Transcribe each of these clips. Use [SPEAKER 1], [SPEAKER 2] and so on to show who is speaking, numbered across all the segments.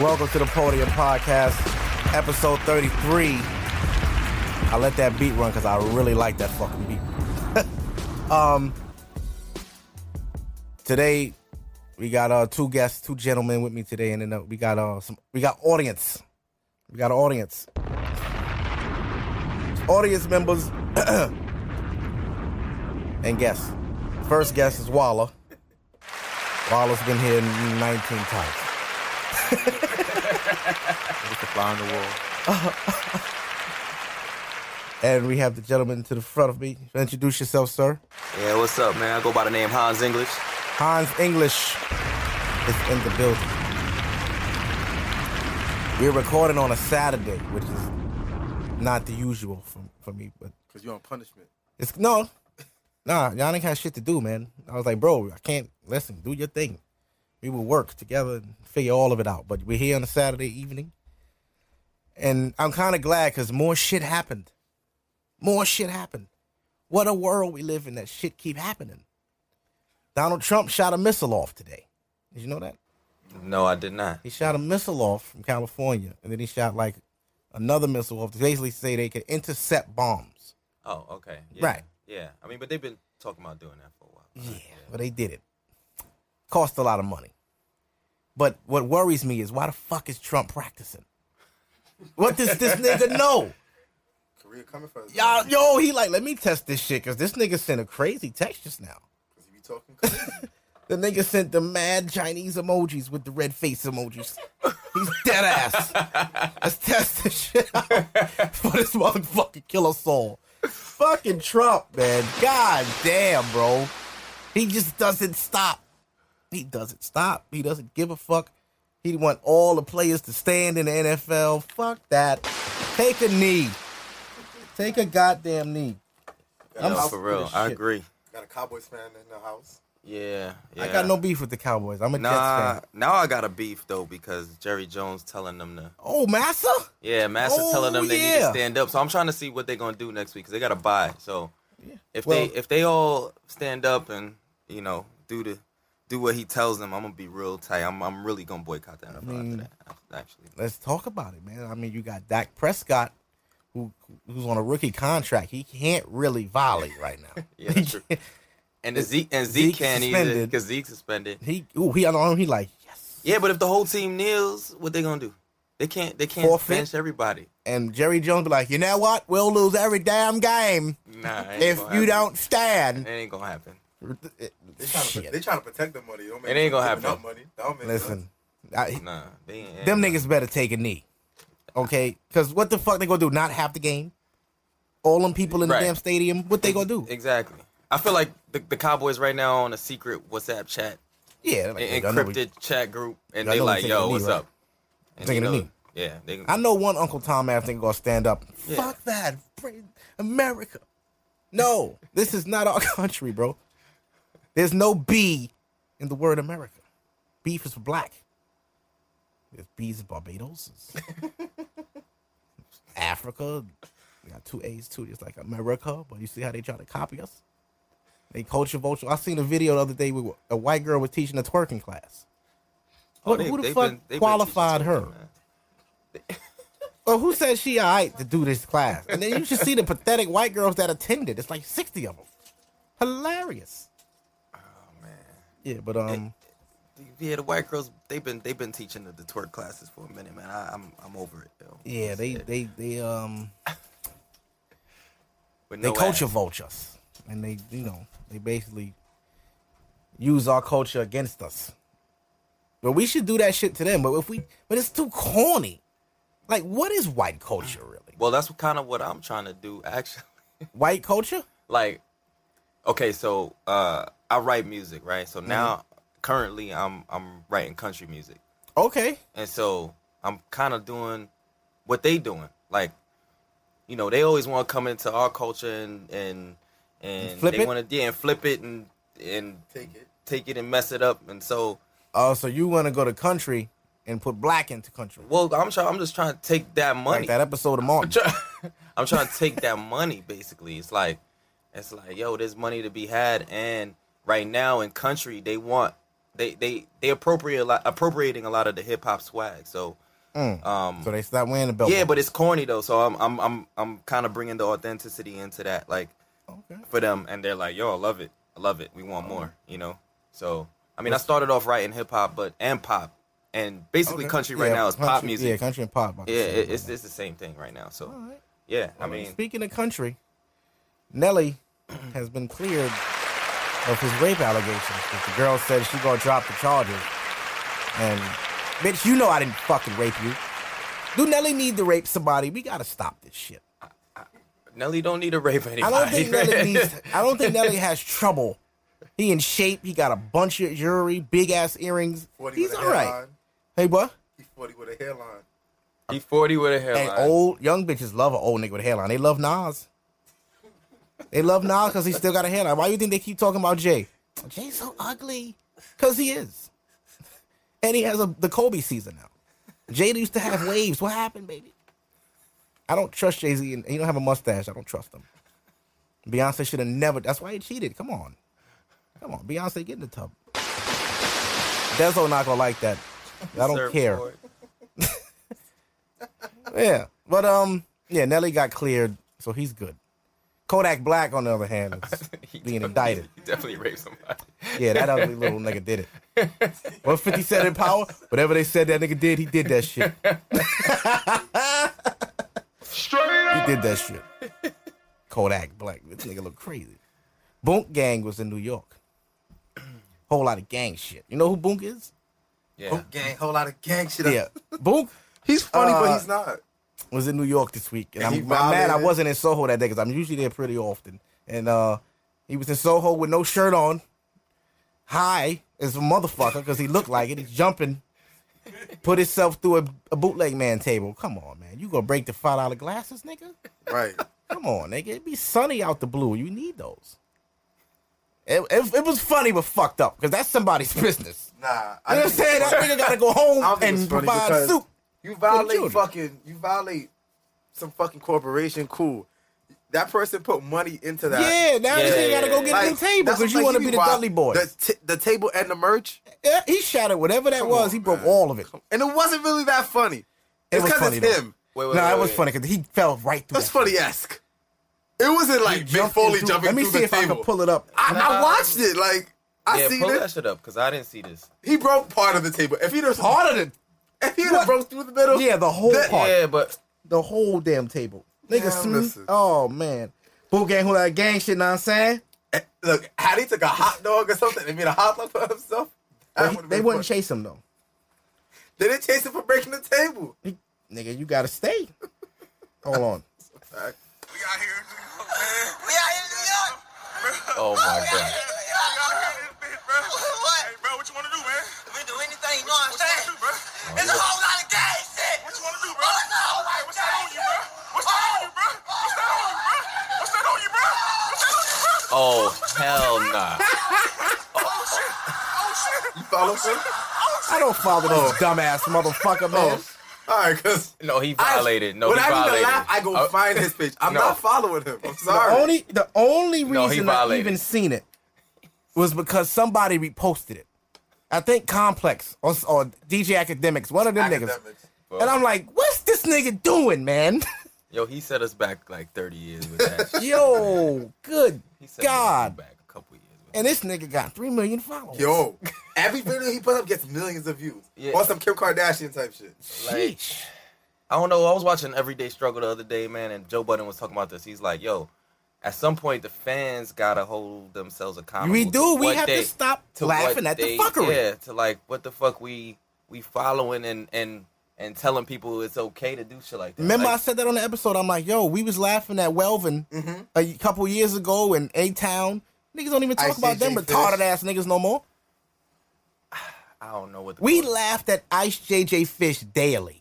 [SPEAKER 1] Welcome to the Podium Podcast, episode 33. I let that beat run because I really like that fucking beat. um, today we got uh two guests, two gentlemen with me today, and then uh, we got uh some we got audience, we got an audience, audience members, and guests. First guest is Walla. Walla's been here 19 times.
[SPEAKER 2] Just a fly on the
[SPEAKER 1] And
[SPEAKER 2] wall.
[SPEAKER 1] we have the gentleman to the front of me. Introduce yourself, sir.
[SPEAKER 2] Yeah, what's up, man? I go by the name Hans English.
[SPEAKER 1] Hans English is in the building. We're recording on a Saturday, which is not the usual for, for me, but
[SPEAKER 3] Cause you're on punishment.
[SPEAKER 1] it's no. Nah, y'all ain't had shit to do, man. I was like, bro, I can't listen, do your thing. We will work together and figure all of it out. But we're here on a Saturday evening. And I'm kind of glad because more shit happened. More shit happened. What a world we live in that shit keep happening. Donald Trump shot a missile off today. Did you know that?
[SPEAKER 2] No, I did not.
[SPEAKER 1] He shot a missile off from California, and then he shot like another missile off to basically say they can intercept bombs.
[SPEAKER 2] Oh, okay. Yeah.
[SPEAKER 1] Right.
[SPEAKER 2] Yeah. I mean, but they've been talking about doing that for a while.
[SPEAKER 1] Yeah, but they did it. Cost a lot of money. But what worries me is why the fuck is Trump practicing? What does this nigga know?
[SPEAKER 3] Korea coming for us.
[SPEAKER 1] Y'all, yo, he like, let me test this shit because this nigga sent a crazy text just now.
[SPEAKER 3] Cause you be talking. crazy.
[SPEAKER 1] The nigga sent the mad Chinese emojis with the red face emojis. He's dead ass. Let's test this shit out for this motherfucking killer soul. Fucking Trump, man. God damn, bro. He just doesn't stop. He doesn't stop. He doesn't give a fuck. He want all the players to stand in the NFL. Fuck that. Take a knee. Take a goddamn knee. I'm
[SPEAKER 2] no,
[SPEAKER 1] out
[SPEAKER 2] for
[SPEAKER 1] with
[SPEAKER 2] real.
[SPEAKER 1] this
[SPEAKER 2] I
[SPEAKER 1] shit.
[SPEAKER 2] agree.
[SPEAKER 3] Got a Cowboys fan in the house.
[SPEAKER 2] Yeah, yeah.
[SPEAKER 1] I got no beef with the Cowboys. I'm a Jets
[SPEAKER 2] Nah,
[SPEAKER 1] fan.
[SPEAKER 2] now I got a beef though because Jerry Jones telling them to.
[SPEAKER 1] Oh, Massa?
[SPEAKER 2] Yeah, Massa telling
[SPEAKER 1] Oh,
[SPEAKER 2] them they need
[SPEAKER 1] yeah.
[SPEAKER 2] to stand up. So I'm trying to see what they're gonna do next week because they got to buy. So if
[SPEAKER 1] Well-
[SPEAKER 2] they if they all stand up and you know do the do what he tells them, I'm gonna be real tight. I'm I'm really gonna boycott the NFL
[SPEAKER 1] mean-
[SPEAKER 2] after that. Actually,
[SPEAKER 1] let's talk about it, man. I mean, you got Dak Prescott, who who's on a rookie contract. He can't really volley right now.
[SPEAKER 2] Yeah, that's true. and the Zeke and
[SPEAKER 1] Zeke
[SPEAKER 2] Zeke, can't either
[SPEAKER 1] suspended.
[SPEAKER 2] because Zeke's suspended.
[SPEAKER 1] he ooh, he on the arm. He like yes.
[SPEAKER 2] Yeah, but if the whole team kneels, what they gonna do? They can't. They can't
[SPEAKER 1] Forfeit?
[SPEAKER 2] bench everybody.
[SPEAKER 1] And Jerry Jones be like, you know what? We'll lose every damn game
[SPEAKER 2] Nah, it ain't
[SPEAKER 1] if
[SPEAKER 2] gonna
[SPEAKER 1] you
[SPEAKER 2] happen.
[SPEAKER 1] don't stand.
[SPEAKER 2] it ain't gonna happen.
[SPEAKER 3] They trying to they
[SPEAKER 1] Shit.
[SPEAKER 3] trying to protect the money. Don't make
[SPEAKER 2] It ain't gonna happen.
[SPEAKER 3] giving up Money. That don't make
[SPEAKER 1] Listen, I,
[SPEAKER 2] Nah, they ain't,
[SPEAKER 1] them
[SPEAKER 2] ain't-
[SPEAKER 1] niggas better take a knee, okay? Because what the fuck they gonna do? Not half the game? All them people in the
[SPEAKER 2] Right.
[SPEAKER 1] damn stadium? What they gonna do?
[SPEAKER 2] Exactly. I feel like the, the Cowboys right now on a secret WhatsApp chat,
[SPEAKER 1] yeah, like,
[SPEAKER 2] an
[SPEAKER 1] nigga, I know we-
[SPEAKER 2] encrypted chat group, and
[SPEAKER 1] Y'all
[SPEAKER 2] they
[SPEAKER 1] know we
[SPEAKER 2] like,
[SPEAKER 1] taking
[SPEAKER 2] "Yo,
[SPEAKER 1] a knee,
[SPEAKER 2] what's
[SPEAKER 1] right?
[SPEAKER 2] up?" And
[SPEAKER 1] Taking
[SPEAKER 2] you
[SPEAKER 1] a
[SPEAKER 2] know-
[SPEAKER 1] knee.
[SPEAKER 2] Yeah, they.
[SPEAKER 1] I know one Uncle Tom after gonna stand up.
[SPEAKER 2] Yeah.
[SPEAKER 1] Fuck that, Bra- America. No, this is not our country, bro. There's no B in the word America. Beef is for black. There's B's in Barbados. Africa. We got two A's too. It's like America, but you see how they try to copy us? They culture vulture. I seen a video the other day where a white girl was teaching a twerking class.
[SPEAKER 2] Oh,
[SPEAKER 1] Who-
[SPEAKER 2] they-
[SPEAKER 1] who the
[SPEAKER 2] they've
[SPEAKER 1] fuck
[SPEAKER 2] been- they've been
[SPEAKER 1] qualified
[SPEAKER 2] teaching
[SPEAKER 1] her?
[SPEAKER 2] something, man.
[SPEAKER 1] Well, who said she all right to do this class? And then you should see the pathetic white girls that attended. It's like 60 of them. Hilarious.
[SPEAKER 2] Oh,
[SPEAKER 1] Yeah, but um,
[SPEAKER 2] Yeah, the white girls they've been they've been teaching the, the twerk classes for a minute, man. I, I'm I'm over it though.
[SPEAKER 1] yeah, they they they um
[SPEAKER 2] With
[SPEAKER 1] they
[SPEAKER 2] no
[SPEAKER 1] culture
[SPEAKER 2] ass.
[SPEAKER 1] vulture us, and they you know they basically use our culture against us. But we should do that shit to them. But if we, but it's too corny. Like, what is white culture really?
[SPEAKER 2] Well, that's kind of what I'm trying to do actually.
[SPEAKER 1] White culture?
[SPEAKER 2] like, okay, so uh, I write music, right? So now currently I'm I'm writing country music.
[SPEAKER 1] Okay,
[SPEAKER 2] And so I'm kind of doing what they doing. Like, you know, they always want to come into our culture and and and,
[SPEAKER 1] flip
[SPEAKER 2] they
[SPEAKER 1] it?
[SPEAKER 2] want to yeah, and flip it and and
[SPEAKER 3] sense. Take it.
[SPEAKER 2] take it and mess it up. And so,
[SPEAKER 1] oh, so you want to go to country and put black into country?
[SPEAKER 2] well, I'm trying. I'm just trying to take that money.
[SPEAKER 1] Like that episode of Martin.
[SPEAKER 2] try- I'm trying to take that money. Basically, it's like, it's like, yo, there's money to be had, and right now in country, they want they they they appropriate a lot, appropriating a lot of the hip hop swag. So
[SPEAKER 1] Mm.
[SPEAKER 2] um
[SPEAKER 1] So they stopped wearing the belt.
[SPEAKER 2] yeah, but it's corny though. So I'm I'm I'm I'm kind of bringing the authenticity into that like
[SPEAKER 1] okay.
[SPEAKER 2] for them, and they're like, "Yo, I love it, I love it. We want
[SPEAKER 1] Oh.
[SPEAKER 2] more," you know. So I mean, I started off writing hip hop, but and pop, and basically
[SPEAKER 1] Okay.
[SPEAKER 2] country right
[SPEAKER 1] Yeah,
[SPEAKER 2] now is pop
[SPEAKER 1] country- Yeah,
[SPEAKER 2] music.
[SPEAKER 1] country and pop. I can
[SPEAKER 2] Yeah,
[SPEAKER 1] say
[SPEAKER 2] it,
[SPEAKER 1] that.
[SPEAKER 2] it's it's the same thing right now.
[SPEAKER 1] All
[SPEAKER 2] So
[SPEAKER 1] right.
[SPEAKER 2] yeah, I
[SPEAKER 1] Well,
[SPEAKER 2] mean,
[SPEAKER 1] speaking of country, Nelly has been cleared of his rape allegations. 'cause The girl said she gonna drop the charges, and bitch, you know I didn't fucking rape you. Do Nelly need to rape somebody? We gotta stop this shit.
[SPEAKER 2] Nelly don't need a rape anybody.
[SPEAKER 1] I don't think Nelly needs. I don't think Nelly has trouble. He in shape. He got a bunch of jewelry, big ass earrings.
[SPEAKER 3] 40
[SPEAKER 1] He's
[SPEAKER 3] with a
[SPEAKER 1] all right.
[SPEAKER 3] hairline.
[SPEAKER 1] Hey, what?
[SPEAKER 3] He 40 with a hairline.
[SPEAKER 2] He forty with a hairline.
[SPEAKER 1] Hey, oh, old young bitches love an old nigga with a hairline. They love Nas. They love Nas because he still got a hairline. Why you think they keep talking about Jay? Jay's so ugly. Cause he is. And he has a the Kobe season now. Jay used to have waves. What happened, baby? I don't trust Jay Z and he don't have a mustache. I don't trust him. Beyonce should have never that's why he cheated. Come on. Come on. Beyonce get in the tub. Dezo not gonna like that. I don't
[SPEAKER 2] Surfboard.
[SPEAKER 1] care. Yeah, but um, yeah, Nelly got cleared, so he's good. Kodak Black, on the other hand, is
[SPEAKER 2] He
[SPEAKER 1] being
[SPEAKER 2] definitely-
[SPEAKER 1] indicted.
[SPEAKER 2] He definitely raped somebody.
[SPEAKER 1] Yeah, that ugly little nigga did it. What Fifty said in Power, whatever they said that nigga did, he did that shit. He did that shit. Kodak Black, this nigga look crazy. Boonk Gang was in New York. Whole lot of gang shit. You know who Boonk is? Oh,
[SPEAKER 2] Yeah.
[SPEAKER 3] gang, whole lot of gang shit.
[SPEAKER 1] Yeah, Boonk
[SPEAKER 3] He's funny,
[SPEAKER 1] Uh,
[SPEAKER 3] but he's not.
[SPEAKER 1] was in New York this week, and,
[SPEAKER 3] And he
[SPEAKER 1] I'm, I'm mad I
[SPEAKER 3] violated-
[SPEAKER 1] wasn't in Soho that day because I'm usually there pretty often. And uh, he was in Soho with no shirt on, high as a motherfucker because he looked like it. He's jumping, put himself through a, a bootleg man table. Come on, man, you gonna break the five dollar glasses, nigga?
[SPEAKER 3] Right.
[SPEAKER 1] Come on, nigga. It be sunny out the blue. You need those. It, it, it was funny but fucked up because that's somebody's business.
[SPEAKER 3] Nah.
[SPEAKER 1] You know what I'm saying? That nigga gotta go home
[SPEAKER 3] I don't think
[SPEAKER 1] and
[SPEAKER 3] it's funny
[SPEAKER 1] provide
[SPEAKER 3] because
[SPEAKER 1] soup.
[SPEAKER 3] You
[SPEAKER 1] children.
[SPEAKER 3] violate fucking. You violate some fucking corporation. Cool. That person put money into that.
[SPEAKER 1] Yeah, now this
[SPEAKER 2] Yeah,
[SPEAKER 1] nigga
[SPEAKER 2] yeah,
[SPEAKER 1] gotta go
[SPEAKER 2] yeah.
[SPEAKER 1] get a new
[SPEAKER 3] Like,
[SPEAKER 1] table
[SPEAKER 3] that's
[SPEAKER 1] because
[SPEAKER 3] what
[SPEAKER 1] you
[SPEAKER 3] I'm
[SPEAKER 1] want to
[SPEAKER 3] saying,
[SPEAKER 1] be
[SPEAKER 3] he
[SPEAKER 1] the
[SPEAKER 3] bought
[SPEAKER 1] Dudley boy.
[SPEAKER 3] The, t- the table and the merch,
[SPEAKER 1] Yeah, he shattered whatever that
[SPEAKER 3] Come
[SPEAKER 1] was.
[SPEAKER 3] on,
[SPEAKER 1] he broke
[SPEAKER 3] man.
[SPEAKER 1] all of it.
[SPEAKER 3] and it wasn't really that funny.
[SPEAKER 1] It
[SPEAKER 3] It's
[SPEAKER 1] was
[SPEAKER 3] because
[SPEAKER 1] funny
[SPEAKER 3] it's
[SPEAKER 1] though.
[SPEAKER 3] him.
[SPEAKER 2] Wait,
[SPEAKER 1] No,
[SPEAKER 2] wait,
[SPEAKER 1] nah,
[SPEAKER 2] wait,
[SPEAKER 1] it was
[SPEAKER 2] wait.
[SPEAKER 1] funny because he fell right through.
[SPEAKER 3] That's
[SPEAKER 1] that
[SPEAKER 3] funny
[SPEAKER 1] shit.
[SPEAKER 3] esque. It wasn't
[SPEAKER 1] He
[SPEAKER 3] like Mick
[SPEAKER 1] jumped
[SPEAKER 3] Foley
[SPEAKER 1] in through-
[SPEAKER 3] jumping
[SPEAKER 1] Let me
[SPEAKER 3] through
[SPEAKER 1] see
[SPEAKER 3] the
[SPEAKER 1] if I
[SPEAKER 3] table.
[SPEAKER 1] can pull it up.
[SPEAKER 3] I, I
[SPEAKER 2] Nah.
[SPEAKER 3] watched it. Like I
[SPEAKER 2] yeah,
[SPEAKER 3] seen
[SPEAKER 2] pull
[SPEAKER 3] it.
[SPEAKER 2] that shit up because I didn't see this.
[SPEAKER 3] He broke part of the table. If he'd have
[SPEAKER 1] Part of
[SPEAKER 3] if he'd
[SPEAKER 1] What?
[SPEAKER 3] have broke through the middle,
[SPEAKER 1] the yeah, the whole
[SPEAKER 3] That-
[SPEAKER 1] part,
[SPEAKER 2] Yeah, but
[SPEAKER 1] the whole damn table. Nigga,
[SPEAKER 3] Damn,
[SPEAKER 1] sm-
[SPEAKER 3] listen.
[SPEAKER 1] oh man, bull gang, who that gang shit? Know what I'm saying
[SPEAKER 3] Eh, Look, had he took a hot dog or something and made a hot dog for himself, that
[SPEAKER 1] But he-
[SPEAKER 3] would've
[SPEAKER 1] they
[SPEAKER 3] been
[SPEAKER 1] wouldn't
[SPEAKER 3] funny.
[SPEAKER 1] chase him though.
[SPEAKER 3] They didn't chase him for breaking the table.
[SPEAKER 1] Nigga, you gotta stay. Hold on.
[SPEAKER 3] Alright.
[SPEAKER 4] We out here in New York, man. We out here in New York.
[SPEAKER 2] oh my god.
[SPEAKER 4] We out here in this bitch, bro. What? Hey, bro, what you wanna do, man? We do anything, you know what I'm saying? What you wanna do,
[SPEAKER 2] Oh,
[SPEAKER 4] bro? It's a whole lot of gay shit. What you wanna do, bro? Oh, it's a whole lot of What's that on you, bro? What's that on you, bro? What's that on you, bro? What's that on you, bro? What's that on you,
[SPEAKER 2] Oh
[SPEAKER 4] bro?
[SPEAKER 2] hell nah.
[SPEAKER 4] Oh shit. Oh shit.
[SPEAKER 3] You follow him?
[SPEAKER 1] I don't follow this dumbass motherfucker, man.
[SPEAKER 3] Oh. Alright, because
[SPEAKER 2] No, he violated. No,
[SPEAKER 3] when
[SPEAKER 2] he
[SPEAKER 3] I need
[SPEAKER 2] violated.
[SPEAKER 3] to laugh, I go
[SPEAKER 2] Oh,
[SPEAKER 3] find his page. I'm
[SPEAKER 2] No.
[SPEAKER 3] not following him. I'm
[SPEAKER 1] The
[SPEAKER 3] sorry.
[SPEAKER 1] only the only
[SPEAKER 2] No, he
[SPEAKER 1] reason I
[SPEAKER 2] violated.
[SPEAKER 1] even seen it was because somebody reposted it. I think Complex or, or DJ Academics, one of them niggas.
[SPEAKER 3] Academics.
[SPEAKER 1] And I'm like, what's this nigga doing, man?
[SPEAKER 2] Yo, he set us back like 30 years with that. shit.
[SPEAKER 1] Yo, good
[SPEAKER 2] He set us
[SPEAKER 1] God.
[SPEAKER 2] back a couple years. With
[SPEAKER 1] And this nigga got three million followers.
[SPEAKER 3] Yo, every video he put up gets millions of views.
[SPEAKER 2] Yeah.
[SPEAKER 3] Or some Kim Kardashian type shit.
[SPEAKER 2] like-
[SPEAKER 1] Sheesh.
[SPEAKER 2] I don't know. I was watching Everyday Struggle the other day, man, and Joe Budden was talking about this. He's like, yo, at some point the fans gotta hold themselves accountable.
[SPEAKER 1] we
[SPEAKER 2] to
[SPEAKER 1] do. We
[SPEAKER 2] what
[SPEAKER 1] have
[SPEAKER 2] they-
[SPEAKER 1] to stop
[SPEAKER 2] to
[SPEAKER 1] laughing
[SPEAKER 2] what
[SPEAKER 1] at
[SPEAKER 2] they-
[SPEAKER 1] the fuckery.
[SPEAKER 2] Yeah, to like what the fuck we we following and and and telling people it's okay to do shit like that.
[SPEAKER 1] Remember, I
[SPEAKER 2] like,
[SPEAKER 1] said that on the episode. I'm like, yo, we was laughing at Welvin
[SPEAKER 2] Mm-hmm.
[SPEAKER 1] a couple years ago in A Town. Niggas don't even talk
[SPEAKER 3] ICJ
[SPEAKER 1] about them
[SPEAKER 3] Fish.
[SPEAKER 1] retarded ass niggas no more.
[SPEAKER 2] I don't know what the
[SPEAKER 1] We
[SPEAKER 2] fuck-
[SPEAKER 1] laughed at Ice JJ Fish daily.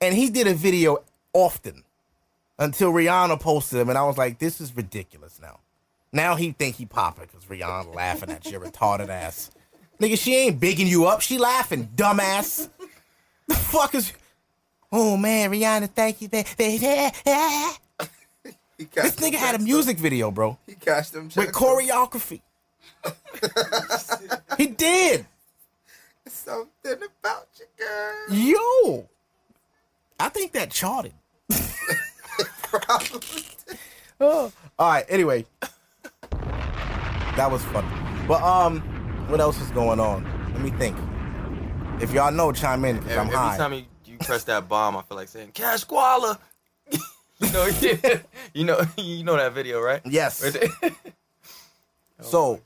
[SPEAKER 1] and he did a video often until Rihanna posted him, and I was like, this is ridiculous now. Now he think he poppin' because Rihanna laughing at your retarded ass. Nigga, she ain't bigging you up. She laughing, dumbass. the fuck is... Oh, man, Rihanna, thank you. Thank, thank- yeah, yeah.
[SPEAKER 3] He
[SPEAKER 1] This nigga had a music video, bro,
[SPEAKER 3] He cashed them checks.
[SPEAKER 1] with choreography. He did.
[SPEAKER 3] Something about you, girl.
[SPEAKER 1] Yo, I think that charted. Oh. All right. Anyway, that was funny. But um, what else is going on? Let me think. If y'all know, chime in because
[SPEAKER 2] Every,
[SPEAKER 1] I'm
[SPEAKER 2] every
[SPEAKER 1] high.
[SPEAKER 2] time you, you press that bomb, I feel like saying "Cash Koala." you know, you know, you Oh know that video, right?
[SPEAKER 1] yes.
[SPEAKER 2] Right there.
[SPEAKER 1] so,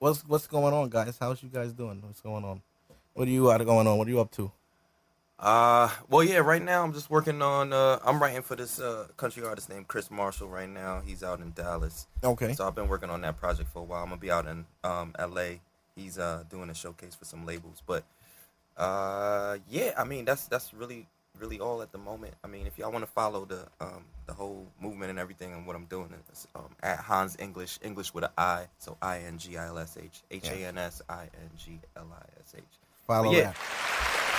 [SPEAKER 1] what's what's going on, guys? How's you guys doing? What's going on? What are you out going on? What are you up to?
[SPEAKER 2] Uh, well, yeah. Right now, I'm just working on. Uh, I'm writing for this uh, country artist named Chris Marshall. Right now, he's out in Dallas.
[SPEAKER 1] Okay.
[SPEAKER 2] So I've been working on that project for a while. I'm gonna be out in um, LA. He's uh, doing a showcase for some labels, but uh, yeah, I mean that's that's really really all at the moment. I mean, if y'all want to follow the um, the whole movement and everything and what I'm doing, it's um, at Hans English English with an I, so I N G I L S H H A N S I N G L I S H.
[SPEAKER 1] Follow
[SPEAKER 2] yeah.
[SPEAKER 1] that.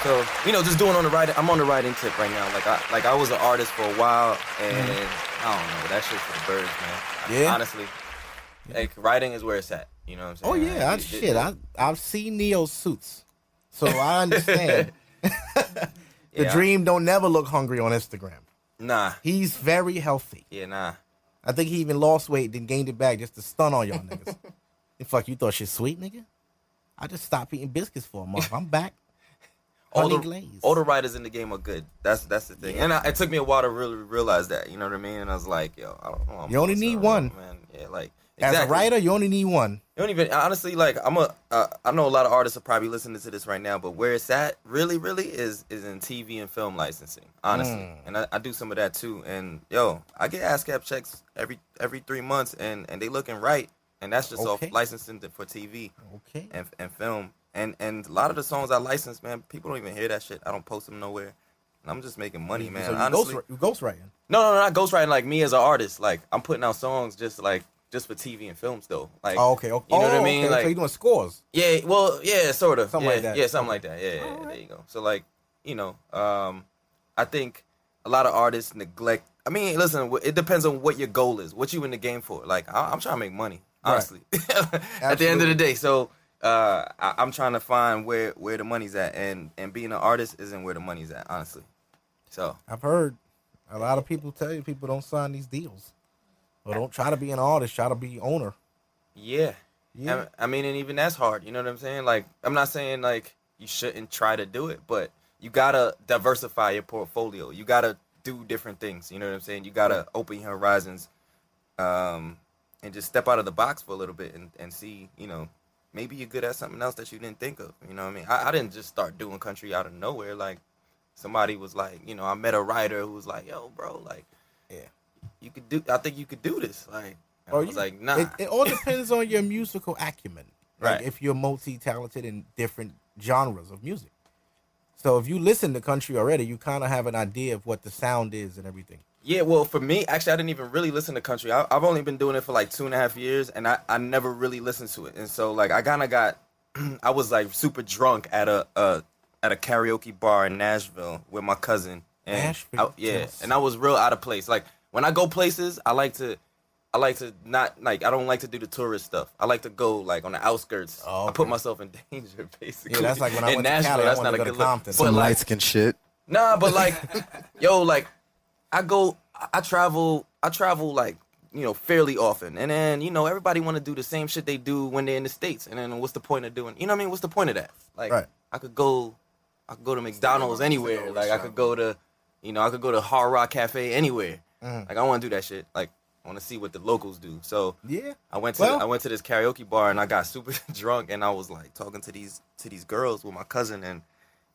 [SPEAKER 2] So you know, just doing on the right. I'm on the writing tip right now. Like I like I was an artist for a while, and I don't know. That shit's for the birds, man. I-
[SPEAKER 1] Mm-hmm. Yeah?
[SPEAKER 2] Honestly, like writing is where it's at. You know what I'm saying?
[SPEAKER 1] Oh yeah, I,
[SPEAKER 2] It- it-
[SPEAKER 1] shit. I I've seen Neo suits, so I understand. the
[SPEAKER 2] yeah,
[SPEAKER 1] dream don't never look hungry on Instagram.
[SPEAKER 2] Nah.
[SPEAKER 1] He's very healthy.
[SPEAKER 2] Yeah, nah.
[SPEAKER 1] I think he even lost weight, then gained it back just to stun on y'all niggas. And fuck, you thought shit sweet, nigga? I just stopped eating biscuits for a month. I'm back.
[SPEAKER 2] All
[SPEAKER 1] Honey
[SPEAKER 2] the,
[SPEAKER 1] glaze.
[SPEAKER 2] all the writers in the game are good. That's that's the thing. And I, it took me a while to really realize that. You know what I mean? And I was like, yo, I don't know. I'm
[SPEAKER 1] You only
[SPEAKER 2] doing
[SPEAKER 1] need
[SPEAKER 2] something
[SPEAKER 1] one.
[SPEAKER 2] wrong, man. Yeah, like
[SPEAKER 1] As a
[SPEAKER 2] exactly.
[SPEAKER 1] writer, you only need one.
[SPEAKER 2] You don't even honestly like I'm a uh, I know a lot of artists are probably listening to this right now, but where it's at really really is is in TV and film licensing, honestly.
[SPEAKER 1] Hmm.
[SPEAKER 2] And I, I do some of that too. And yo, I get ASCAP checks every every three months, and and they looking right, and that's just
[SPEAKER 1] Okay.
[SPEAKER 2] off licensing to- for TV
[SPEAKER 1] Okay.
[SPEAKER 2] and and film, and and a lot of the songs I license, man, people don't even hear that shit. I don't post them nowhere. And I'm just making money, man.
[SPEAKER 1] so you
[SPEAKER 2] honestly,
[SPEAKER 1] ghost, you ghostwriting.
[SPEAKER 2] no, no, no, not ghostwriting. Like me as an artist, like I'm putting out songs just like just for TV and films though. Like
[SPEAKER 1] Oh, okay. okay.
[SPEAKER 2] you know what
[SPEAKER 1] Oh,
[SPEAKER 2] I mean?
[SPEAKER 1] okay.
[SPEAKER 2] Like
[SPEAKER 1] so you're doing scores.
[SPEAKER 2] yeah, well, yeah, sort of.
[SPEAKER 1] Something
[SPEAKER 2] yeah,
[SPEAKER 1] like that.
[SPEAKER 2] Yeah, something like that. Yeah, yeah, yeah, there you go. So like, you know, um, I think a lot of artists neglect. I mean, listen, wh- it depends on what your goal is, what you in the game for. Like, I, I'm trying to make money,
[SPEAKER 1] Right.
[SPEAKER 2] honestly. At the end of
[SPEAKER 1] Absolutely.
[SPEAKER 2] the day, so uh, I, I'm trying to find where where the money's at, and and being an artist isn't where the money's at, honestly. So
[SPEAKER 1] I've heard a lot of people tell you people don't sign these deals. Or don't try to be an artist, try to be owner.
[SPEAKER 2] Yeah.
[SPEAKER 1] Yeah.
[SPEAKER 2] I, I mean, and even that's hard. You know what I'm saying? Like, I'm not saying like you shouldn't try to do it, but you gotta diversify your portfolio. You gotta do different things. You know what I'm saying? You gotta open your horizons, um, and just step out of the box for a little bit and, and see. You know, maybe you're good at something else that you didn't think of. You know what I mean? I, I didn't just start doing country out of nowhere. Like, somebody was like, you know, I met a writer who was like, "Yo, bro, like,
[SPEAKER 1] Yeah.
[SPEAKER 2] you could do. I think you could do this." Like, and I
[SPEAKER 1] Oh,
[SPEAKER 2] was
[SPEAKER 1] yeah.
[SPEAKER 2] like, "Nah."
[SPEAKER 1] It, it all depends on your musical acumen. Like
[SPEAKER 2] Right.
[SPEAKER 1] if you're multi-talented in different genres of music. So if you listen to country already, you kind of have an idea of what the sound is and everything.
[SPEAKER 2] Yeah, well, for me, actually, I didn't even really listen to country. I, I've only been doing it for like two and a half years, and I, I never really listened to it. And so, like, I kind of got, I was like super drunk at a, a at a karaoke bar in Nashville with my cousin. And
[SPEAKER 1] Nashville,
[SPEAKER 2] I- yeah,
[SPEAKER 1] Tennessee.
[SPEAKER 2] and I was real out of place. Like when I go places, I like to, I like to not like I don't like to do the tourist stuff. I like to go like on the outskirts.
[SPEAKER 1] Oh,
[SPEAKER 2] I put
[SPEAKER 1] okay.
[SPEAKER 2] myself in danger, basically.
[SPEAKER 1] Yeah, that's like when I
[SPEAKER 2] in
[SPEAKER 1] went to Cali,
[SPEAKER 2] Nashville.
[SPEAKER 1] I
[SPEAKER 2] that's
[SPEAKER 1] wanted
[SPEAKER 2] not
[SPEAKER 1] to go
[SPEAKER 2] a
[SPEAKER 1] to
[SPEAKER 2] good look.
[SPEAKER 1] Compton.
[SPEAKER 2] But,
[SPEAKER 1] Some
[SPEAKER 2] like,
[SPEAKER 5] light skin shit.
[SPEAKER 2] Nah, but like, yo, like, I go, I- I travel, I travel like, you know, fairly often, and then you know, everybody want to do the same shit they do when they're in the states, and then what's the point of doing? You know what I mean? What's the point of that? Like,
[SPEAKER 1] Right.
[SPEAKER 2] I could go, I could go to McDonald's anywhere. Like, I could go to, you know, I could go to Hard Rock Cafe anywhere.
[SPEAKER 1] Mm-hmm.
[SPEAKER 2] Like, I want to do that shit. Like, I want to see what the locals do. So
[SPEAKER 1] Yeah.
[SPEAKER 2] I went to
[SPEAKER 1] Well-
[SPEAKER 2] I went to this karaoke bar and I got super drunk and I was like talking to these to these girls with my cousin and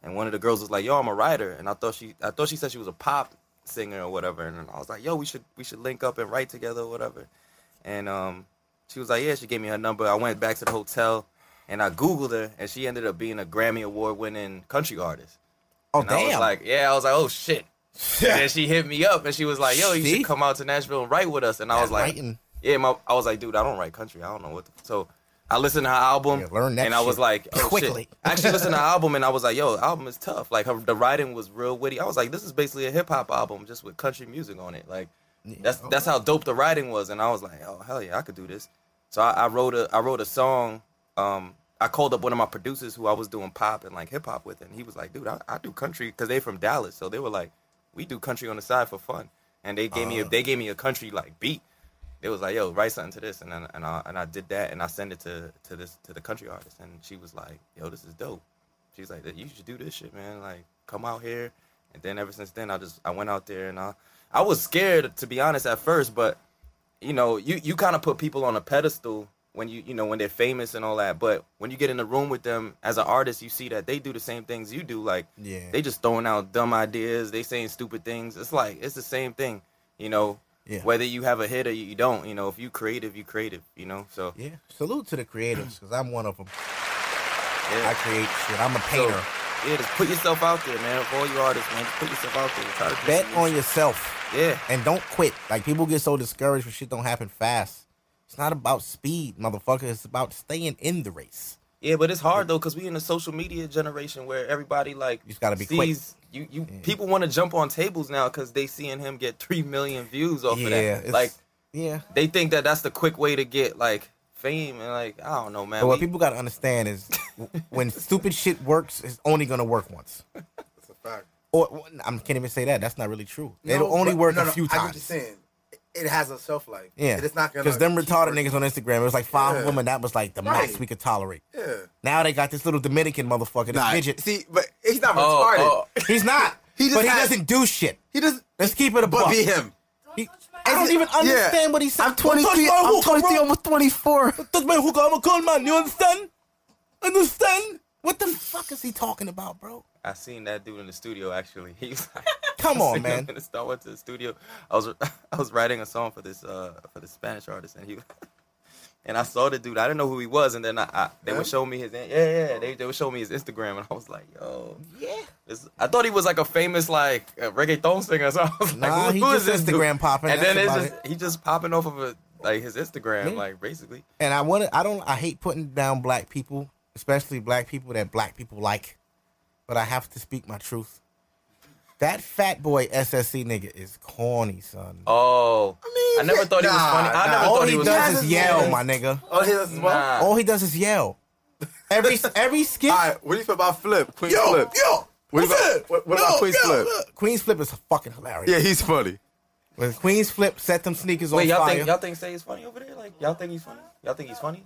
[SPEAKER 2] and one of the girls was like, "Yo, I'm a writer," and I thought she I thought she said she was a pop singer or whatever, and I was like, "Yo, we should we should link up and write together or whatever," and um, she was like, "Yeah," she gave me her number. I went back to the hotel and I googled her and she ended up being a Grammy award winning country artist.
[SPEAKER 1] Oh
[SPEAKER 2] And I was
[SPEAKER 1] damn!
[SPEAKER 2] like, yeah, I was like, oh shit. And then she hit me up and she was like, yo, you
[SPEAKER 1] See?
[SPEAKER 2] should come out to Nashville and write with us. And I was
[SPEAKER 1] That
[SPEAKER 2] like,
[SPEAKER 1] writing.
[SPEAKER 2] yeah, my, I was like, dude, I don't write country. I don't know what. The, so I listened to her album
[SPEAKER 1] Yeah, learn that
[SPEAKER 2] and I was
[SPEAKER 1] shit
[SPEAKER 2] like, oh,
[SPEAKER 1] quickly.
[SPEAKER 2] Shit. I actually listened to her album and I was like, yo, the album is tough. Like her, the writing was real witty. I was like, this is basically a hip hop album just with country music on it. Like that's that's how dope the writing was. And I was like, oh hell oh, yeah, I could do this. So I, I wrote a I wrote a song. Um, I called up one of my producers who I was doing pop and like hip hop with, and he was like, "Dude, I, I do country because they from Dallas, so they were like, we do country on the side for fun." And they gave
[SPEAKER 1] Ah.
[SPEAKER 2] me a, they gave me a country like beat. They was like, "Yo, write something to this," and then, and I and I did that, and I sent it to to this to the country artist, and she was like, "Yo, this is dope." She's like, "You should do this shit, man. Like, come out here." And then ever since then, I just I went out there and I I was scared to be honest at first, but you know, you you kind of put people on a pedestal when you you know when they're famous and all that. But when you get in the room with them as an artist, you see that they do the same things you do. Like
[SPEAKER 1] Yeah.
[SPEAKER 2] they just throwing out dumb ideas, they saying stupid things. It's like it's the same thing, you know.
[SPEAKER 1] Yeah.
[SPEAKER 2] Whether you have a hit or you don't, you know, if you creative, you creative, you know. So
[SPEAKER 1] Yeah. Salute to the creatives, because I'm one of them. I
[SPEAKER 2] yeah,
[SPEAKER 1] create shit. I'm a
[SPEAKER 2] so,
[SPEAKER 1] painter.
[SPEAKER 2] yeah, just put yourself out there, man. For all you artists, man, just put yourself out there. Try to do
[SPEAKER 1] Bet
[SPEAKER 2] some-
[SPEAKER 1] on yourself.
[SPEAKER 2] Yeah,
[SPEAKER 1] and don't quit. Like people get so discouraged when shit don't happen fast. It's not about speed, motherfucker. It's about staying in the race.
[SPEAKER 2] Yeah, but it's hard though because we in the social media generation where everybody like
[SPEAKER 1] You just gotta be
[SPEAKER 2] You you people want to jump on tables now because they seeing him get three million views off of
[SPEAKER 1] yeah,
[SPEAKER 2] that.
[SPEAKER 1] it's,
[SPEAKER 2] Like
[SPEAKER 1] yeah.
[SPEAKER 2] they think that that's the quick way to get like fame and like I don't know, man.
[SPEAKER 1] But what
[SPEAKER 2] We-
[SPEAKER 1] people gotta understand is w- when stupid shit works, it's only gonna work once.
[SPEAKER 3] That's a fact.
[SPEAKER 1] Or I can't even say that. That's not really true. It'll only
[SPEAKER 3] but-
[SPEAKER 1] work
[SPEAKER 3] no,
[SPEAKER 1] a
[SPEAKER 3] no,
[SPEAKER 1] few
[SPEAKER 3] I'm
[SPEAKER 1] times.
[SPEAKER 3] just saying, it- it has a shelf life.
[SPEAKER 1] Yeah,
[SPEAKER 3] And it's not gonna
[SPEAKER 1] because them
[SPEAKER 3] keep
[SPEAKER 1] retarded
[SPEAKER 3] working.
[SPEAKER 1] niggas on Instagram. It was like five
[SPEAKER 3] Yeah.
[SPEAKER 1] women. That was like the max
[SPEAKER 3] Right.
[SPEAKER 1] we could tolerate.
[SPEAKER 3] Yeah.
[SPEAKER 1] Now they got this little Dominican motherfucker, this
[SPEAKER 3] Nah,
[SPEAKER 1] midget.
[SPEAKER 3] See, but he's not
[SPEAKER 2] Oh,
[SPEAKER 3] retarded.
[SPEAKER 2] oh.
[SPEAKER 1] He's not.
[SPEAKER 3] He just
[SPEAKER 1] but he
[SPEAKER 3] had-
[SPEAKER 1] doesn't do shit.
[SPEAKER 3] He doesn't.
[SPEAKER 1] Let's keep it a
[SPEAKER 3] But
[SPEAKER 1] buck.
[SPEAKER 3] be him.
[SPEAKER 1] He- I don't
[SPEAKER 3] Is it-
[SPEAKER 1] even understand
[SPEAKER 3] yeah.
[SPEAKER 1] what he said.
[SPEAKER 3] I'm
[SPEAKER 1] Don't touch
[SPEAKER 3] 23.
[SPEAKER 1] my
[SPEAKER 3] I'm
[SPEAKER 1] hookah,
[SPEAKER 3] 23.
[SPEAKER 1] bro.
[SPEAKER 3] almost 24.
[SPEAKER 1] Touch my hookah. I'm a con man. You understand? Understand? What the fuck is he talking about, bro?
[SPEAKER 2] I seen that dude in the studio actually. He was like,
[SPEAKER 1] Come
[SPEAKER 2] I
[SPEAKER 1] on,
[SPEAKER 2] seen him
[SPEAKER 1] man.
[SPEAKER 2] in the stu- I went to the studio. I was I was writing a song for this uh for this Spanish artist and he and I saw the dude. I didn't know who he was and then I, I they would show me his yeah yeah they they would show me his Instagram and I was like yo
[SPEAKER 1] Yeah.
[SPEAKER 2] This, I thought he was like a famous like uh, reggaeton singer. So I was like,
[SPEAKER 1] Nah,
[SPEAKER 2] who,
[SPEAKER 1] he
[SPEAKER 2] who
[SPEAKER 1] just
[SPEAKER 2] is this dude?
[SPEAKER 1] Instagram popping,
[SPEAKER 2] And
[SPEAKER 1] that's
[SPEAKER 2] then it's
[SPEAKER 1] about
[SPEAKER 2] just he just popping off of a, like his Instagram,
[SPEAKER 1] Yeah.
[SPEAKER 2] like basically.
[SPEAKER 1] And I want to. I don't. I hate putting down black people, especially black people that black people like. But I have to speak my truth. That fat boy SSC nigga is corny, son.
[SPEAKER 2] Oh, I, never thought he was
[SPEAKER 3] nah,
[SPEAKER 2] funny. I
[SPEAKER 3] nah.
[SPEAKER 2] never
[SPEAKER 3] All
[SPEAKER 2] thought
[SPEAKER 1] he
[SPEAKER 2] he was.
[SPEAKER 1] does
[SPEAKER 3] funny.
[SPEAKER 1] is yell, my nigga.
[SPEAKER 3] Oh, he does as well.
[SPEAKER 2] Nah.
[SPEAKER 1] All he does is yell. Every every skit.
[SPEAKER 3] All right, what do you feel about Flip? Queen Flip.
[SPEAKER 1] yo.
[SPEAKER 3] What
[SPEAKER 1] what's
[SPEAKER 3] about-
[SPEAKER 1] up?
[SPEAKER 3] what- what about Queen's Flip?
[SPEAKER 1] look. Queen's Flip is fucking hilarious.
[SPEAKER 3] Yeah, he's funny.
[SPEAKER 1] When Queen's Flip set them sneakers
[SPEAKER 2] Wait,
[SPEAKER 1] on
[SPEAKER 2] y'all
[SPEAKER 1] fire.
[SPEAKER 2] think y'all think Say is funny over there? Like y'all think he's funny? Y'all think he's funny?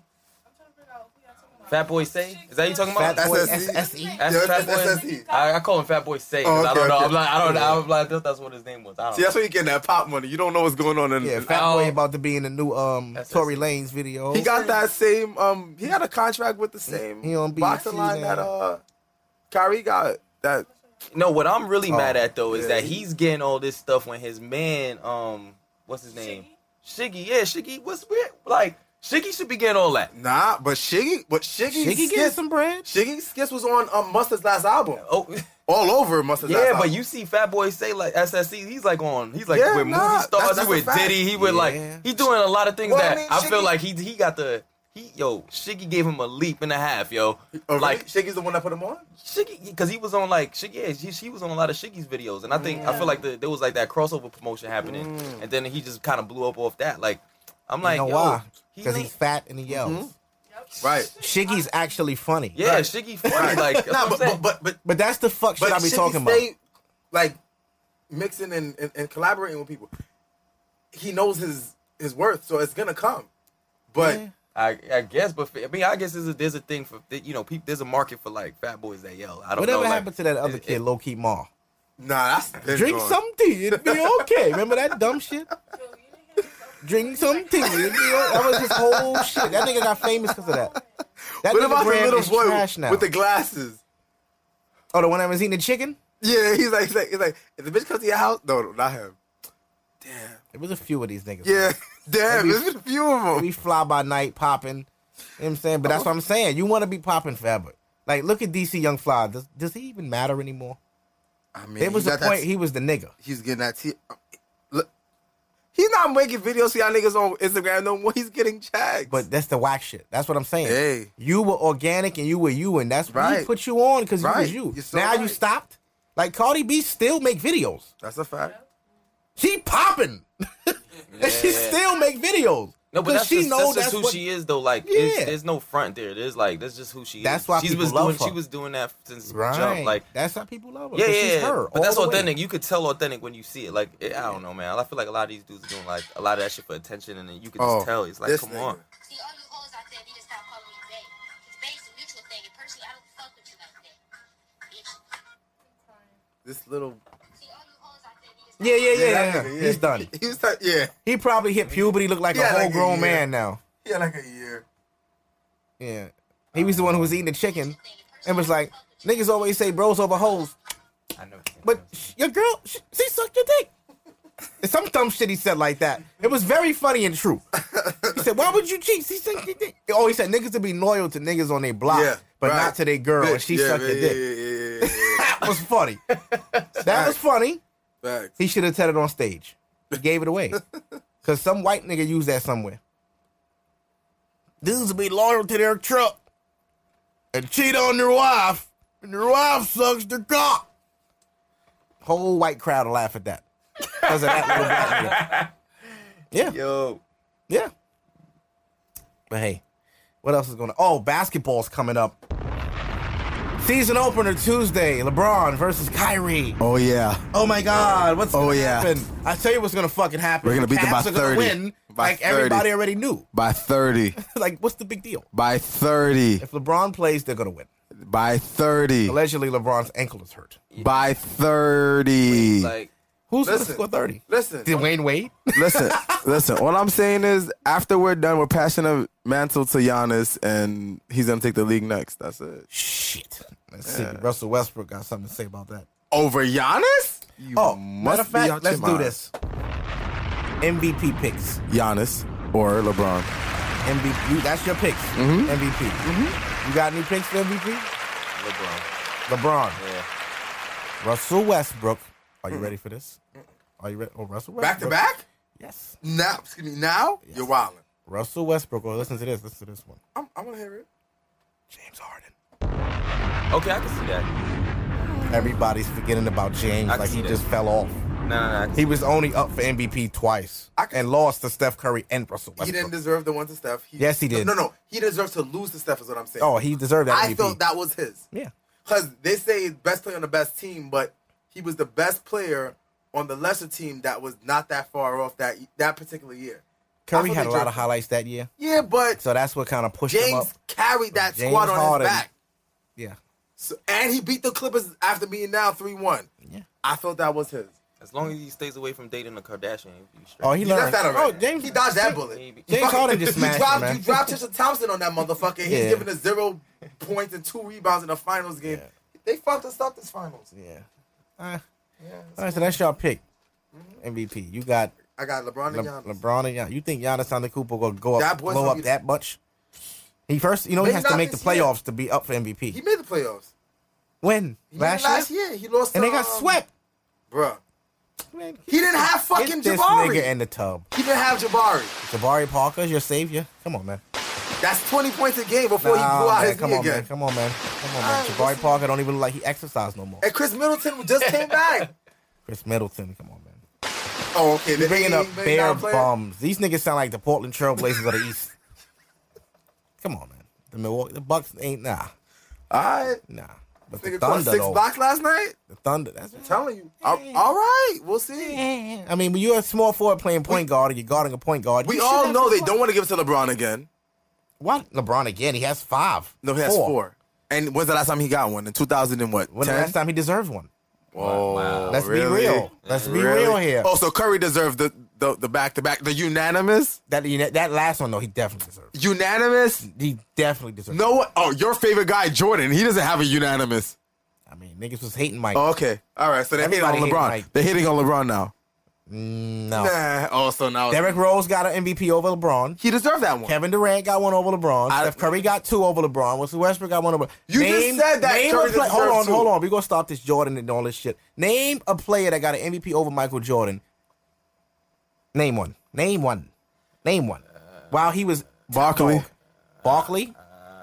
[SPEAKER 2] Fat Boy Say? Is that you talking
[SPEAKER 1] Fat
[SPEAKER 2] about?
[SPEAKER 3] That's
[SPEAKER 1] boy E.
[SPEAKER 3] SSE.
[SPEAKER 1] SSE.
[SPEAKER 2] That's
[SPEAKER 3] Yeah,
[SPEAKER 2] Fat
[SPEAKER 3] that's
[SPEAKER 2] Boy.
[SPEAKER 3] SSE.
[SPEAKER 2] I, I call him Fat Boy Say. 'cause
[SPEAKER 3] Oh,
[SPEAKER 2] I don't
[SPEAKER 3] okay,
[SPEAKER 2] know.
[SPEAKER 3] okay.
[SPEAKER 2] I'm like I don't know. I'm like I thought that's what his name was. I don't
[SPEAKER 3] See,
[SPEAKER 2] know.
[SPEAKER 3] that's where you getting that pop money. You don't know what's going on in
[SPEAKER 1] Yeah,
[SPEAKER 3] there.
[SPEAKER 1] Fat
[SPEAKER 2] Oh. E.
[SPEAKER 1] Boy about to be in the new um
[SPEAKER 2] SSE.
[SPEAKER 1] Tory Lanez video.
[SPEAKER 3] He got that same. Um, he had a contract with the same
[SPEAKER 1] He on
[SPEAKER 3] boxing
[SPEAKER 1] BET
[SPEAKER 3] line
[SPEAKER 1] now.
[SPEAKER 3] that uh, Kyrie got. That
[SPEAKER 2] No, what I'm really
[SPEAKER 1] Oh,
[SPEAKER 2] mad at though is
[SPEAKER 3] yeah.
[SPEAKER 2] that he's getting all this stuff when his man, um, what's his name, Shiggy. Yeah, Shiggy. What's weird? Like Shiggy should be getting all that.
[SPEAKER 3] nah, but Shiggy, but Shiggy,
[SPEAKER 1] Shiggy getting
[SPEAKER 3] skits,
[SPEAKER 1] some bread.
[SPEAKER 3] Shiggy skits was on um, Mustard's last album.
[SPEAKER 2] Oh,
[SPEAKER 3] All over Mustard's last
[SPEAKER 2] yeah,
[SPEAKER 3] album.
[SPEAKER 2] but you see Fat Boy say like SSC. He's like on. He's like
[SPEAKER 3] Yeah,
[SPEAKER 2] with
[SPEAKER 3] nah,
[SPEAKER 2] movie
[SPEAKER 3] that's-
[SPEAKER 2] stars.
[SPEAKER 3] that's
[SPEAKER 2] he
[SPEAKER 3] a
[SPEAKER 2] with
[SPEAKER 3] fact.
[SPEAKER 2] Diddy. He with
[SPEAKER 1] Yeah.
[SPEAKER 2] like he's doing a lot of things
[SPEAKER 3] Well, I
[SPEAKER 2] that I,
[SPEAKER 3] mean,
[SPEAKER 2] feel
[SPEAKER 3] Shiggy-
[SPEAKER 2] like he he got the he yo Shiggy gave him a leap and a half yo
[SPEAKER 3] Oh, really?
[SPEAKER 2] like
[SPEAKER 3] Shiggy's the one that put him on.
[SPEAKER 2] Shiggy, because he was on like Shiggy, yeah, she, she was on a lot of Shiggy's videos, and I think I feel like the, there was like that crossover promotion happening,
[SPEAKER 3] Mm.
[SPEAKER 2] and then he just kind of blew up off that. Like, I'm like,
[SPEAKER 1] you know
[SPEAKER 2] yo,
[SPEAKER 1] why?
[SPEAKER 2] he
[SPEAKER 1] Because
[SPEAKER 2] ain't-
[SPEAKER 1] he's fat and he yells.
[SPEAKER 3] Mm-hmm. Right.
[SPEAKER 1] Shiggy's actually funny.
[SPEAKER 2] yeah,
[SPEAKER 3] Right.
[SPEAKER 2] Shiggy funny. Like, that's
[SPEAKER 3] Nah,
[SPEAKER 2] what
[SPEAKER 3] but,
[SPEAKER 2] I'm
[SPEAKER 3] but but but
[SPEAKER 1] But that's the fuck shit I be
[SPEAKER 3] Shiggy
[SPEAKER 1] talking about.
[SPEAKER 3] stay, Like mixing and, and, and collaborating with people. He knows his his worth, so it's gonna come. But
[SPEAKER 1] Yeah.
[SPEAKER 2] saying? I, I guess, but I mean, I guess there's a, there's a thing for you know, peop there's a market for like fat boys that yell. I don't
[SPEAKER 1] Whatever
[SPEAKER 2] know. like,
[SPEAKER 1] happened to that other
[SPEAKER 2] it-
[SPEAKER 1] kid,
[SPEAKER 2] it-
[SPEAKER 1] Low Key Ma?
[SPEAKER 3] nah, that's been
[SPEAKER 1] Drink
[SPEAKER 3] gone.
[SPEAKER 1] some tea, it'd be okay. Remember that dumb shit? Drink some tea, it'd be o- That was his whole shit. That nigga got famous because of that. That
[SPEAKER 3] What
[SPEAKER 1] nigga
[SPEAKER 3] about the
[SPEAKER 1] Graham
[SPEAKER 3] little
[SPEAKER 1] is
[SPEAKER 3] boy
[SPEAKER 1] trash now.
[SPEAKER 3] with the glasses?
[SPEAKER 1] oh, the one that was eating the chicken?
[SPEAKER 3] Yeah, he's like, he's like, he's like, if the bitch comes to your house, no, no, not him.
[SPEAKER 1] There was a few of these niggas.
[SPEAKER 3] Yeah, damn,
[SPEAKER 1] Maybe-
[SPEAKER 3] there's been a few of
[SPEAKER 1] We
[SPEAKER 3] them.
[SPEAKER 1] fly by night popping. You know what I'm saying? But that's what I'm saying. You want to be popping forever. Like, look at DC Young Fly. Does, does he even matter anymore?
[SPEAKER 3] I mean,
[SPEAKER 1] There was
[SPEAKER 3] he
[SPEAKER 1] a
[SPEAKER 3] got
[SPEAKER 1] point
[SPEAKER 3] that-
[SPEAKER 1] he was the nigga.
[SPEAKER 3] he's getting that. T- um, look, he's not making videos for y'all niggas on Instagram no more. He's getting jacked.
[SPEAKER 1] But that's the whack shit. That's what I'm saying.
[SPEAKER 3] Hey.
[SPEAKER 1] You were organic and you were you, and that's why he
[SPEAKER 3] Right.
[SPEAKER 1] put you on because you
[SPEAKER 3] Right.
[SPEAKER 1] was you.
[SPEAKER 3] You're so
[SPEAKER 1] now you
[SPEAKER 3] right.
[SPEAKER 1] stopped. Like Cardi B still make videos.
[SPEAKER 3] that's a fact.
[SPEAKER 1] She popping. and she
[SPEAKER 2] Yeah.
[SPEAKER 1] still make videos.
[SPEAKER 2] No, but
[SPEAKER 1] 'Cause
[SPEAKER 2] that's
[SPEAKER 1] she
[SPEAKER 2] just,
[SPEAKER 1] knows
[SPEAKER 2] that's just
[SPEAKER 1] that's
[SPEAKER 2] who
[SPEAKER 1] what-
[SPEAKER 2] she is, though. Like, it's-
[SPEAKER 1] Yeah.
[SPEAKER 2] there's no front there. There's like that's just who she
[SPEAKER 1] That's
[SPEAKER 2] is.
[SPEAKER 1] why
[SPEAKER 2] she
[SPEAKER 1] people
[SPEAKER 2] was
[SPEAKER 1] love
[SPEAKER 2] doing. She
[SPEAKER 1] her.
[SPEAKER 2] was doing that since
[SPEAKER 1] Right.
[SPEAKER 2] jump. Like,
[SPEAKER 1] that's how people love her.
[SPEAKER 2] yeah,
[SPEAKER 1] 'cause
[SPEAKER 2] yeah,
[SPEAKER 1] she's
[SPEAKER 2] yeah.
[SPEAKER 1] her.
[SPEAKER 2] but
[SPEAKER 1] all
[SPEAKER 2] that's
[SPEAKER 1] the way.
[SPEAKER 2] authentic. You could tell authentic when you see it. Like, it, I don't know, man. I feel like a lot of these dudes are doing like a lot of that shit for attention, and then you can just
[SPEAKER 3] Oh,
[SPEAKER 2] tell. It's like,
[SPEAKER 3] this
[SPEAKER 2] come
[SPEAKER 3] nigga.
[SPEAKER 2] on.
[SPEAKER 5] See, all you hoes out there need to stop calling me babe. Because babe's a mutual thing, and personally, I don't fuck with you like that. Bitch.
[SPEAKER 3] This little
[SPEAKER 5] See, all you hoes out there need to stop
[SPEAKER 1] Yeah, yeah, yeah,
[SPEAKER 3] that
[SPEAKER 1] yeah,
[SPEAKER 3] nigga,
[SPEAKER 1] yeah. He's done.
[SPEAKER 3] He was like, yeah,
[SPEAKER 1] He probably hit puberty, looked like
[SPEAKER 3] Yeah,
[SPEAKER 1] a whole
[SPEAKER 3] like a
[SPEAKER 1] grown
[SPEAKER 3] year.
[SPEAKER 1] man now.
[SPEAKER 3] he had like a year.
[SPEAKER 1] Yeah. He was the one who was eating the chicken and was like, niggas always say bros over hoes,
[SPEAKER 2] I know.
[SPEAKER 1] but sh- your girl, she, she sucked your dick. It's some dumb shit he said like that. It was very funny and true. He said, why would you cheat? She sucked your dick. Oh, he said niggas to be loyal to niggas on their block,
[SPEAKER 3] Yeah,
[SPEAKER 1] but
[SPEAKER 3] right.
[SPEAKER 1] not to their girl, and
[SPEAKER 3] Bitch,
[SPEAKER 1] she
[SPEAKER 3] yeah,
[SPEAKER 1] sucked
[SPEAKER 3] yeah,
[SPEAKER 1] your
[SPEAKER 3] yeah,
[SPEAKER 1] dick.
[SPEAKER 3] Yeah, yeah, yeah, yeah.
[SPEAKER 1] That was funny. That was funny.
[SPEAKER 3] Facts.
[SPEAKER 1] He should have said it on stage. He gave it away. Because some white nigga used that somewhere. Dudes be loyal to their truck and cheat on their wife, and their wife sucks their cock. Whole white crowd will laugh at that. Because of that little black nigga. Yeah,
[SPEAKER 2] Yo,
[SPEAKER 1] yeah. But hey, what else is going on? Oh, basketball's coming up. Season opener Tuesday, LeBron versus Kyrie.
[SPEAKER 6] Oh yeah.
[SPEAKER 1] Oh my God! What's gonna
[SPEAKER 6] Oh, yeah.
[SPEAKER 1] happen? I tell you what's gonna fucking happen.
[SPEAKER 6] We're gonna beat them
[SPEAKER 1] Cavs
[SPEAKER 6] by 30.
[SPEAKER 1] are gonna Win,
[SPEAKER 6] By
[SPEAKER 1] like everybody
[SPEAKER 6] 30.
[SPEAKER 1] already knew.
[SPEAKER 6] By 30.
[SPEAKER 1] like, what's the big deal?
[SPEAKER 6] By 30.
[SPEAKER 1] If LeBron plays, they're gonna win.
[SPEAKER 6] By 30.
[SPEAKER 1] Allegedly, LeBron's ankle is hurt.
[SPEAKER 6] By 30.
[SPEAKER 2] like,
[SPEAKER 1] Who's
[SPEAKER 3] Listen.
[SPEAKER 1] gonna score thirty?
[SPEAKER 3] Listen,
[SPEAKER 1] Dwayne Wade?
[SPEAKER 6] listen, listen. All I'm saying is, after we're done, we're passing a mantle to Giannis, and he's gonna take the league next. That's it.
[SPEAKER 1] Shit. Let's see. Russell Westbrook got something to say about that.
[SPEAKER 6] Over Giannis? You
[SPEAKER 1] Oh,
[SPEAKER 6] must
[SPEAKER 1] matter of
[SPEAKER 6] be
[SPEAKER 1] fact,
[SPEAKER 6] out
[SPEAKER 1] let's
[SPEAKER 6] your
[SPEAKER 1] do
[SPEAKER 6] mind.
[SPEAKER 1] this. MVP picks.
[SPEAKER 6] Giannis or LeBron?
[SPEAKER 1] MVP. you- That's your picks.
[SPEAKER 6] Mm-hmm.
[SPEAKER 1] MVP. You got any picks for MVP?
[SPEAKER 2] LeBron.
[SPEAKER 1] LeBron,
[SPEAKER 2] Yeah.
[SPEAKER 1] Russell Westbrook. Are
[SPEAKER 6] Mm.
[SPEAKER 1] you ready for this? Are you ready? Oh, Russell Westbrook.
[SPEAKER 3] back to back.
[SPEAKER 1] Yes.
[SPEAKER 3] Now, excuse me. Now you're wilding.
[SPEAKER 1] Russell Westbrook. Oh, listen to this. Listen to this one.
[SPEAKER 3] I'm, I'm gonna hear it.
[SPEAKER 1] James Harden.
[SPEAKER 2] Okay, I can see that.
[SPEAKER 1] Everybody's forgetting about James.
[SPEAKER 2] I can
[SPEAKER 1] Like he
[SPEAKER 2] see that.
[SPEAKER 1] just fell off.
[SPEAKER 2] Nah, nah, nah. I
[SPEAKER 1] He
[SPEAKER 2] can-
[SPEAKER 1] was only up for MVP twice
[SPEAKER 3] I can-
[SPEAKER 1] and lost to Steph Curry and Russell
[SPEAKER 3] He didn't
[SPEAKER 1] Westbrook.
[SPEAKER 3] deserve the one to Steph.
[SPEAKER 1] Yes, he did.
[SPEAKER 3] No, no, he deserves to lose to Steph. Is what I'm saying.
[SPEAKER 1] Oh, he deserved that.
[SPEAKER 3] I
[SPEAKER 1] MVP.
[SPEAKER 3] felt that was his.
[SPEAKER 1] Yeah.
[SPEAKER 3] Because they say best player on the best team, but he was the best player on the lesser team that was not that far off that that particular year.
[SPEAKER 1] Curry
[SPEAKER 3] feel
[SPEAKER 1] had a
[SPEAKER 3] they
[SPEAKER 1] lot
[SPEAKER 3] dro-
[SPEAKER 1] of highlights that year,
[SPEAKER 3] Yeah, but
[SPEAKER 1] so that's what kind of pushed him up.
[SPEAKER 3] James carried that
[SPEAKER 1] James
[SPEAKER 3] squad on
[SPEAKER 1] Harden.
[SPEAKER 3] his back.
[SPEAKER 1] Yeah.
[SPEAKER 3] So, and he beat the Clippers after being down 3 1.
[SPEAKER 1] Yeah.
[SPEAKER 3] I felt that was his.
[SPEAKER 2] as long as he stays away from dating a Kardashian, he'll be straight.
[SPEAKER 1] Oh, he
[SPEAKER 3] He
[SPEAKER 1] learned.
[SPEAKER 3] left that already.
[SPEAKER 1] Oh, James.
[SPEAKER 3] he dodged that bullet.
[SPEAKER 2] James
[SPEAKER 3] You fucking-
[SPEAKER 1] Harden just smashed
[SPEAKER 3] you
[SPEAKER 1] him,
[SPEAKER 3] dropped,
[SPEAKER 1] man.
[SPEAKER 3] You dropped Trisha Thompson on that motherfucker. He's
[SPEAKER 1] Yeah.
[SPEAKER 3] giving us zero points and two rebounds in the finals game. They fucked us up this finals.
[SPEAKER 1] Yeah. Uh, all right, so that's your pick. MVP. You got
[SPEAKER 3] I got LeBron and
[SPEAKER 1] Le-
[SPEAKER 3] Giannis.
[SPEAKER 1] LeBron and Giannis. You think Giannis Antetokounmpo gonna go up,
[SPEAKER 3] That boy's
[SPEAKER 1] blow
[SPEAKER 3] gonna
[SPEAKER 1] up
[SPEAKER 3] be-
[SPEAKER 1] that much? He first, you know, he
[SPEAKER 3] Maybe
[SPEAKER 1] has to
[SPEAKER 3] not
[SPEAKER 1] make the
[SPEAKER 3] this year.
[SPEAKER 1] playoffs to be up for MVP.
[SPEAKER 3] He made the playoffs.
[SPEAKER 1] when
[SPEAKER 3] He made it
[SPEAKER 1] last,
[SPEAKER 3] last
[SPEAKER 1] year,
[SPEAKER 3] year. he lost.
[SPEAKER 1] and
[SPEAKER 3] to,
[SPEAKER 1] they got
[SPEAKER 3] um,
[SPEAKER 1] swept.
[SPEAKER 3] Bruh.
[SPEAKER 1] Man,
[SPEAKER 3] He didn't have
[SPEAKER 1] get
[SPEAKER 3] fucking
[SPEAKER 1] this
[SPEAKER 3] Jabari.
[SPEAKER 1] nigga in the tub.
[SPEAKER 3] he didn't have Jabari.
[SPEAKER 1] Jabari Parker's your savior. Come on, man.
[SPEAKER 3] That's 20 points a game before he blew
[SPEAKER 1] Nah,
[SPEAKER 3] out
[SPEAKER 1] man,
[SPEAKER 3] his
[SPEAKER 1] come
[SPEAKER 3] knee
[SPEAKER 1] on,
[SPEAKER 3] again.
[SPEAKER 1] man. Come on, man. Come on, man.
[SPEAKER 3] Ah,
[SPEAKER 1] Jabari
[SPEAKER 3] listen.
[SPEAKER 1] Parker don't even look like he exercised no more.
[SPEAKER 3] And Chris Middleton just came back.
[SPEAKER 1] Chris Middleton, come on, man.
[SPEAKER 3] Oh, okay.
[SPEAKER 1] You're
[SPEAKER 3] The
[SPEAKER 1] bringing up
[SPEAKER 3] 88 million
[SPEAKER 1] bare
[SPEAKER 3] dollar player.
[SPEAKER 1] bums. These niggas sound like the Portland Trailblazers of the East. Come on, man. The Milwaukee, the Bucks ain't nah,
[SPEAKER 3] All right.
[SPEAKER 1] nah. But the
[SPEAKER 3] Nigga caught
[SPEAKER 1] Thunder,
[SPEAKER 3] six
[SPEAKER 1] though.
[SPEAKER 3] blocks last night.
[SPEAKER 1] The Thunder. That's
[SPEAKER 3] I'm telling you. All- all right. We'll see.
[SPEAKER 1] I mean, when you're a small forward playing point guard and you're guarding a point guard,
[SPEAKER 3] We
[SPEAKER 1] you
[SPEAKER 3] all know they don't.
[SPEAKER 6] want to give it to LeBron again.
[SPEAKER 1] What? LeBron again? He has five.
[SPEAKER 6] No, he has four. And when's the last time he got one? In 2000 and what?
[SPEAKER 1] When the
[SPEAKER 6] 10?
[SPEAKER 1] last time he deserved one?
[SPEAKER 6] Oh,
[SPEAKER 2] Wow.
[SPEAKER 1] Let's
[SPEAKER 6] really?
[SPEAKER 1] be real. Let's be
[SPEAKER 6] Really?
[SPEAKER 1] real here.
[SPEAKER 6] Oh, so Curry deserved the the the back to back, the unanimous,
[SPEAKER 1] That you know, that last one though, he definitely deserved.
[SPEAKER 6] unanimous.
[SPEAKER 1] He definitely deserved.
[SPEAKER 6] No, one- oh, your favorite guy, Jordan. He doesn't have a unanimous.
[SPEAKER 1] I mean, niggas was hating Mike.
[SPEAKER 6] Oh, okay, all right. So they're
[SPEAKER 1] Everybody
[SPEAKER 6] hitting
[SPEAKER 1] hating
[SPEAKER 6] on LeBron.
[SPEAKER 1] Mike.
[SPEAKER 6] They're hitting on LeBron now.
[SPEAKER 1] no,
[SPEAKER 6] Nah. Oh, so now it's-
[SPEAKER 1] Derrick Rose got an MVP over LeBron.
[SPEAKER 6] he deserved that one.
[SPEAKER 1] Kevin Durant got one over LeBron.
[SPEAKER 6] I-
[SPEAKER 1] Steph Curry got two over LeBron. Russell Westbrook got one over.
[SPEAKER 6] You just said that
[SPEAKER 1] Name
[SPEAKER 6] Curry
[SPEAKER 1] a play- hold
[SPEAKER 6] deserved
[SPEAKER 1] on,
[SPEAKER 6] two.
[SPEAKER 1] hold on. We gonna stop this Jordan and all this shit. Name a player that got an MVP over Michael Jordan. Name one. Name one. Name one. While he was
[SPEAKER 6] Barkley.
[SPEAKER 1] Barkley.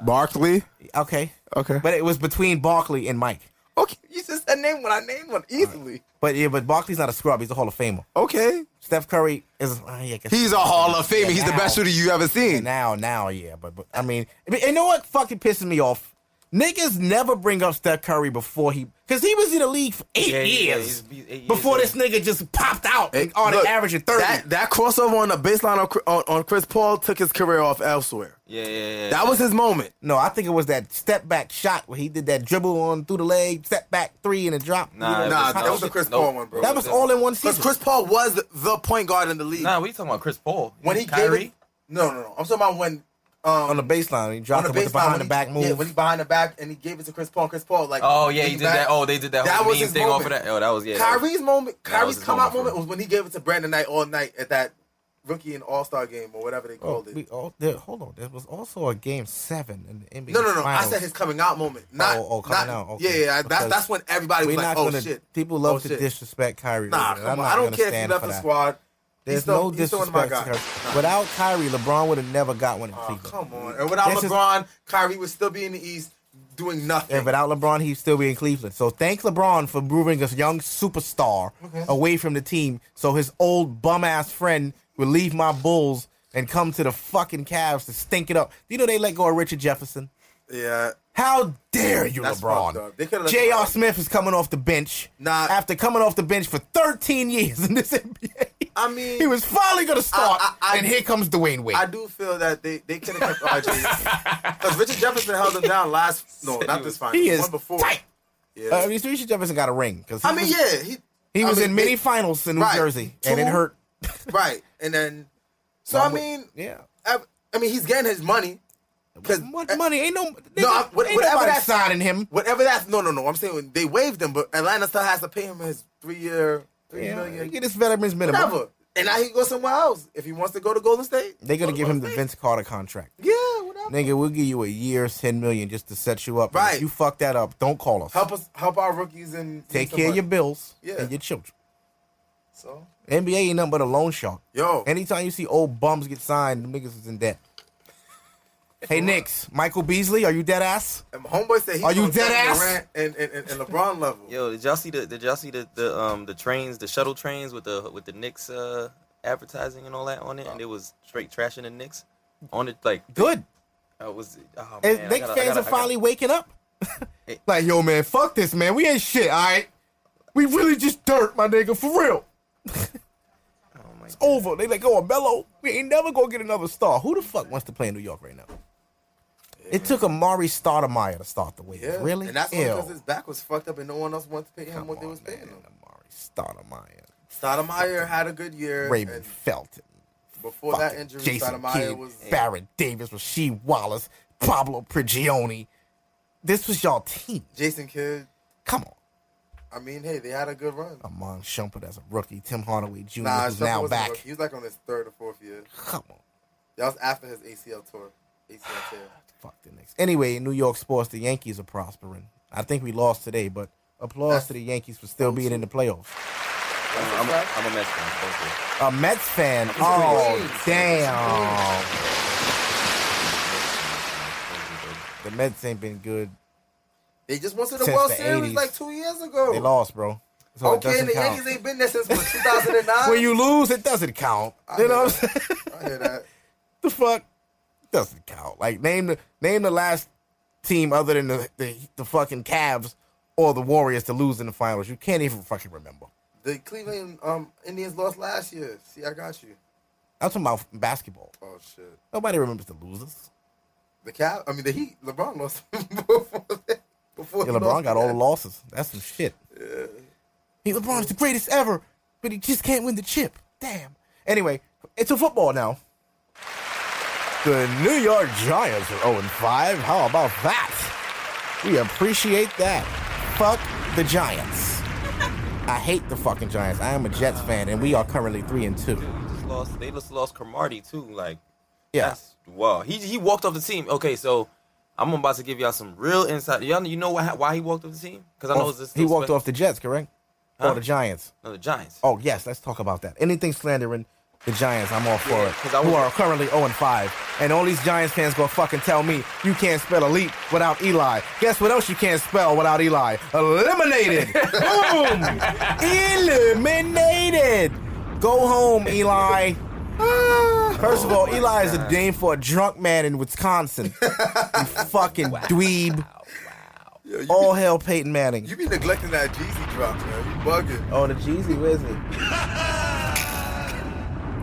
[SPEAKER 6] Barkley.
[SPEAKER 1] Okay.
[SPEAKER 6] Okay.
[SPEAKER 1] But it was between Barkley and Mike.
[SPEAKER 6] Okay.
[SPEAKER 3] You just I named one. I named one easily.
[SPEAKER 1] But yeah, but Barkley's not a scrub. He's a Hall of Famer.
[SPEAKER 6] Okay.
[SPEAKER 1] Steph Curry is. Uh, yeah, I guess-
[SPEAKER 6] He's a Hall of Famer.
[SPEAKER 1] Yeah,
[SPEAKER 6] He's the
[SPEAKER 1] now.
[SPEAKER 6] best shooter you ever seen.
[SPEAKER 1] Now, now, yeah. But, but I mean, I mean, you know what fucking pisses me off? Niggas never bring up Steph Curry before he. Because he was in the league for eight
[SPEAKER 2] Yeah, yeah, yeah,
[SPEAKER 1] years
[SPEAKER 2] he's- he's eight years
[SPEAKER 1] before
[SPEAKER 2] old.
[SPEAKER 1] this nigga just popped out
[SPEAKER 6] Hey,
[SPEAKER 1] and on
[SPEAKER 6] look,
[SPEAKER 1] an average of 30.
[SPEAKER 6] That, that crossover on the baseline on, Chri- on, on Chris Paul took his career off elsewhere.
[SPEAKER 2] Yeah, yeah, yeah.
[SPEAKER 6] That was his moment.
[SPEAKER 1] no, I think it was that step back shot where he did that dribble on through the leg, step back three, and a drop. You know,
[SPEAKER 2] nah, it
[SPEAKER 6] Nah,
[SPEAKER 1] just
[SPEAKER 6] that
[SPEAKER 1] how-
[SPEAKER 2] no-
[SPEAKER 6] was the
[SPEAKER 3] Chris
[SPEAKER 2] no-
[SPEAKER 3] Paul one, bro.
[SPEAKER 1] that was all in one
[SPEAKER 6] Because
[SPEAKER 1] season.
[SPEAKER 6] Chris Paul was the point guard in the league.
[SPEAKER 2] Nah, what you talking about, Chris Paul?
[SPEAKER 3] When he gave it,
[SPEAKER 2] Kyrie?
[SPEAKER 3] no, no, no. I'm talking about when um,
[SPEAKER 1] on the baseline, he
[SPEAKER 3] on
[SPEAKER 1] dropped it
[SPEAKER 3] the
[SPEAKER 1] with the
[SPEAKER 3] baseline, when
[SPEAKER 1] behind the
[SPEAKER 3] he-
[SPEAKER 1] back move.
[SPEAKER 3] Yeah, when he behind the back and he gave it to Chris Paul. Chris Paul like
[SPEAKER 2] Oh yeah, he
[SPEAKER 3] leaning
[SPEAKER 2] did
[SPEAKER 3] back.
[SPEAKER 2] that. Oh, they did that,
[SPEAKER 3] That
[SPEAKER 2] whole
[SPEAKER 3] was
[SPEAKER 2] meme
[SPEAKER 3] his
[SPEAKER 2] thing off of
[SPEAKER 3] moment.
[SPEAKER 2] that. Oh, that was yeah. that was-
[SPEAKER 3] Kyrie's moment,
[SPEAKER 2] that was
[SPEAKER 3] Kyrie's
[SPEAKER 2] his
[SPEAKER 3] come
[SPEAKER 2] moment
[SPEAKER 3] out
[SPEAKER 2] for
[SPEAKER 3] moment was when he gave it to Brandon Knight all night at that rookie and All Star game or whatever they
[SPEAKER 1] Oh,
[SPEAKER 3] called
[SPEAKER 1] we,
[SPEAKER 3] it.
[SPEAKER 1] oh, there, hold on. There was also a game seven in the NBA.
[SPEAKER 3] No, no, no. I
[SPEAKER 1] Finals.
[SPEAKER 3] said his coming out moment. Not,
[SPEAKER 1] Oh, oh, coming
[SPEAKER 3] not,
[SPEAKER 1] out, okay.
[SPEAKER 3] Yeah, yeah. That,
[SPEAKER 1] Because
[SPEAKER 3] that's when everybody
[SPEAKER 1] We're
[SPEAKER 3] was like,
[SPEAKER 1] not
[SPEAKER 3] "Oh
[SPEAKER 1] gonna,
[SPEAKER 3] shit."
[SPEAKER 1] People love
[SPEAKER 3] Oh,
[SPEAKER 1] to
[SPEAKER 3] shit.
[SPEAKER 1] disrespect Kyrie.
[SPEAKER 3] Nah,
[SPEAKER 1] Irving, and I'm
[SPEAKER 3] come on.
[SPEAKER 1] not
[SPEAKER 3] I don't
[SPEAKER 1] gonna
[SPEAKER 3] care if he
[SPEAKER 1] stand
[SPEAKER 3] left
[SPEAKER 1] for
[SPEAKER 3] the
[SPEAKER 1] that.
[SPEAKER 3] squad.
[SPEAKER 1] There's
[SPEAKER 3] he's still,
[SPEAKER 1] no
[SPEAKER 3] he's still
[SPEAKER 1] disrespect
[SPEAKER 3] in my
[SPEAKER 1] to
[SPEAKER 3] guy.
[SPEAKER 1] Kyrie. Without Kyrie, LeBron would have never got one in
[SPEAKER 3] Oh,
[SPEAKER 1] Cleveland.
[SPEAKER 3] come on. And without
[SPEAKER 1] This is-
[SPEAKER 3] LeBron, Kyrie would still be in the East doing nothing.
[SPEAKER 1] And without LeBron, he'd still be in Cleveland. So thank LeBron for moving a young superstar away from the team, so his old bum ass friend would leave my Bulls and come to the fucking Cavs to stink it up. You know they let go of Richard Jefferson.
[SPEAKER 3] yeah.
[SPEAKER 1] How dare you,
[SPEAKER 3] That's fucked
[SPEAKER 1] LeBron?
[SPEAKER 3] up. They could've let
[SPEAKER 1] J.R.
[SPEAKER 3] LeBron-
[SPEAKER 1] Smith is coming off the bench.
[SPEAKER 3] Nah.
[SPEAKER 1] After coming off the bench for 13 years in this NBA.
[SPEAKER 3] I mean-
[SPEAKER 1] he was finally going to start,
[SPEAKER 3] I- I-
[SPEAKER 1] and here comes Dwayne Wade.
[SPEAKER 3] I do feel that they, they could have kept RJ. Because Richard Jefferson held him down last, no, not this final.
[SPEAKER 1] he
[SPEAKER 3] the
[SPEAKER 1] is
[SPEAKER 3] one before.
[SPEAKER 1] tight.
[SPEAKER 3] Yeah.
[SPEAKER 1] Uh, I mean, Richard Jefferson got a ring. 'cause he
[SPEAKER 3] I mean,
[SPEAKER 1] was,
[SPEAKER 3] yeah. He,
[SPEAKER 1] He
[SPEAKER 3] I
[SPEAKER 1] was
[SPEAKER 3] mean,
[SPEAKER 1] in many
[SPEAKER 3] they-
[SPEAKER 1] finals in New
[SPEAKER 3] Right.
[SPEAKER 1] Jersey, and it
[SPEAKER 3] Two-
[SPEAKER 1] hurt.
[SPEAKER 3] Right. And then, so I mean,
[SPEAKER 1] yeah.
[SPEAKER 3] I, I mean, he's getting his money. Because
[SPEAKER 1] What money? Ain't no,
[SPEAKER 3] No, I- what-
[SPEAKER 1] ain't
[SPEAKER 3] whatever
[SPEAKER 1] nobody
[SPEAKER 3] that-
[SPEAKER 1] signing him.
[SPEAKER 3] whatever that's no, no, no. I'm saying they waived him, but Atlanta still has to pay him his three year, three
[SPEAKER 1] Yeah,
[SPEAKER 3] million,
[SPEAKER 1] get his veterans minimum.
[SPEAKER 3] whatever. And now he can go somewhere else if he wants to go to Golden State.
[SPEAKER 1] They're gonna
[SPEAKER 3] go to
[SPEAKER 1] give him the
[SPEAKER 3] Golden State.
[SPEAKER 1] Vince Carter contract.
[SPEAKER 3] Yeah, whatever.
[SPEAKER 1] Nigga, we'll give you a year, ten million, just to set you up. And
[SPEAKER 3] Right.
[SPEAKER 1] If you fuck that up, don't call us.
[SPEAKER 3] Help us, help our rookies and
[SPEAKER 1] Take
[SPEAKER 3] and
[SPEAKER 1] care of your
[SPEAKER 3] somebody.
[SPEAKER 1] bills
[SPEAKER 3] Yeah.
[SPEAKER 1] and your children.
[SPEAKER 3] So,
[SPEAKER 1] NBA ain't nothing but a loan shark.
[SPEAKER 3] yo,
[SPEAKER 1] Anytime you see old bums get signed, them niggas is in debt. Hey, Knicks, Michael Beasley, are you dead ass?
[SPEAKER 3] and my homeboy said he's
[SPEAKER 1] Are you
[SPEAKER 3] on
[SPEAKER 1] dead
[SPEAKER 3] Kevin
[SPEAKER 1] ass?
[SPEAKER 3] Durant and, and, and, and LeBron level.
[SPEAKER 2] Yo, did y'all see the did y'all see the, the um the trains, the shuttle trains with the with the Knicks uh advertising and all that on it, and it was straight trashing the Knicks on it. Like
[SPEAKER 1] Good.
[SPEAKER 2] I was oh man,
[SPEAKER 1] And
[SPEAKER 2] I
[SPEAKER 1] Knicks
[SPEAKER 2] gotta-
[SPEAKER 1] fans
[SPEAKER 2] I gotta-
[SPEAKER 1] are
[SPEAKER 2] oh I gotta-
[SPEAKER 1] finally waking up. like, yo, man, fuck this, man. We ain't shit, all right? We really just dirt, my nigga, for real.
[SPEAKER 2] oh my God.
[SPEAKER 1] Over. They let go of Mello. We ain't never gonna get another star. Who the fuck wants to play in New York right now? It took Amari Stoudemire to start the wave.
[SPEAKER 3] Yeah,
[SPEAKER 1] Really?
[SPEAKER 3] And that's
[SPEAKER 1] Ew.
[SPEAKER 3] only because his back was fucked up and no one else wanted to pay him
[SPEAKER 1] Come
[SPEAKER 3] what they
[SPEAKER 1] on,
[SPEAKER 3] was paying
[SPEAKER 1] man.
[SPEAKER 3] him.
[SPEAKER 1] Amari Stoudemire.
[SPEAKER 3] Stoudemire had a good year.
[SPEAKER 1] Raymond
[SPEAKER 3] and
[SPEAKER 1] Felton.
[SPEAKER 3] before that
[SPEAKER 1] fucking
[SPEAKER 3] injury,
[SPEAKER 1] Jason
[SPEAKER 3] Stoudemire
[SPEAKER 1] Kidd,
[SPEAKER 3] was
[SPEAKER 1] Barrett Davis, Rasheed Wallace, Pablo Prigioni. This was y'all team.
[SPEAKER 3] Jason Kidd.
[SPEAKER 1] Come on.
[SPEAKER 3] I mean, hey, they had a good run.
[SPEAKER 1] Amon Shumpert as a rookie, Tim Hardaway Jr.
[SPEAKER 3] Nah,
[SPEAKER 1] who's
[SPEAKER 3] Shumpert
[SPEAKER 1] Oh, now
[SPEAKER 3] wasn't a
[SPEAKER 1] back.
[SPEAKER 3] rookie. He was like on his third or fourth year.
[SPEAKER 1] Come on.
[SPEAKER 3] That was after his ACL tour. ACL tear.
[SPEAKER 1] Fuck the Knicks. Anyway, in New York sports, the Yankees are prospering. I think we lost today, but applause
[SPEAKER 3] That's-
[SPEAKER 1] to the Yankees for still being in the playoffs.
[SPEAKER 2] I'm, a- I'm a Mets fan. Thank you.
[SPEAKER 1] A Mets fan.
[SPEAKER 2] It's
[SPEAKER 1] Oh,
[SPEAKER 3] Queens.
[SPEAKER 1] damn.
[SPEAKER 2] Thank you,
[SPEAKER 1] The Mets ain't been good.
[SPEAKER 3] They just went to the
[SPEAKER 1] Since
[SPEAKER 3] World
[SPEAKER 1] the
[SPEAKER 3] Series
[SPEAKER 1] 80s.
[SPEAKER 3] like two years ago.
[SPEAKER 1] They lost, bro. So it
[SPEAKER 3] Oh. okay,
[SPEAKER 1] doesn't
[SPEAKER 3] and the
[SPEAKER 1] count.
[SPEAKER 3] Yankees ain't been there since 2009.
[SPEAKER 1] when you lose, it doesn't count. You know what I'm saying?
[SPEAKER 3] I hear that.
[SPEAKER 1] the fuck doesn't count. Like name the name the last team other than the the, the fucking Cavs or the Warriors to lose in the finals. You can't even fucking remember.
[SPEAKER 3] The Cleveland um, Indians lost last year. See, I got you.
[SPEAKER 1] I'm talking about basketball.
[SPEAKER 3] Oh shit.
[SPEAKER 1] Nobody remembers the losers.
[SPEAKER 3] The Cal. I mean, the Heat. LeBron lost before. that- Before
[SPEAKER 1] Yeah,
[SPEAKER 3] he
[SPEAKER 1] LeBron
[SPEAKER 3] lost
[SPEAKER 1] got all the
[SPEAKER 3] that.
[SPEAKER 1] losses. That's some shit. He LeBron's the greatest ever, but he just can't win the chip. Damn. Anyway, it's a football now. The New York Giants are 0 5. How about that? We appreciate that. Fuck the Giants. I hate the fucking Giants. I am a Jets fan, and we are currently 3 and 2.
[SPEAKER 2] They just lost. They just lost Cromartie too. Like,
[SPEAKER 1] Yeah.
[SPEAKER 2] that's- wow. He he walked off the team. Okay, so I'm about to give y'all some real insight. Y'all, you know why, why he walked off the team? Because I know it's this.
[SPEAKER 1] he walked off the Jets, correct? Or the Giants.
[SPEAKER 2] No, the Giants.
[SPEAKER 1] Oh, yes, let's talk about that. Anything slandering the Giants. I'm all for
[SPEAKER 2] Yeah,
[SPEAKER 1] it.
[SPEAKER 2] 'cause I
[SPEAKER 1] Who
[SPEAKER 2] was-
[SPEAKER 1] are currently 0 and 5. And all these Giants fans gonna fucking tell me you can't spell elite without Eli. Guess what else you can't spell without Eli? Eliminated. Boom. Eliminated. Go home, Eli.
[SPEAKER 2] Ah.
[SPEAKER 1] First of all,
[SPEAKER 2] Oh
[SPEAKER 1] Eli is a name for a drunk man in Wisconsin. you fucking dweeb.
[SPEAKER 3] Yo, you,
[SPEAKER 1] All hail Peyton Manning.
[SPEAKER 3] be, you be neglecting that Jeezy drop, man. You bugging.
[SPEAKER 1] Oh, the Jeezy Wizard.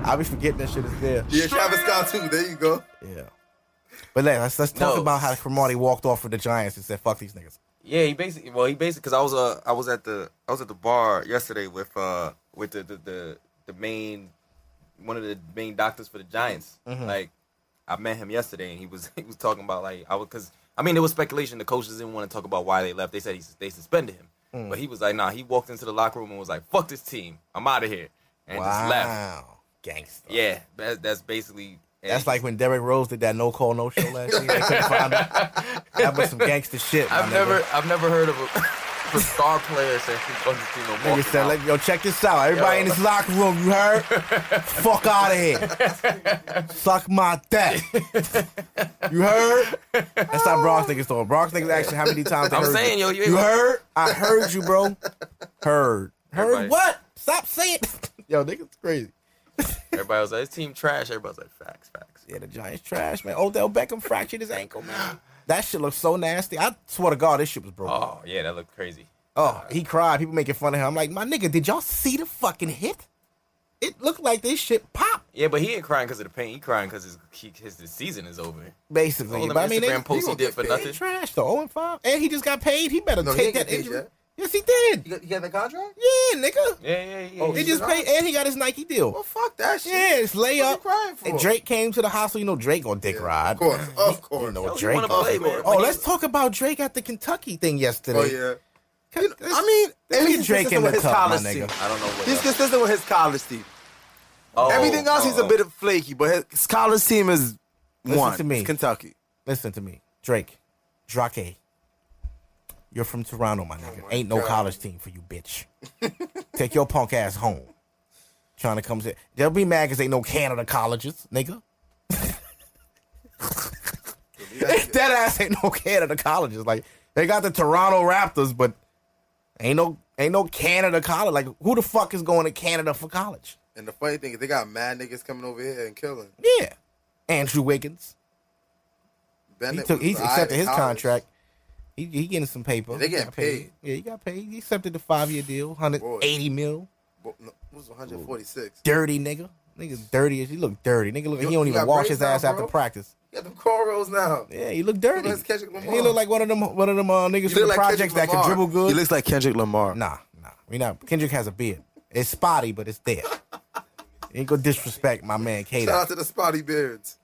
[SPEAKER 1] I be forgetting that shit is there.
[SPEAKER 3] Yeah, Travis Scott too. There you go.
[SPEAKER 1] Yeah. But let- let's let's talk
[SPEAKER 2] No.
[SPEAKER 1] about how Cromartie walked off with the Giants and said, "Fuck these niggas."
[SPEAKER 2] Yeah, he basically well, he basically because I was uh I was at the I was at the bar yesterday with uh with the the the, the main one of the main doctors for the Giants.
[SPEAKER 1] Mm-hmm.
[SPEAKER 2] Like I met him yesterday and he was he was talking about like I was because I mean there was speculation the coaches didn't want to talk about why they left. They said he, they suspended him,
[SPEAKER 1] Mm.
[SPEAKER 2] but he was like nah. He walked into the locker room and was like fuck this team. I'm out of here and just left.
[SPEAKER 1] Wow, gangster.
[SPEAKER 2] Yeah, that's that's basically
[SPEAKER 1] That's like when Derrick Rose did that no call no show last year. They couldn't find him. That was some gangster shit. my
[SPEAKER 2] I've
[SPEAKER 1] nigga.
[SPEAKER 2] never I've never heard of a, of a star player saying fuck this team. I'm
[SPEAKER 1] Nigga
[SPEAKER 2] walking
[SPEAKER 1] said,
[SPEAKER 2] out."
[SPEAKER 1] like, yo, check this out. Everybody in this locker room, you heard? Fuck out of here. Suck my dick. you heard? That's how Bronx niggas talk. Bronx niggas actually how many times they
[SPEAKER 2] I'm
[SPEAKER 1] heard
[SPEAKER 2] saying,
[SPEAKER 1] you.
[SPEAKER 2] yo, you ain't-
[SPEAKER 1] you heard? I heard you, bro. Heard. Heard
[SPEAKER 2] Everybody-
[SPEAKER 1] what? Stop saying. yo, niggas crazy.
[SPEAKER 2] Everybody was like, "This team trash." Everybody was like, "Facts, facts."
[SPEAKER 1] Yeah, the Giants trash, man. Odell Beckham fractured his ankle, man. That shit looks so nasty. I swear to God, this shit was broken.
[SPEAKER 2] Oh yeah, that looked crazy.
[SPEAKER 1] Oh, he cried. People making fun of him. I'm like, my nigga, did y'all see the fucking hit? It looked like this shit popped.
[SPEAKER 2] Yeah, but he ain't crying because of the pain. He crying because his he, his his season is over.
[SPEAKER 1] basically.
[SPEAKER 2] All them
[SPEAKER 1] But I mean, they,
[SPEAKER 2] Instagram posts
[SPEAKER 1] he
[SPEAKER 2] he
[SPEAKER 1] gonna
[SPEAKER 2] did for
[SPEAKER 1] get paid
[SPEAKER 2] nothing.
[SPEAKER 1] trash though. 0 and 5. And he just got paid. He better
[SPEAKER 3] No, he
[SPEAKER 1] take
[SPEAKER 3] ain't
[SPEAKER 1] that
[SPEAKER 3] get paid
[SPEAKER 1] injury.
[SPEAKER 3] yet.
[SPEAKER 1] Yes, he did.
[SPEAKER 3] got, you got that contract?
[SPEAKER 1] Yeah, nigga.
[SPEAKER 2] Yeah, yeah, yeah.
[SPEAKER 3] Oh,
[SPEAKER 1] He
[SPEAKER 2] yeah.
[SPEAKER 3] he
[SPEAKER 1] just
[SPEAKER 3] got
[SPEAKER 1] paid and he got his Nike
[SPEAKER 3] Well,
[SPEAKER 1] deal.
[SPEAKER 3] fuck that shit.
[SPEAKER 1] Yeah, it's
[SPEAKER 3] What you
[SPEAKER 1] layup.
[SPEAKER 3] crying for?
[SPEAKER 1] And Drake came to the hospital. You know Drake gonna dick
[SPEAKER 3] Yeah,
[SPEAKER 1] ride.
[SPEAKER 3] Of course, of course.
[SPEAKER 1] You know
[SPEAKER 2] Yo, you
[SPEAKER 1] Drake.
[SPEAKER 2] wanna
[SPEAKER 1] Oh,
[SPEAKER 2] play, man.
[SPEAKER 1] Oh,
[SPEAKER 2] When
[SPEAKER 1] let's
[SPEAKER 2] you-
[SPEAKER 1] talk about Drake at the Kentucky thing yesterday.
[SPEAKER 3] Oh yeah. You know,
[SPEAKER 1] Let's-
[SPEAKER 3] I mean,
[SPEAKER 1] let's
[SPEAKER 3] and
[SPEAKER 1] get
[SPEAKER 3] he's
[SPEAKER 1] Drake in
[SPEAKER 3] consistent
[SPEAKER 1] the
[SPEAKER 3] with his
[SPEAKER 1] cup, my
[SPEAKER 3] college
[SPEAKER 1] nigga.
[SPEAKER 3] team.
[SPEAKER 2] I don't know what.
[SPEAKER 3] He's
[SPEAKER 2] else.
[SPEAKER 3] consistent with his college team.
[SPEAKER 2] Oh,
[SPEAKER 3] Everything else, he's a
[SPEAKER 2] oh,
[SPEAKER 3] bit of flaky, but his,
[SPEAKER 6] His college team is
[SPEAKER 1] Listen
[SPEAKER 6] one.
[SPEAKER 1] to me.
[SPEAKER 6] It's Kentucky.
[SPEAKER 1] Listen to me, Drake, Drake. You're from Toronto, my nigga. Ain't no
[SPEAKER 3] God.
[SPEAKER 1] college team for you, bitch. Take your punk ass home. Trying to come to they'll be mad because ain't no Canada colleges, nigga. Dead ass ain't no Canada colleges. Like they got the Toronto Raptors, but ain't no ain't no Canada college. Like who the fuck is going to Canada for college?
[SPEAKER 3] and the funny thing is, they got mad niggas coming over here and killing.
[SPEAKER 1] Yeah, Andrew Wiggins. He
[SPEAKER 3] Bennett
[SPEAKER 1] took.
[SPEAKER 3] was
[SPEAKER 1] He's
[SPEAKER 3] alright
[SPEAKER 1] accepted
[SPEAKER 3] in
[SPEAKER 1] his
[SPEAKER 3] college.
[SPEAKER 1] contract. He, he getting some paper.
[SPEAKER 3] Yeah, they
[SPEAKER 1] He got
[SPEAKER 3] getting paid.
[SPEAKER 1] Yeah, he got paid. He accepted the five year deal, hundred eighty mil.
[SPEAKER 3] Bo- no, it was 146.
[SPEAKER 1] Dirty nigga. Nigga dirty. as- He look dirty. Nigga look.
[SPEAKER 3] Yo,
[SPEAKER 1] he don't
[SPEAKER 3] he
[SPEAKER 1] even
[SPEAKER 3] got
[SPEAKER 1] wash
[SPEAKER 3] braids
[SPEAKER 1] his
[SPEAKER 3] now,
[SPEAKER 1] ass after
[SPEAKER 3] bro.
[SPEAKER 1] practice.
[SPEAKER 3] You got them cornrows now.
[SPEAKER 1] Yeah, he look dirty.
[SPEAKER 3] He looks Kendrick
[SPEAKER 1] And he
[SPEAKER 3] Lamar.
[SPEAKER 1] look like one of them one of them uh, niggas from the
[SPEAKER 3] look like
[SPEAKER 1] projects
[SPEAKER 3] Kendrick
[SPEAKER 1] that can
[SPEAKER 3] Lamar.
[SPEAKER 1] dribble
[SPEAKER 6] He
[SPEAKER 1] good.
[SPEAKER 6] looks like Kendrick Lamar.
[SPEAKER 1] nah, nah. We not. Kendrick has a beard. It's spotty, but it's there. Ain't gonna disrespect my man Kato.
[SPEAKER 3] Shout out to the Spotty Beards.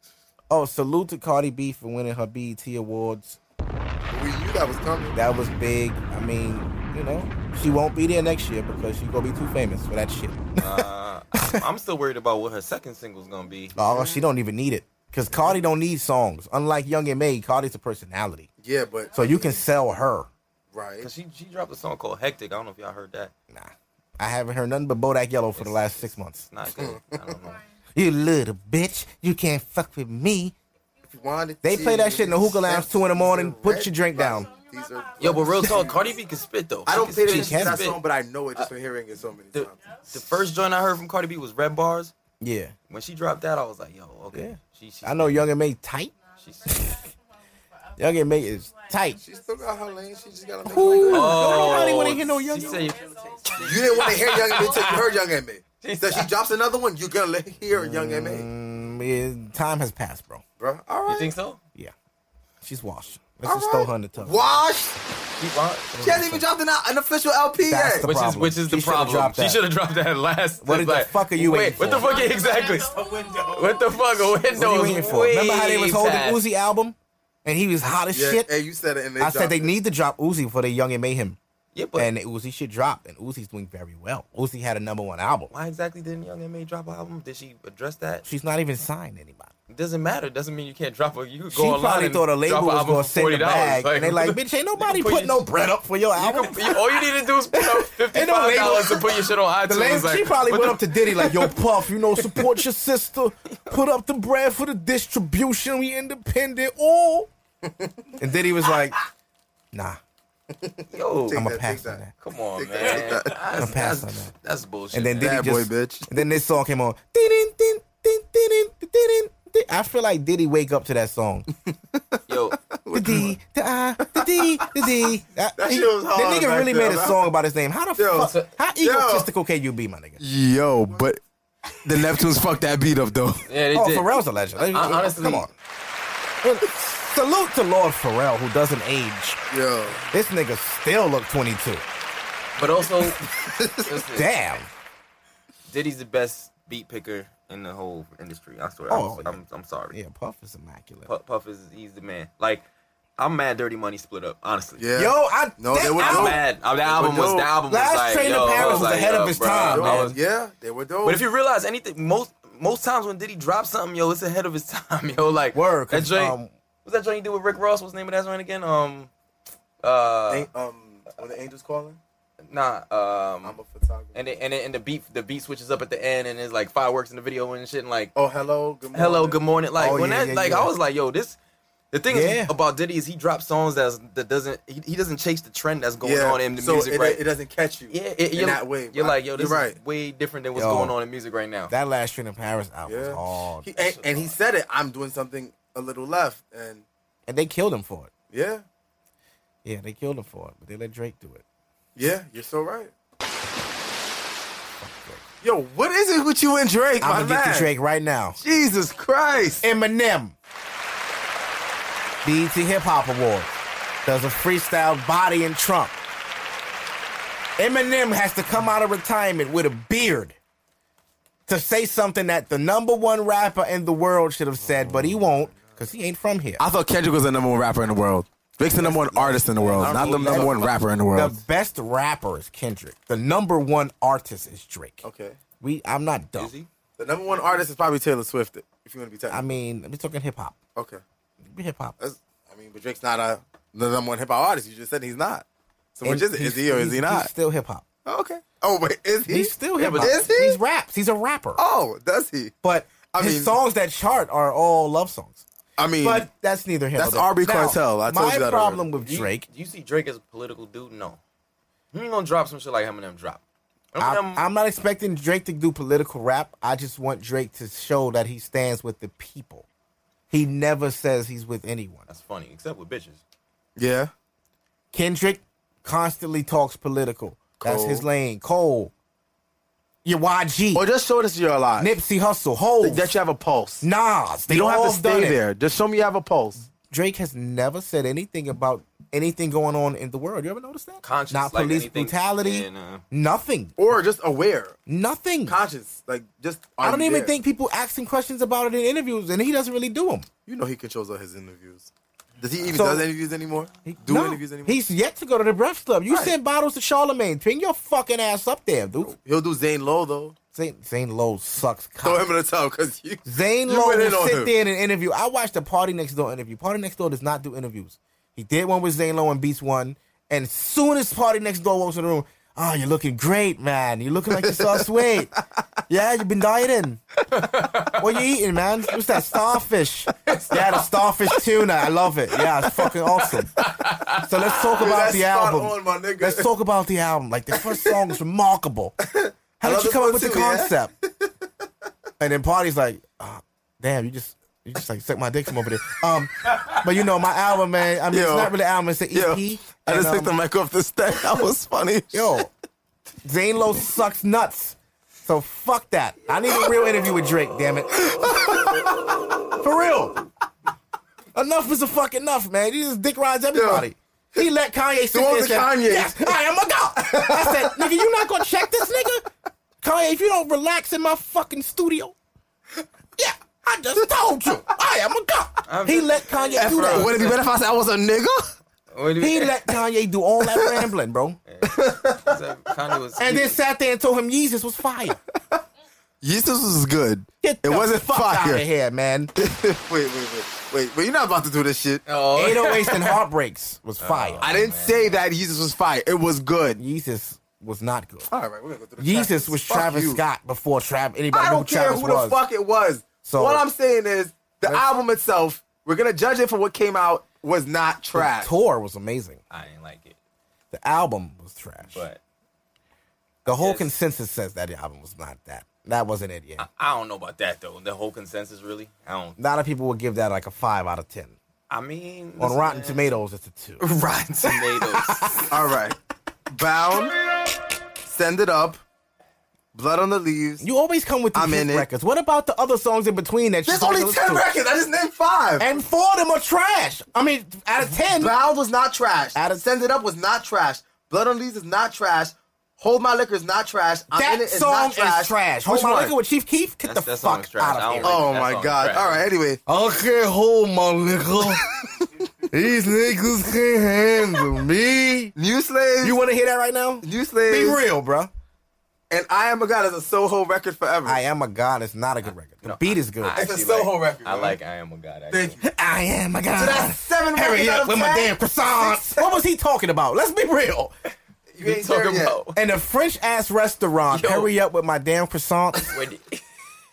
[SPEAKER 1] Oh, salute to Cardi B for winning her BET awards.
[SPEAKER 3] We knew that was coming.
[SPEAKER 1] That was big. I mean, you know, she won't be there next year because she gonna be too famous for that shit.
[SPEAKER 2] uh, I'm- I'm still worried about what her second single's gonna be.
[SPEAKER 1] oh, she don't even need it because Cardi don't need songs. Unlike Young and May, Cardi's a personality,
[SPEAKER 3] Yeah, but
[SPEAKER 1] so you can sell her.
[SPEAKER 3] right.
[SPEAKER 2] Cause she she dropped a song called Hectic. I don't know if y'all heard that.
[SPEAKER 1] Nah, I haven't heard nothing but Bodak Yellow for the last six months.
[SPEAKER 2] It's not good. I don't know.
[SPEAKER 1] You little bitch, you can't fuck with me.
[SPEAKER 3] If you wanted
[SPEAKER 1] They
[SPEAKER 3] to,
[SPEAKER 1] play that shit in the hookah lounge
[SPEAKER 3] these
[SPEAKER 1] two in the
[SPEAKER 3] are
[SPEAKER 1] morning. Put
[SPEAKER 3] red
[SPEAKER 1] your drink down.
[SPEAKER 3] lights. These are-
[SPEAKER 2] Yo, but real talk, Cardi B can spit though.
[SPEAKER 3] I don't
[SPEAKER 2] She
[SPEAKER 3] play
[SPEAKER 2] can spit.
[SPEAKER 3] that,
[SPEAKER 2] She
[SPEAKER 3] shit,
[SPEAKER 2] can
[SPEAKER 3] that
[SPEAKER 2] spit.
[SPEAKER 3] song, but I know it just from hearing it so many
[SPEAKER 2] The,
[SPEAKER 3] times.
[SPEAKER 2] the first joint I heard from Cardi B was Red Bars.
[SPEAKER 1] Yeah,
[SPEAKER 2] When she dropped that, I was like, yo, okay.
[SPEAKER 1] Yeah.
[SPEAKER 2] She, she,
[SPEAKER 1] I know Young and May tight.
[SPEAKER 2] She's,
[SPEAKER 1] Young and May is tight.
[SPEAKER 3] She still got her lane. She just got to
[SPEAKER 1] Ooh,
[SPEAKER 3] You
[SPEAKER 1] don't nobody want to hear no
[SPEAKER 2] Oh, she
[SPEAKER 1] Young. and May.
[SPEAKER 2] said-
[SPEAKER 3] didn't want to hear Young M.A. till you heard Young M.A. So she drops another one, you're going to hear Young M.A.
[SPEAKER 1] Mm, yeah, time has passed, bro.
[SPEAKER 3] Bro, all right.
[SPEAKER 2] You think so?
[SPEAKER 1] Yeah. She's washed. Let's
[SPEAKER 3] All
[SPEAKER 1] just throw
[SPEAKER 3] right.
[SPEAKER 1] her in the tub.
[SPEAKER 3] Wash.
[SPEAKER 2] Keep on.
[SPEAKER 3] She hasn't even dropped an, an official LP
[SPEAKER 1] That's
[SPEAKER 3] yet.
[SPEAKER 1] the
[SPEAKER 2] Which is
[SPEAKER 1] problem.
[SPEAKER 2] which is
[SPEAKER 1] She
[SPEAKER 2] the
[SPEAKER 1] should've
[SPEAKER 2] problem.
[SPEAKER 1] dropped
[SPEAKER 2] She
[SPEAKER 1] that.
[SPEAKER 2] should have dropped that last.
[SPEAKER 1] What
[SPEAKER 2] it's
[SPEAKER 1] the fuck are you
[SPEAKER 2] wait,
[SPEAKER 1] waiting
[SPEAKER 2] What the
[SPEAKER 1] for?
[SPEAKER 2] fuck? Exactly. What the fuck? A window.
[SPEAKER 1] What are you waiting for? Remember how they was holding Uzi album and he was hot as
[SPEAKER 3] Yeah,
[SPEAKER 1] shit?
[SPEAKER 3] Hey, you said it in the
[SPEAKER 1] I said they need to drop Uzi for the Young and Mayhem.
[SPEAKER 2] Yeah, but
[SPEAKER 1] and Uzi shit dropped, and Uzi's doing very well. Uzi had a number one album.
[SPEAKER 2] why exactly didn't Young M.A. drop an album? Did she address that?
[SPEAKER 1] She's not even signed anybody.
[SPEAKER 2] It doesn't matter. It doesn't mean you can't drop a. You could
[SPEAKER 1] She
[SPEAKER 2] go online
[SPEAKER 1] probably
[SPEAKER 2] and
[SPEAKER 1] thought a
[SPEAKER 2] drop
[SPEAKER 1] label
[SPEAKER 2] an
[SPEAKER 1] was
[SPEAKER 2] album
[SPEAKER 1] gonna
[SPEAKER 2] for
[SPEAKER 1] send a
[SPEAKER 2] $40.
[SPEAKER 1] bag, and they like, bitch, ain't nobody
[SPEAKER 2] put
[SPEAKER 1] put
[SPEAKER 2] your-
[SPEAKER 1] no bread up for your album.
[SPEAKER 2] You- all you need to do is put up fifty
[SPEAKER 1] Ain't no
[SPEAKER 2] five
[SPEAKER 1] label.
[SPEAKER 2] dollars to put your shit on iTunes.
[SPEAKER 1] The label,
[SPEAKER 2] like,
[SPEAKER 1] she probably
[SPEAKER 2] what
[SPEAKER 1] went
[SPEAKER 2] the-
[SPEAKER 1] up to Diddy like, "Yo, Puff, you know, support your sister. Put up the bread for the distribution. We independent. Oh." And Diddy was like, "Nah,
[SPEAKER 2] yo.
[SPEAKER 1] I'm
[SPEAKER 3] that,
[SPEAKER 1] gonna
[SPEAKER 3] take
[SPEAKER 1] pass on
[SPEAKER 3] that.
[SPEAKER 1] that."
[SPEAKER 2] Come on,
[SPEAKER 3] Take
[SPEAKER 2] man.
[SPEAKER 3] that, take that.
[SPEAKER 2] That's,
[SPEAKER 1] pass
[SPEAKER 2] that's,
[SPEAKER 1] on
[SPEAKER 2] that's bullshit.
[SPEAKER 1] And then
[SPEAKER 2] man.
[SPEAKER 1] Diddy
[SPEAKER 6] Bad boy,
[SPEAKER 1] just,
[SPEAKER 6] bitch.
[SPEAKER 1] And then this song came on. Diddy, diddy, diddy, diddy, diddy. I feel like Diddy wake up to that song.
[SPEAKER 2] yo,
[SPEAKER 1] The D, the I, the D, the D. That,
[SPEAKER 3] shit was hard
[SPEAKER 1] The nigga
[SPEAKER 3] back
[SPEAKER 1] really
[SPEAKER 3] then,
[SPEAKER 1] made a
[SPEAKER 3] man.
[SPEAKER 1] song about his name. How the
[SPEAKER 3] Yo,
[SPEAKER 1] fuck? How
[SPEAKER 3] yo.
[SPEAKER 1] egotistical can you be, my nigga?
[SPEAKER 6] Yo, but the Neptunes fucked that beat up though.
[SPEAKER 2] yeah, they
[SPEAKER 1] Oh,
[SPEAKER 2] did.
[SPEAKER 1] Pharrell's a legend.
[SPEAKER 2] I- I- honestly-
[SPEAKER 1] come on. Well, Salute to Lord Pharrell, who doesn't age.
[SPEAKER 3] Yo,
[SPEAKER 1] This nigga still look 22.
[SPEAKER 2] But also, listen,
[SPEAKER 1] Damn.
[SPEAKER 2] Diddy's the best beat picker in the whole industry. I swear.
[SPEAKER 1] Oh,
[SPEAKER 2] I'm,
[SPEAKER 1] yeah.
[SPEAKER 2] I'm, I'm sorry.
[SPEAKER 1] Yeah, Puff is immaculate.
[SPEAKER 2] Puff, Puff is he's the man. Like, I'm mad. Dirty Money split up. Honestly.
[SPEAKER 3] yeah.
[SPEAKER 1] Yo, I
[SPEAKER 6] No,
[SPEAKER 1] that
[SPEAKER 6] they were
[SPEAKER 2] I'm
[SPEAKER 1] album-
[SPEAKER 2] mad. Uh, The album was
[SPEAKER 3] dope.
[SPEAKER 2] the album
[SPEAKER 1] Last
[SPEAKER 2] was like,
[SPEAKER 1] Train to
[SPEAKER 2] yo, I
[SPEAKER 1] Paris
[SPEAKER 2] was
[SPEAKER 1] was
[SPEAKER 2] like,
[SPEAKER 1] ahead
[SPEAKER 2] yo,
[SPEAKER 1] of its
[SPEAKER 2] bro,
[SPEAKER 1] time,
[SPEAKER 2] I
[SPEAKER 1] man.
[SPEAKER 2] was-
[SPEAKER 3] yeah, they were dope.
[SPEAKER 2] But if you realize anything, most most times when Diddy drops something, yo, it's ahead of his time, yo. Like
[SPEAKER 1] Word, 'cause,
[SPEAKER 2] That joint,
[SPEAKER 1] um,
[SPEAKER 2] what's that joint you did with Rick Ross? What's the name of that joint again? Um, uh,
[SPEAKER 3] Ain't, um, when the angels calling,
[SPEAKER 2] nah,
[SPEAKER 3] I'm
[SPEAKER 2] um,
[SPEAKER 3] a photographer.
[SPEAKER 2] and it, and it, and the beat the beat switches up at the end, and there's like fireworks in the video and shit, and like
[SPEAKER 3] oh, hello, good morning.
[SPEAKER 2] hello, good morning. Like
[SPEAKER 1] Oh,
[SPEAKER 2] when
[SPEAKER 1] yeah,
[SPEAKER 2] that,
[SPEAKER 1] yeah,
[SPEAKER 2] like
[SPEAKER 1] yeah.
[SPEAKER 2] I was like, yo, this. The thing
[SPEAKER 1] Yeah.
[SPEAKER 2] is about Diddy is he drops songs that's, that doesn't he, he doesn't chase the trend that's going on in the
[SPEAKER 3] so
[SPEAKER 2] music
[SPEAKER 3] it,
[SPEAKER 2] right
[SPEAKER 3] it doesn't catch you.
[SPEAKER 2] yeah, it,
[SPEAKER 3] in
[SPEAKER 2] you're,
[SPEAKER 3] that way.
[SPEAKER 2] You're
[SPEAKER 3] I-
[SPEAKER 2] like, yo, this
[SPEAKER 3] you're
[SPEAKER 2] is way different than what's
[SPEAKER 1] Yo.
[SPEAKER 2] going on in music right now.
[SPEAKER 1] That last Train to Paris album was
[SPEAKER 3] Yeah.
[SPEAKER 1] hard.
[SPEAKER 3] He, and, and he said it. I'm doing something a little left, and
[SPEAKER 1] and they killed him for it.
[SPEAKER 3] yeah,
[SPEAKER 1] Yeah, they killed him for it, but they let Drake do it.
[SPEAKER 3] yeah, you're so right. Yo, what is it with you and Drake, my
[SPEAKER 1] I'm gonna
[SPEAKER 3] man?
[SPEAKER 1] get you Drake right now.
[SPEAKER 6] Jesus Christ.
[SPEAKER 1] Eminem. BET E Hip Hop Award does a freestyle body and Trump. Eminem has to come out of retirement with a beard to say something that the number one rapper in the world should have said, but he won't because he ain't from here.
[SPEAKER 6] I thought Kendrick was the number one rapper in the
[SPEAKER 4] Oh,
[SPEAKER 6] world. Drake's the number one artist in the world, not the number one rapper in the world.
[SPEAKER 1] The best rapper is Kendrick. The number one artist is Drake.
[SPEAKER 3] Okay,
[SPEAKER 1] We, I'm not dumb.
[SPEAKER 2] Is he?
[SPEAKER 3] the number one artist is probably Taylor Swift. If you want to be
[SPEAKER 1] I
[SPEAKER 3] technical,
[SPEAKER 1] mean, we're talking hip hop.
[SPEAKER 3] okay.
[SPEAKER 1] Hip hop.
[SPEAKER 3] That's, I mean, but Drake's not a the number one hip hop artist. You just said he's not. So which
[SPEAKER 1] And
[SPEAKER 3] is it?
[SPEAKER 1] he's-
[SPEAKER 3] Is he or is he
[SPEAKER 1] he's-
[SPEAKER 3] not?
[SPEAKER 1] He's still hip hop.
[SPEAKER 3] Oh, okay. Oh wait, is he?
[SPEAKER 1] He's still
[SPEAKER 3] Yeah,
[SPEAKER 1] hip
[SPEAKER 3] but
[SPEAKER 1] hop.
[SPEAKER 3] Is he?
[SPEAKER 1] He's raps. He's a rapper.
[SPEAKER 3] oh, does he?
[SPEAKER 1] But
[SPEAKER 3] I
[SPEAKER 1] his
[SPEAKER 3] mean-
[SPEAKER 1] songs that chart are all love songs.
[SPEAKER 6] I mean,
[SPEAKER 1] But that's neither here. nor
[SPEAKER 6] That's
[SPEAKER 1] there.
[SPEAKER 6] R.B.
[SPEAKER 1] Now,
[SPEAKER 6] Cartel. I told
[SPEAKER 1] my
[SPEAKER 6] you that
[SPEAKER 1] problem
[SPEAKER 6] already.
[SPEAKER 1] with
[SPEAKER 2] Do you-
[SPEAKER 1] Drake,
[SPEAKER 2] Do you see Drake as a political dude? No. He ain't gonna drop some shit like Eminem drop.
[SPEAKER 1] I'm, I'm not expecting Drake to do political rap. I just want Drake to show that he stands with the people. He never says he's with anyone.
[SPEAKER 2] that's funny, except with bitches.
[SPEAKER 6] yeah.
[SPEAKER 1] Kendrick constantly talks political. That's
[SPEAKER 6] Cole.
[SPEAKER 1] his lane. Cole, your YG,
[SPEAKER 6] Or just show us you're alive.
[SPEAKER 1] Nipsey Hussle, Hove,
[SPEAKER 6] that you have a pulse.
[SPEAKER 1] Nas. They
[SPEAKER 6] you don't
[SPEAKER 1] all
[SPEAKER 6] have to
[SPEAKER 1] done
[SPEAKER 6] stay
[SPEAKER 1] it.
[SPEAKER 6] there. Just show me you have a pulse.
[SPEAKER 1] Drake has never said anything about anything going on in the world. You ever notice that?
[SPEAKER 2] Conscious,
[SPEAKER 1] Not
[SPEAKER 2] like
[SPEAKER 1] police
[SPEAKER 2] anything-
[SPEAKER 1] brutality.
[SPEAKER 2] Yeah, nah.
[SPEAKER 1] Nothing.
[SPEAKER 3] Or just aware,
[SPEAKER 1] Nothing.
[SPEAKER 3] conscious, like just.
[SPEAKER 1] I
[SPEAKER 3] are
[SPEAKER 1] don't
[SPEAKER 3] you
[SPEAKER 1] even
[SPEAKER 3] there?
[SPEAKER 1] think people ask him questions about it in interviews, and he doesn't really do them.
[SPEAKER 3] you know he controls all his interviews. Does he even
[SPEAKER 1] Uh, So-
[SPEAKER 3] does interviews anymore? Do interviews anymore?
[SPEAKER 1] He's yet to go to the Breath Club. You
[SPEAKER 3] Right.
[SPEAKER 1] send bottles to Charlemagne. Bring your fucking ass up there, dude.
[SPEAKER 3] He'll do Zane Lowe though.
[SPEAKER 1] Zane, Zane Lowe sucks.
[SPEAKER 3] Throw
[SPEAKER 1] Cock.
[SPEAKER 3] him in the tub because you.
[SPEAKER 1] Zane
[SPEAKER 3] You
[SPEAKER 1] Lowe
[SPEAKER 3] went in
[SPEAKER 1] will
[SPEAKER 3] on
[SPEAKER 1] sit
[SPEAKER 3] him.
[SPEAKER 1] there in an interview. I watched the Party Next Door interview. Party Next Door does not do interviews. He did one with Zane Lowe and Beats One, and soon as Party Next Door walks in the room, oh, you're looking great, man. You're looking like you lost weight. Yeah, you've been dieting. What you eating, man? What's that starfish? Yeah, the starfish tuna. I love it. Yeah, it's fucking awesome. So let's talk about
[SPEAKER 3] That's
[SPEAKER 1] the
[SPEAKER 3] spot
[SPEAKER 1] album.
[SPEAKER 3] on, my nigga.
[SPEAKER 1] Let's talk about the album. Like the first song is remarkable. How
[SPEAKER 3] love
[SPEAKER 1] did you
[SPEAKER 3] this
[SPEAKER 1] come
[SPEAKER 3] one
[SPEAKER 1] up with the
[SPEAKER 3] too, yeah?
[SPEAKER 1] concept? And then Party's like, "Ah, damn, you just you just like suck my dick from over there. Um, but you know my album, man. I mean,
[SPEAKER 6] Yo.
[SPEAKER 1] it's not really an album; it's an EP.
[SPEAKER 6] Yo, I
[SPEAKER 1] And,
[SPEAKER 6] just
[SPEAKER 1] um,
[SPEAKER 6] took the mic off the stand. That was funny.
[SPEAKER 1] Yo, Zane Lowe sucks nuts. So fuck that. I need a real interview with Drake. Damn it, for real. Enough is a fuck enough, man. He just dick rides everybody. He let Kanye sit
[SPEAKER 3] one
[SPEAKER 1] there and
[SPEAKER 3] with
[SPEAKER 1] said,
[SPEAKER 3] Kanye.
[SPEAKER 1] Yes, I am a god. I said, nigga, you not gonna check this nigga? Kanye, if you don't relax in my fucking studio, yeah, I just told you, I am a god.
[SPEAKER 2] I'm
[SPEAKER 1] he
[SPEAKER 2] just-
[SPEAKER 1] let Kanye do
[SPEAKER 6] Bro,
[SPEAKER 1] that.
[SPEAKER 6] would it be better if I said I was a nigga?
[SPEAKER 2] What do you
[SPEAKER 1] He
[SPEAKER 2] mean?
[SPEAKER 1] let Kanye do all that rambling, bro.
[SPEAKER 2] So Kanye was
[SPEAKER 1] And then sat there and told him Jesus was fire.
[SPEAKER 6] Yeezus was good.
[SPEAKER 1] Get
[SPEAKER 6] it
[SPEAKER 1] the
[SPEAKER 6] wasn't
[SPEAKER 1] fuck out of
[SPEAKER 6] fire.
[SPEAKER 1] here, man.
[SPEAKER 6] wait, wait, wait, wait. But you're not about to do this shit.
[SPEAKER 2] Oh,
[SPEAKER 1] 808s and Heartbreaks was
[SPEAKER 3] Oh.
[SPEAKER 1] fire.
[SPEAKER 6] I didn't say that Yeezus was fire. It was good.
[SPEAKER 1] Jesus was not good.
[SPEAKER 3] All right, we're gonna go through the
[SPEAKER 1] Jesus
[SPEAKER 3] facts.
[SPEAKER 1] was
[SPEAKER 3] Oh, Fuck
[SPEAKER 1] Travis
[SPEAKER 3] you.
[SPEAKER 1] Scott before Travis. Anybody
[SPEAKER 3] I
[SPEAKER 1] knew
[SPEAKER 3] don't care
[SPEAKER 1] Travis
[SPEAKER 3] who
[SPEAKER 1] was.
[SPEAKER 3] the fuck it was.
[SPEAKER 1] So-
[SPEAKER 3] what I'm saying is the
[SPEAKER 1] Let's-
[SPEAKER 3] album itself. We're gonna judge it for what came out was not
[SPEAKER 1] The
[SPEAKER 3] trash.
[SPEAKER 1] tour was amazing.
[SPEAKER 2] I ain't like it,
[SPEAKER 1] The album was trash.
[SPEAKER 2] but
[SPEAKER 1] the whole
[SPEAKER 2] yes. Uh.
[SPEAKER 1] consensus says that the album was not that. That wasn't it yet.
[SPEAKER 2] I don't know about that though. The whole consensus, really, I don't.
[SPEAKER 1] a lot of people would give that like a five out of ten.
[SPEAKER 2] I mean,
[SPEAKER 1] On
[SPEAKER 2] listen,
[SPEAKER 1] Rotten
[SPEAKER 2] man.
[SPEAKER 1] Tomatoes, it's a two.
[SPEAKER 2] Rotten Tomatoes.
[SPEAKER 6] All right. Bound. Send it up. Blood on the leaves.
[SPEAKER 1] You always come with these
[SPEAKER 6] I'm
[SPEAKER 1] hit
[SPEAKER 6] in it.
[SPEAKER 1] records. What about the other songs in between that
[SPEAKER 3] There's
[SPEAKER 1] you
[SPEAKER 3] only
[SPEAKER 1] listen
[SPEAKER 3] ten
[SPEAKER 1] to?
[SPEAKER 3] records. I just named five.
[SPEAKER 1] And four of them are trash. I mean, out of ten,
[SPEAKER 3] Bound was not trash.
[SPEAKER 1] Out of-
[SPEAKER 3] Send It Up was not trash. Blood on Leaves is not trash. Hold My Liquor is not trash. I'm
[SPEAKER 1] that
[SPEAKER 3] in it is
[SPEAKER 1] song
[SPEAKER 3] not trash.
[SPEAKER 1] is trash.
[SPEAKER 3] Which
[SPEAKER 1] Hold my
[SPEAKER 3] one?
[SPEAKER 1] liquor with Chief Keef. Get
[SPEAKER 2] That's-
[SPEAKER 1] the
[SPEAKER 2] that song
[SPEAKER 1] fuck
[SPEAKER 2] is trash.
[SPEAKER 1] out
[SPEAKER 2] I
[SPEAKER 1] of
[SPEAKER 2] don't
[SPEAKER 1] here.
[SPEAKER 2] like
[SPEAKER 6] Oh
[SPEAKER 2] That
[SPEAKER 6] my
[SPEAKER 2] song
[SPEAKER 6] god.
[SPEAKER 2] trash.
[SPEAKER 6] All right, anyway.
[SPEAKER 1] Okay, hold my liquor. These niggas can't handle me.
[SPEAKER 6] New Slaves.
[SPEAKER 1] You want to hear that right now?
[SPEAKER 6] New
[SPEAKER 1] Be
[SPEAKER 6] Slaves.
[SPEAKER 1] real, bruh.
[SPEAKER 3] And I Am a God is a Soho record forever.
[SPEAKER 1] I am a god. It's not a good record. The
[SPEAKER 2] No,
[SPEAKER 1] beat is good.
[SPEAKER 2] I
[SPEAKER 1] I,
[SPEAKER 3] It's a
[SPEAKER 2] actually
[SPEAKER 3] Soho
[SPEAKER 2] like,
[SPEAKER 3] record,
[SPEAKER 2] I
[SPEAKER 3] man.
[SPEAKER 2] like I Am a God. Actually.
[SPEAKER 3] Thank you.
[SPEAKER 1] am a god.
[SPEAKER 3] So that's seven
[SPEAKER 1] Hurry
[SPEAKER 3] records out
[SPEAKER 1] up
[SPEAKER 3] of
[SPEAKER 1] with my
[SPEAKER 3] 10?
[SPEAKER 1] damn croissants. What was he talking about? Let's be real.
[SPEAKER 3] You ain't
[SPEAKER 2] Talk
[SPEAKER 3] there yet.
[SPEAKER 2] about
[SPEAKER 1] In a French ass restaurant,
[SPEAKER 2] Yo.
[SPEAKER 1] hurry up with my damn croissants.
[SPEAKER 2] when-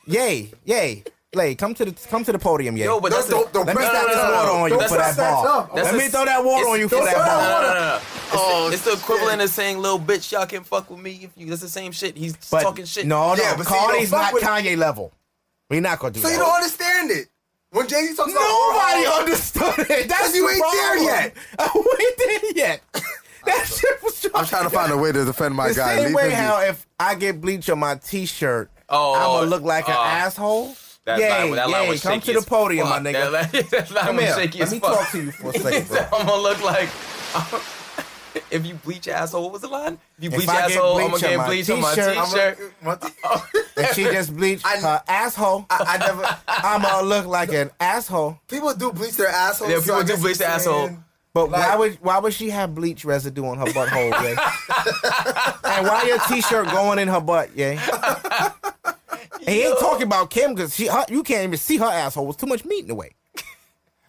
[SPEAKER 1] Yay, yay. Lay, come to the come to the podium, yay.
[SPEAKER 2] yo, but that's
[SPEAKER 3] Don't-
[SPEAKER 2] a-
[SPEAKER 3] don't- don't
[SPEAKER 1] Let me
[SPEAKER 3] press
[SPEAKER 1] throw
[SPEAKER 3] that
[SPEAKER 1] this
[SPEAKER 3] up.
[SPEAKER 1] water on you
[SPEAKER 3] Don't
[SPEAKER 1] for
[SPEAKER 3] press
[SPEAKER 1] that
[SPEAKER 3] that
[SPEAKER 1] ball.
[SPEAKER 3] up.
[SPEAKER 1] Let
[SPEAKER 2] That's
[SPEAKER 1] me
[SPEAKER 2] a-
[SPEAKER 1] throw that water
[SPEAKER 2] it's-
[SPEAKER 1] on you for
[SPEAKER 3] don't
[SPEAKER 1] that
[SPEAKER 3] throw that
[SPEAKER 1] ball.
[SPEAKER 2] No, no,
[SPEAKER 3] water.
[SPEAKER 2] no, no, no. It's,
[SPEAKER 6] Oh,
[SPEAKER 2] the, it's the equivalent of saying "little bitch, y'all can fuck with me." If you, that's the same shit. He's
[SPEAKER 1] But
[SPEAKER 2] talking shit.
[SPEAKER 1] No, no,
[SPEAKER 3] Yeah, but see, you don't
[SPEAKER 1] Cardi's
[SPEAKER 3] fuck
[SPEAKER 1] not
[SPEAKER 3] with-
[SPEAKER 1] Kanye level. We not gonna do
[SPEAKER 3] So
[SPEAKER 1] that.
[SPEAKER 3] you don't understand it. When Jay Z talks
[SPEAKER 1] Nobody
[SPEAKER 3] about
[SPEAKER 1] understood it. That's
[SPEAKER 3] Cause you
[SPEAKER 1] the
[SPEAKER 3] ain't there
[SPEAKER 1] problem.
[SPEAKER 3] yet.
[SPEAKER 1] I ain't there yet. That shit was.
[SPEAKER 6] I'm trying to find a way to defend my
[SPEAKER 1] the
[SPEAKER 6] guy.
[SPEAKER 1] same
[SPEAKER 6] Leave
[SPEAKER 1] way
[SPEAKER 6] him be.
[SPEAKER 1] how if I get bleach on my T-shirt,
[SPEAKER 2] Oh,
[SPEAKER 1] I'm gonna look like an
[SPEAKER 2] uh,
[SPEAKER 1] asshole.
[SPEAKER 2] That
[SPEAKER 1] yay,
[SPEAKER 2] line, that line
[SPEAKER 1] yay,
[SPEAKER 2] was
[SPEAKER 1] come
[SPEAKER 2] shaky
[SPEAKER 1] to the
[SPEAKER 2] as
[SPEAKER 1] podium,
[SPEAKER 2] fuck.
[SPEAKER 1] my
[SPEAKER 2] That
[SPEAKER 1] nigga.
[SPEAKER 2] line, that line
[SPEAKER 1] Come
[SPEAKER 2] was
[SPEAKER 1] here.
[SPEAKER 2] shaky
[SPEAKER 1] Let
[SPEAKER 2] as
[SPEAKER 1] me
[SPEAKER 2] fuck.
[SPEAKER 1] talk to you for a second, bro.
[SPEAKER 2] I'm gonna look like. if you bleach your asshole, what was the line? If you
[SPEAKER 1] If
[SPEAKER 2] bleach
[SPEAKER 1] I
[SPEAKER 2] your
[SPEAKER 1] get
[SPEAKER 2] asshole, I'm
[SPEAKER 1] bleach
[SPEAKER 2] gonna
[SPEAKER 1] on
[SPEAKER 2] get
[SPEAKER 1] my
[SPEAKER 2] bleach on my
[SPEAKER 1] t-shirt,
[SPEAKER 2] t-shirt.
[SPEAKER 1] I'ma-
[SPEAKER 3] Nobody.
[SPEAKER 1] If she just bleached
[SPEAKER 3] I-
[SPEAKER 1] her asshole,
[SPEAKER 3] I, I never.
[SPEAKER 1] I'm gonna look like an asshole.
[SPEAKER 3] People do bleach their assholes.
[SPEAKER 2] Yeah,
[SPEAKER 3] so
[SPEAKER 2] people
[SPEAKER 3] I
[SPEAKER 2] do
[SPEAKER 3] guess
[SPEAKER 2] bleach
[SPEAKER 3] you're
[SPEAKER 2] their asshole.
[SPEAKER 3] saying-
[SPEAKER 1] But why
[SPEAKER 3] Like-
[SPEAKER 1] would why would she have bleach residue on her butthole, yeah? and why your t-shirt going in her butt, yeah? And he ain't talking about Kim because she her, you can't even see her asshole. It was too much meat in the way.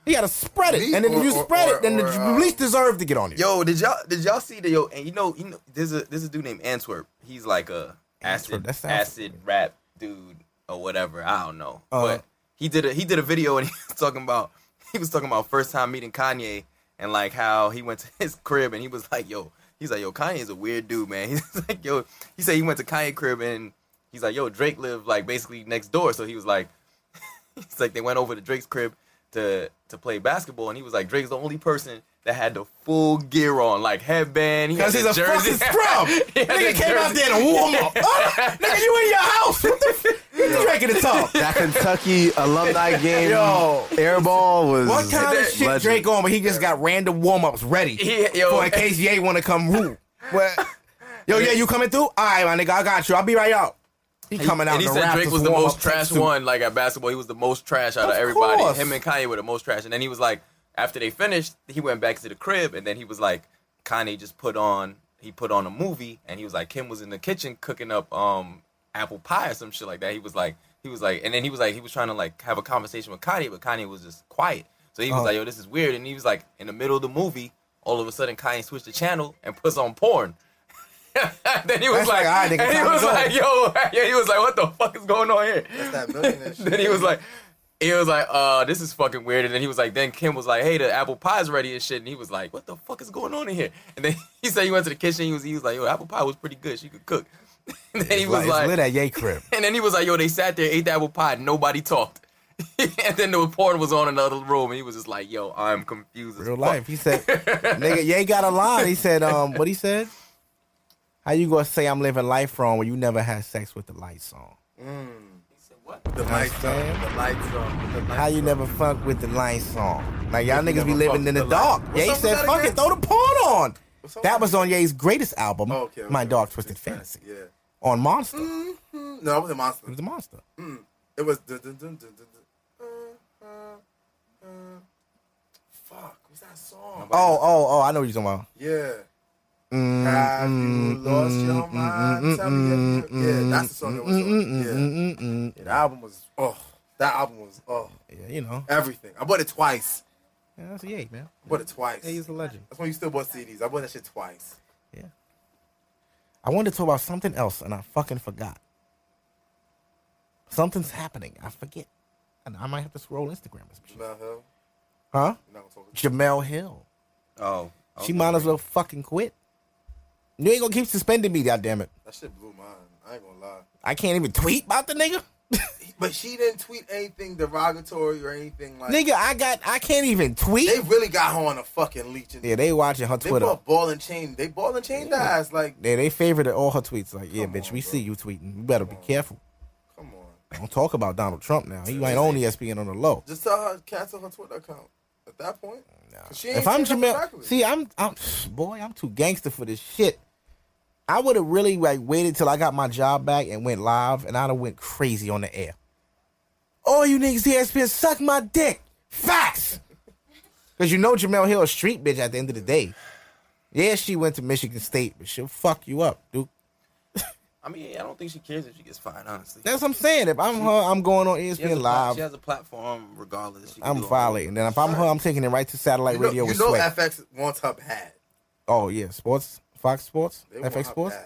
[SPEAKER 1] You gotta spread it,
[SPEAKER 3] Meat
[SPEAKER 1] and if
[SPEAKER 3] or-
[SPEAKER 1] you
[SPEAKER 3] or-
[SPEAKER 1] spread
[SPEAKER 3] or-
[SPEAKER 1] it, then
[SPEAKER 3] or,
[SPEAKER 1] the
[SPEAKER 3] uh,
[SPEAKER 1] bleach deserve to get on you.
[SPEAKER 2] Yo, did y'all did y'all see the yo? And you know, you know, there's a there's a dude named Antwerp. He's like a
[SPEAKER 1] Antwerp,
[SPEAKER 2] acid
[SPEAKER 1] that sounds-
[SPEAKER 2] acid rap dude or whatever. I don't know,
[SPEAKER 1] Uh.
[SPEAKER 2] but he did a he did a video and he was talking about he was talking about first time meeting Kanye and like how he went to his crib and he was like, yo, he's like, yo, Kanye's a weird dude, man. He's like, yo, he said he went to Kanye crib and he's like, yo, Drake lived like basically next door, so he was like, it's like they went over to Drake's crib to to play basketball, and he was like, Drake's the only person that had the full gear on, like headband.
[SPEAKER 1] Because he's a fucking scrub. nigga came out there to warm up. Oh, nigga, you in your house. What the f- you drinking the top.
[SPEAKER 6] That Kentucky alumni game
[SPEAKER 1] Yo.
[SPEAKER 6] airball was
[SPEAKER 1] What kind of
[SPEAKER 2] that-
[SPEAKER 1] shit
[SPEAKER 6] legend.
[SPEAKER 1] Drake on, but he just got random warm ups ready
[SPEAKER 2] Yeah, yo.
[SPEAKER 1] for in case Ye want to come rule. What? Yo, yeah, you coming through? All right, my nigga, I got you. I'll be right out. He coming out.
[SPEAKER 2] And he
[SPEAKER 1] in a
[SPEAKER 2] said Drake
[SPEAKER 1] Raptors
[SPEAKER 2] was the
[SPEAKER 1] warm-up
[SPEAKER 2] most trash
[SPEAKER 1] suit.
[SPEAKER 2] one, like at basketball. He was the most trash out of,
[SPEAKER 1] Of
[SPEAKER 2] everybody.
[SPEAKER 1] course.
[SPEAKER 2] Him and Kanye were the most trash. And then he was like, after they finished, he went back to the crib, and then he was like, Kanye just put on, he put on a movie, and he was like, Kim was in the kitchen cooking up um apple pie or some shit like that. He was like, he was like, and then he was like, he was trying to like have a conversation with Kanye, but Kanye was just quiet. So he was
[SPEAKER 1] Oh.
[SPEAKER 2] like, yo, this is weird. And he was like, in the middle of the movie, all of a sudden, Kanye switched the channel and puts on porn. then he was
[SPEAKER 1] That's
[SPEAKER 2] like,
[SPEAKER 1] like, "All right, nigga,
[SPEAKER 2] and he
[SPEAKER 1] time to
[SPEAKER 2] was
[SPEAKER 1] go."
[SPEAKER 2] like, yo, yeah, he was like, what the fuck is going on here?
[SPEAKER 3] That millionaire shit.
[SPEAKER 2] then he was like, he was like, uh, this is fucking weird. And then he was like, then Kim was like, hey, the apple pie's ready and shit. And he was like, what the fuck is going on in here? And then he said he went to the kitchen. He was he was like, yo, apple pie was pretty good. She could cook. And then he was
[SPEAKER 1] Like, it's lit at
[SPEAKER 2] like,
[SPEAKER 1] Ye crib.
[SPEAKER 2] and then he was like, yo, they sat there, ate the apple pie, nobody talked. and then the reporter was on another room, and he was just like, yo, I'm confused. as
[SPEAKER 1] Real
[SPEAKER 2] fuck.
[SPEAKER 1] life. He said, nigga, Ye got a line. He said, um, what he said? How you gonna say I'm living life wrong when you never had sex with the lights on?
[SPEAKER 3] The lights on. The lights on. The lights
[SPEAKER 1] How you
[SPEAKER 3] on.
[SPEAKER 1] never fuck with the lights on? Like y'all niggas be
[SPEAKER 2] never
[SPEAKER 1] living
[SPEAKER 2] fuck
[SPEAKER 1] in the
[SPEAKER 2] with the lights.
[SPEAKER 1] dark.
[SPEAKER 3] What's
[SPEAKER 1] Ye
[SPEAKER 3] up with
[SPEAKER 1] said,
[SPEAKER 3] that
[SPEAKER 1] "Fuck it,
[SPEAKER 3] again?
[SPEAKER 1] throw the porn on."
[SPEAKER 3] What's up
[SPEAKER 1] That
[SPEAKER 3] with
[SPEAKER 1] was on Ye's greatest album,
[SPEAKER 3] Oh, okay, okay,
[SPEAKER 1] My Dark
[SPEAKER 3] okay. Mm-hmm.
[SPEAKER 1] Twisted Fantasy,
[SPEAKER 3] Yeah.
[SPEAKER 1] on Monster.
[SPEAKER 3] No, it wasn't Monster.
[SPEAKER 1] It was a monster.
[SPEAKER 3] Mm-hmm. It was. Dun, dun, dun, dun, dun, dun. Fuck, what's that song?
[SPEAKER 1] Oh, oh, oh! I know what you're talking about.
[SPEAKER 3] Yeah.
[SPEAKER 1] Mm,
[SPEAKER 3] Have you
[SPEAKER 1] mm,
[SPEAKER 3] lost
[SPEAKER 1] mm,
[SPEAKER 3] your
[SPEAKER 1] mm,
[SPEAKER 3] mind?
[SPEAKER 1] mm,
[SPEAKER 3] Tell me if you-
[SPEAKER 1] mm,
[SPEAKER 3] Yeah, that's the song that was
[SPEAKER 1] mm,
[SPEAKER 3] on.
[SPEAKER 1] mm,
[SPEAKER 3] Yeah.
[SPEAKER 1] mm, mm, mm, mm.
[SPEAKER 3] The album was oh, that album was oh,
[SPEAKER 1] Yeah, you know,
[SPEAKER 3] everything. I bought it twice.
[SPEAKER 1] yeah, that's Ye, man.
[SPEAKER 3] I bought it twice.
[SPEAKER 1] Yeah, he's a legend.
[SPEAKER 3] That's when you still bought CDs. I bought that shit twice.
[SPEAKER 1] I wanted to talk about something else, and I fucking forgot. Something's happening. I forget, and I might have to scroll Instagram or some shit.
[SPEAKER 3] Jamel Hill.
[SPEAKER 1] Huh?
[SPEAKER 3] You're not gonna talk
[SPEAKER 1] Jamel Hill.
[SPEAKER 2] Oh,
[SPEAKER 1] She
[SPEAKER 2] okay.
[SPEAKER 1] might as well fucking quit. You ain't gonna keep suspending me, goddamn it.
[SPEAKER 3] That shit blew mine. I ain't gonna lie.
[SPEAKER 1] I can't even tweet about the nigga.
[SPEAKER 3] But she didn't tweet anything derogatory or anything like.
[SPEAKER 1] nigga, I got. I can't even tweet.
[SPEAKER 3] They really got her on a fucking leech. And
[SPEAKER 1] yeah, they watching her
[SPEAKER 3] they
[SPEAKER 1] Twitter.
[SPEAKER 3] bought ball and chain. They ball and chain
[SPEAKER 1] Yeah.
[SPEAKER 3] yeah. ass. Like,
[SPEAKER 1] Yeah, they favorite all her tweets. Like, yeah,
[SPEAKER 3] Come
[SPEAKER 1] bitch,
[SPEAKER 3] on,
[SPEAKER 1] we
[SPEAKER 3] bro.
[SPEAKER 1] see you tweeting. You better be
[SPEAKER 3] Come on.
[SPEAKER 1] careful.
[SPEAKER 3] come on.
[SPEAKER 1] Don't talk about Donald Trump now. He ain't on E ESPN on the low.
[SPEAKER 3] Just tell her cancel her Twitter account. At that point, 'Cause she ain't
[SPEAKER 1] If I'm
[SPEAKER 3] saying nothing back
[SPEAKER 1] Jamel,
[SPEAKER 3] with it.
[SPEAKER 1] see, I'm, I'm, boy, I'm too gangster for this shit. I would have really like waited till I got my job back and went live, and I'd have went crazy on the air. All you niggas ESPN suck my dick. Facts. Cause you know Jamel Hill a street bitch at the end of the day. Yeah, she went to Michigan State, but she'll fuck you up, dude.
[SPEAKER 2] I mean, I don't think she cares if she gets fired. Honestly,
[SPEAKER 1] That's what I'm saying. If I'm her, I'm going on E
[SPEAKER 2] she has,
[SPEAKER 1] ESPN
[SPEAKER 2] a pla-
[SPEAKER 1] live.
[SPEAKER 2] she has a platform regardless. She can
[SPEAKER 1] I'm
[SPEAKER 2] do all-
[SPEAKER 1] violating. And if I'm her, I'm taking it right to satellite
[SPEAKER 3] you know,
[SPEAKER 1] radio
[SPEAKER 3] you
[SPEAKER 1] with
[SPEAKER 3] know
[SPEAKER 1] Sway.
[SPEAKER 3] FX wants her bad.
[SPEAKER 1] oh yeah, sports, Fox Sports,
[SPEAKER 3] They want her
[SPEAKER 1] FX Sports.
[SPEAKER 3] bad.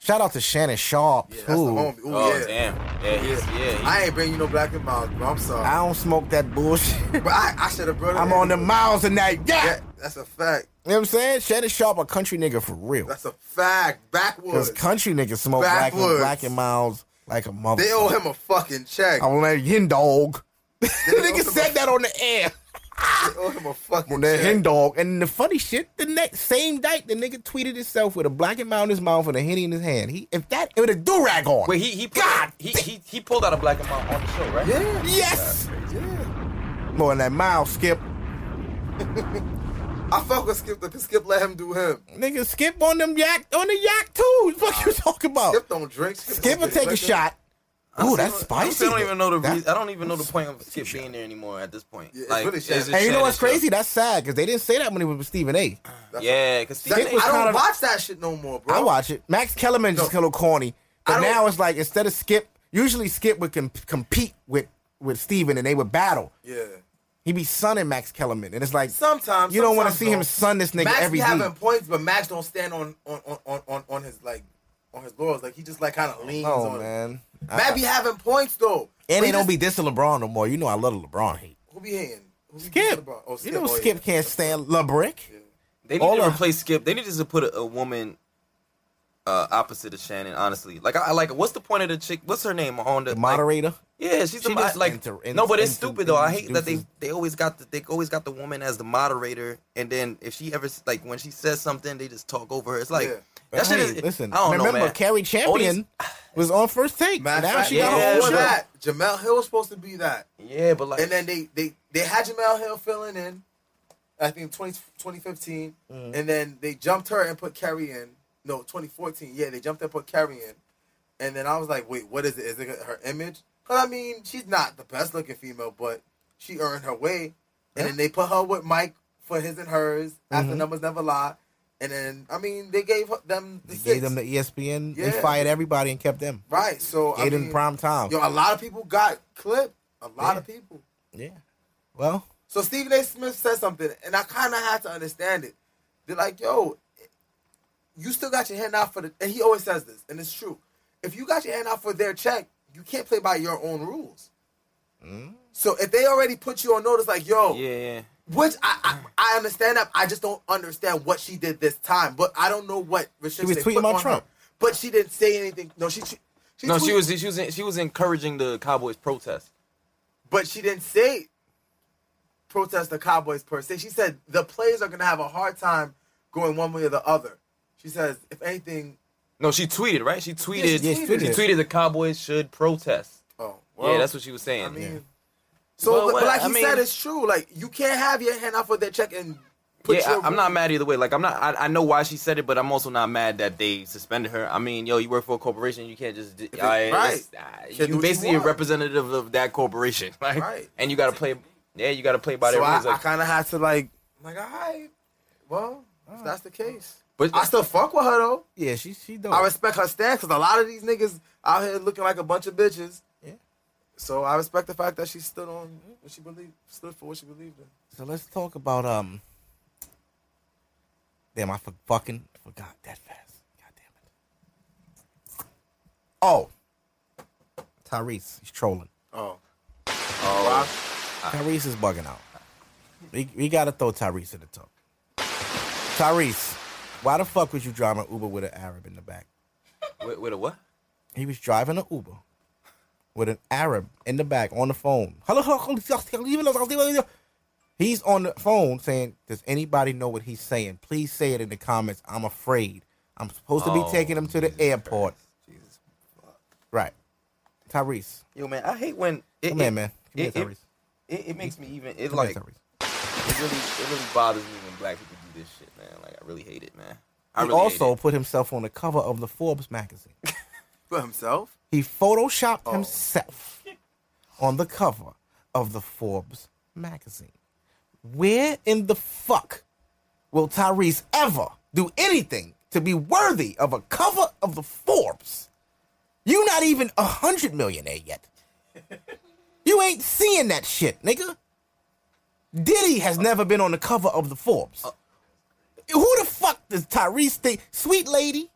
[SPEAKER 1] Shout out to Shannon Sharp
[SPEAKER 3] Yeah, that's the
[SPEAKER 1] too.
[SPEAKER 3] homie. Ooh,
[SPEAKER 2] Oh
[SPEAKER 3] yeah.
[SPEAKER 2] damn! Yeah, he's, yeah. He's,
[SPEAKER 3] I ain't bring you no black and miles, bro. I'm sorry.
[SPEAKER 1] I don't smoke that bullshit.
[SPEAKER 3] but I, I should have brought it
[SPEAKER 1] I'm
[SPEAKER 3] in.
[SPEAKER 1] on the miles and that. Yeah.
[SPEAKER 3] Yeah, that's a fact.
[SPEAKER 1] You know what I'm saying? Shannon Sharp a country nigga for real.
[SPEAKER 3] That's a fact.
[SPEAKER 1] Because
[SPEAKER 3] Backwoods.
[SPEAKER 1] country niggas smoke black and,
[SPEAKER 3] Backwards.
[SPEAKER 1] black and miles like a mother.
[SPEAKER 3] They owe him a fucking check.
[SPEAKER 1] I'm like hen dog. the
[SPEAKER 3] owe him
[SPEAKER 1] nigga
[SPEAKER 3] a-
[SPEAKER 1] said that on the air.
[SPEAKER 3] They owe him a fucking
[SPEAKER 1] on that
[SPEAKER 3] check.
[SPEAKER 1] hen dog. And the funny shit, the next same night, the nigga tweeted himself with a black and mild in his mouth and a henny in his hand. He if that with a do rag on.
[SPEAKER 2] Wait, he he pulled,
[SPEAKER 1] God
[SPEAKER 2] he, he he pulled out a black and mild on the show, right?
[SPEAKER 3] Yeah.
[SPEAKER 1] yes,
[SPEAKER 3] Yeah.
[SPEAKER 1] more than that mile skip.
[SPEAKER 3] I fuck with Skip because Skip let him do him.
[SPEAKER 1] Nigga, skip on them yak on the yak too. What the fuck you talking about?
[SPEAKER 3] Skip don't drink. Skip,
[SPEAKER 1] Oh. Skip
[SPEAKER 3] don't
[SPEAKER 1] will
[SPEAKER 3] drink
[SPEAKER 1] take a
[SPEAKER 3] liquor.
[SPEAKER 1] shot. Ooh,
[SPEAKER 2] I
[SPEAKER 1] that's
[SPEAKER 2] still-
[SPEAKER 1] spicy.
[SPEAKER 2] I still don't even know the.
[SPEAKER 1] That-
[SPEAKER 2] reason. I don't even know the point of Skip being there anymore at this point.
[SPEAKER 3] Yeah, it's
[SPEAKER 2] like,
[SPEAKER 3] really
[SPEAKER 2] it's
[SPEAKER 3] sad.
[SPEAKER 2] just
[SPEAKER 1] And you know
[SPEAKER 2] sad
[SPEAKER 1] what's
[SPEAKER 2] shit.
[SPEAKER 1] crazy? That's sad because they didn't say that when it was with Stephen A.
[SPEAKER 2] Yeah, because
[SPEAKER 3] That-
[SPEAKER 1] Skip was
[SPEAKER 3] I
[SPEAKER 1] kinda-
[SPEAKER 3] don't watch that shit no more, bro.
[SPEAKER 1] I watch it. Max Kellerman just a
[SPEAKER 3] No.
[SPEAKER 1] little corny, but
[SPEAKER 3] I don't-
[SPEAKER 1] now it's like instead of Skip, usually Skip would com- compete with with Steven and they would battle.
[SPEAKER 3] Yeah.
[SPEAKER 1] He be sunning Max Kellerman, and it's like
[SPEAKER 3] Sometimes
[SPEAKER 1] you don't want to
[SPEAKER 3] sometimes
[SPEAKER 1] see
[SPEAKER 3] don't.
[SPEAKER 1] him sun this nigga
[SPEAKER 3] Max
[SPEAKER 1] every
[SPEAKER 3] be
[SPEAKER 1] week.
[SPEAKER 3] having points, but Max don't stand on on on on, on, on his like on his laurels. Like he just like kind of leans
[SPEAKER 1] Oh
[SPEAKER 3] on.
[SPEAKER 1] man,
[SPEAKER 3] Max be having points though.
[SPEAKER 1] and
[SPEAKER 3] But
[SPEAKER 1] they
[SPEAKER 3] he
[SPEAKER 1] don't
[SPEAKER 3] just-
[SPEAKER 1] be dissing LeBron no more. You know I love the LeBron hate.
[SPEAKER 3] Who be hating? Who be
[SPEAKER 1] Skip,
[SPEAKER 3] LeBron? Oh,
[SPEAKER 1] you know
[SPEAKER 3] oh,
[SPEAKER 1] Skip
[SPEAKER 3] yeah.
[SPEAKER 1] can't stand LeBrick.
[SPEAKER 2] They need
[SPEAKER 1] All
[SPEAKER 2] to
[SPEAKER 1] of-
[SPEAKER 2] replace Skip. They need to just put a, a woman uh, opposite of Shannon. Honestly, like I I like. What's the point of the chick? What's her name? On the
[SPEAKER 1] The
[SPEAKER 2] like-
[SPEAKER 1] moderator.
[SPEAKER 2] yeah, she's the
[SPEAKER 1] She
[SPEAKER 2] mo-
[SPEAKER 1] just
[SPEAKER 2] like
[SPEAKER 1] enter- in-
[SPEAKER 2] no, but it's
[SPEAKER 1] enter-
[SPEAKER 2] stupid though. I hate that they
[SPEAKER 1] introduces-
[SPEAKER 2] they always got the they always got the woman as the moderator, and then if she ever s- like when she says something, they just talk over her. It's like
[SPEAKER 3] Yeah.
[SPEAKER 2] that shit
[SPEAKER 1] Hey,
[SPEAKER 2] is.
[SPEAKER 1] listen,
[SPEAKER 2] I don't
[SPEAKER 1] remember
[SPEAKER 2] know, man.
[SPEAKER 1] Carrie Champion was on first take.
[SPEAKER 3] Matter of
[SPEAKER 1] now
[SPEAKER 3] fact,
[SPEAKER 1] she
[SPEAKER 3] they
[SPEAKER 1] got
[SPEAKER 2] yeah,
[SPEAKER 1] a
[SPEAKER 3] all
[SPEAKER 1] whole
[SPEAKER 2] but-
[SPEAKER 1] show.
[SPEAKER 3] that. Jamel Hill was supposed to be that,
[SPEAKER 2] Yeah, but like
[SPEAKER 3] and then they they they had Jamel Hill filling in, I think 20, 2015,
[SPEAKER 1] Mm-hmm.
[SPEAKER 3] and then they jumped her and put Carrie in. No, twenty fourteen. Yeah, they jumped and put Carrie in, and then I was like, wait, what is it? Is it her image? 'Cause I mean, she's not the best looking female, but she earned her way. And then they put her with Mike for his and hers after
[SPEAKER 1] Mm-hmm.
[SPEAKER 3] numbers never lie. And then I mean, they gave her- them the
[SPEAKER 1] They
[SPEAKER 3] six.
[SPEAKER 1] gave them E the ESPN. They
[SPEAKER 3] Yeah.
[SPEAKER 1] fired everybody and kept them.
[SPEAKER 3] right. So I
[SPEAKER 1] Gave them
[SPEAKER 3] mean,
[SPEAKER 1] prime time.
[SPEAKER 3] Yo, a lot of people got clipped. A lot of people.
[SPEAKER 1] Yeah. Well,
[SPEAKER 3] So Stephen A. Smith said something, and I kind of had to understand it. They're like, "Yo, you still got your hand out for the." And he always says this, and it's true. If you got your hand out for their check, you can't play by your own rules.
[SPEAKER 1] Mm.
[SPEAKER 3] So if they already put you on notice, like, "Yo,
[SPEAKER 2] yeah, yeah.
[SPEAKER 3] which I, I I understand that. I just don't understand what she did this time. But I don't know what restrictions
[SPEAKER 1] was
[SPEAKER 3] they
[SPEAKER 1] tweeting
[SPEAKER 3] put
[SPEAKER 1] about
[SPEAKER 3] on her.
[SPEAKER 1] Trump.
[SPEAKER 3] But she didn't say anything. No, she. she she
[SPEAKER 2] No, she
[SPEAKER 3] tweeted-
[SPEAKER 2] was she was she was encouraging the Cowboys protest.
[SPEAKER 3] But she didn't say protest the Cowboys per se. She said the players are going to have a hard time going one way or the other. She says, if anything,
[SPEAKER 2] No, she tweeted right. She tweeted.
[SPEAKER 1] Yeah, she tweeted.
[SPEAKER 2] she tweeted the Cowboys should protest.
[SPEAKER 3] oh, well,
[SPEAKER 2] yeah, that's what she was saying.
[SPEAKER 3] I mean. So,
[SPEAKER 2] Well,
[SPEAKER 3] but, but
[SPEAKER 2] well,
[SPEAKER 3] like
[SPEAKER 2] I
[SPEAKER 3] he
[SPEAKER 2] mean-
[SPEAKER 3] said, it's true. Like you can't have your hand out for that check and put
[SPEAKER 2] yeah,
[SPEAKER 3] your.
[SPEAKER 2] I, am not mad either way. Like I'm not. I, I know why she said it, but I'm also not mad that they suspended her. I mean, yo, you work for a corporation, you can't just. d- I,
[SPEAKER 3] right.
[SPEAKER 2] it's- I-
[SPEAKER 3] Can't do
[SPEAKER 2] you
[SPEAKER 3] what you
[SPEAKER 2] basically a
[SPEAKER 3] want.
[SPEAKER 2] representative of that corporation, like,
[SPEAKER 3] Right.
[SPEAKER 2] And you gotta play. Yeah, you gotta play by
[SPEAKER 3] So
[SPEAKER 2] their
[SPEAKER 3] I,
[SPEAKER 2] rules. Like,
[SPEAKER 3] kind of had to like I'm like, all right, well, if that's the case.
[SPEAKER 2] But
[SPEAKER 3] I still fuck with her though.
[SPEAKER 1] Yeah, she she dope.
[SPEAKER 3] I respect her stance because a lot of these niggas out here looking like a bunch of bitches.
[SPEAKER 1] Yeah.
[SPEAKER 3] So I respect the fact that she stood on what she believed, stood for what she believed in.
[SPEAKER 1] so let's talk about um. Damn, I for- fucking forgot that fast. God damn it. Oh, Tyrese, he's trolling.
[SPEAKER 3] Oh,
[SPEAKER 1] Tyrese is bugging out. We, we gotta throw Tyrese in the tub. Tyrese, why the fuck was you driving an Uber with an Arab in the back?
[SPEAKER 2] with, with a what?
[SPEAKER 1] He was driving an Uber with an Arab in the back on the phone. He's on the phone saying, Does anybody know what he's saying? Please say it in the comments. I'm afraid. I'm supposed to be
[SPEAKER 2] Oh,
[SPEAKER 1] taking him to the
[SPEAKER 2] Jesus
[SPEAKER 1] airport.
[SPEAKER 2] Christ. Jesus.
[SPEAKER 1] Right. Tyrese.
[SPEAKER 2] Yo, man, I hate when it,
[SPEAKER 1] Come here,
[SPEAKER 2] it-
[SPEAKER 1] man. Come here,
[SPEAKER 2] it- it-
[SPEAKER 1] Tyrese.
[SPEAKER 2] It, it makes me even. It
[SPEAKER 1] Come
[SPEAKER 2] like
[SPEAKER 1] here,
[SPEAKER 2] it
[SPEAKER 1] Tyrese.
[SPEAKER 2] really it really bothers me when black people do this shit, man. Like I really hate it, man. I
[SPEAKER 1] He
[SPEAKER 2] really hate
[SPEAKER 1] also
[SPEAKER 2] it.
[SPEAKER 1] put himself on the cover of the Forbes magazine.
[SPEAKER 3] for himself.
[SPEAKER 1] He photoshopped himself on the cover of the Forbes magazine. Where in the fuck will Tyrese ever do anything to be worthy of a cover of the Forbes? You not even a hundred millionaire yet. You ain't seeing that shit, nigga. Diddy has never been on the cover of the Forbes. Who the fuck does Tyrese think? Sweet lady.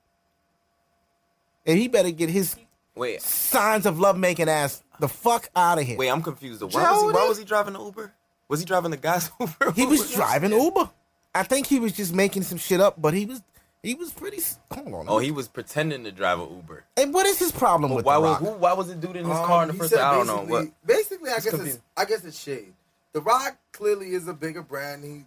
[SPEAKER 1] And he better get his
[SPEAKER 2] wait,
[SPEAKER 1] signs of lovemaking ass the fuck out of here.
[SPEAKER 2] wait, I'm confused. Why was, he, why was he driving the Uber? Was he driving the guy's Uber?
[SPEAKER 1] he was
[SPEAKER 2] Uber?
[SPEAKER 1] driving Uber. I think he was just making some shit up, but he was he was pretty. s- Hold on.
[SPEAKER 2] Oh, he was pretending to drive an Uber.
[SPEAKER 1] and what is his problem with
[SPEAKER 2] Why
[SPEAKER 1] the
[SPEAKER 2] was
[SPEAKER 1] rock?
[SPEAKER 2] who? Why was the dude in his car in the
[SPEAKER 3] Um, he
[SPEAKER 2] first?
[SPEAKER 3] said
[SPEAKER 2] Time? I don't know what.
[SPEAKER 3] basically- Basically, I guess it's
[SPEAKER 2] confusing.
[SPEAKER 3] I guess it's shade. The Rock clearly is a bigger brand. He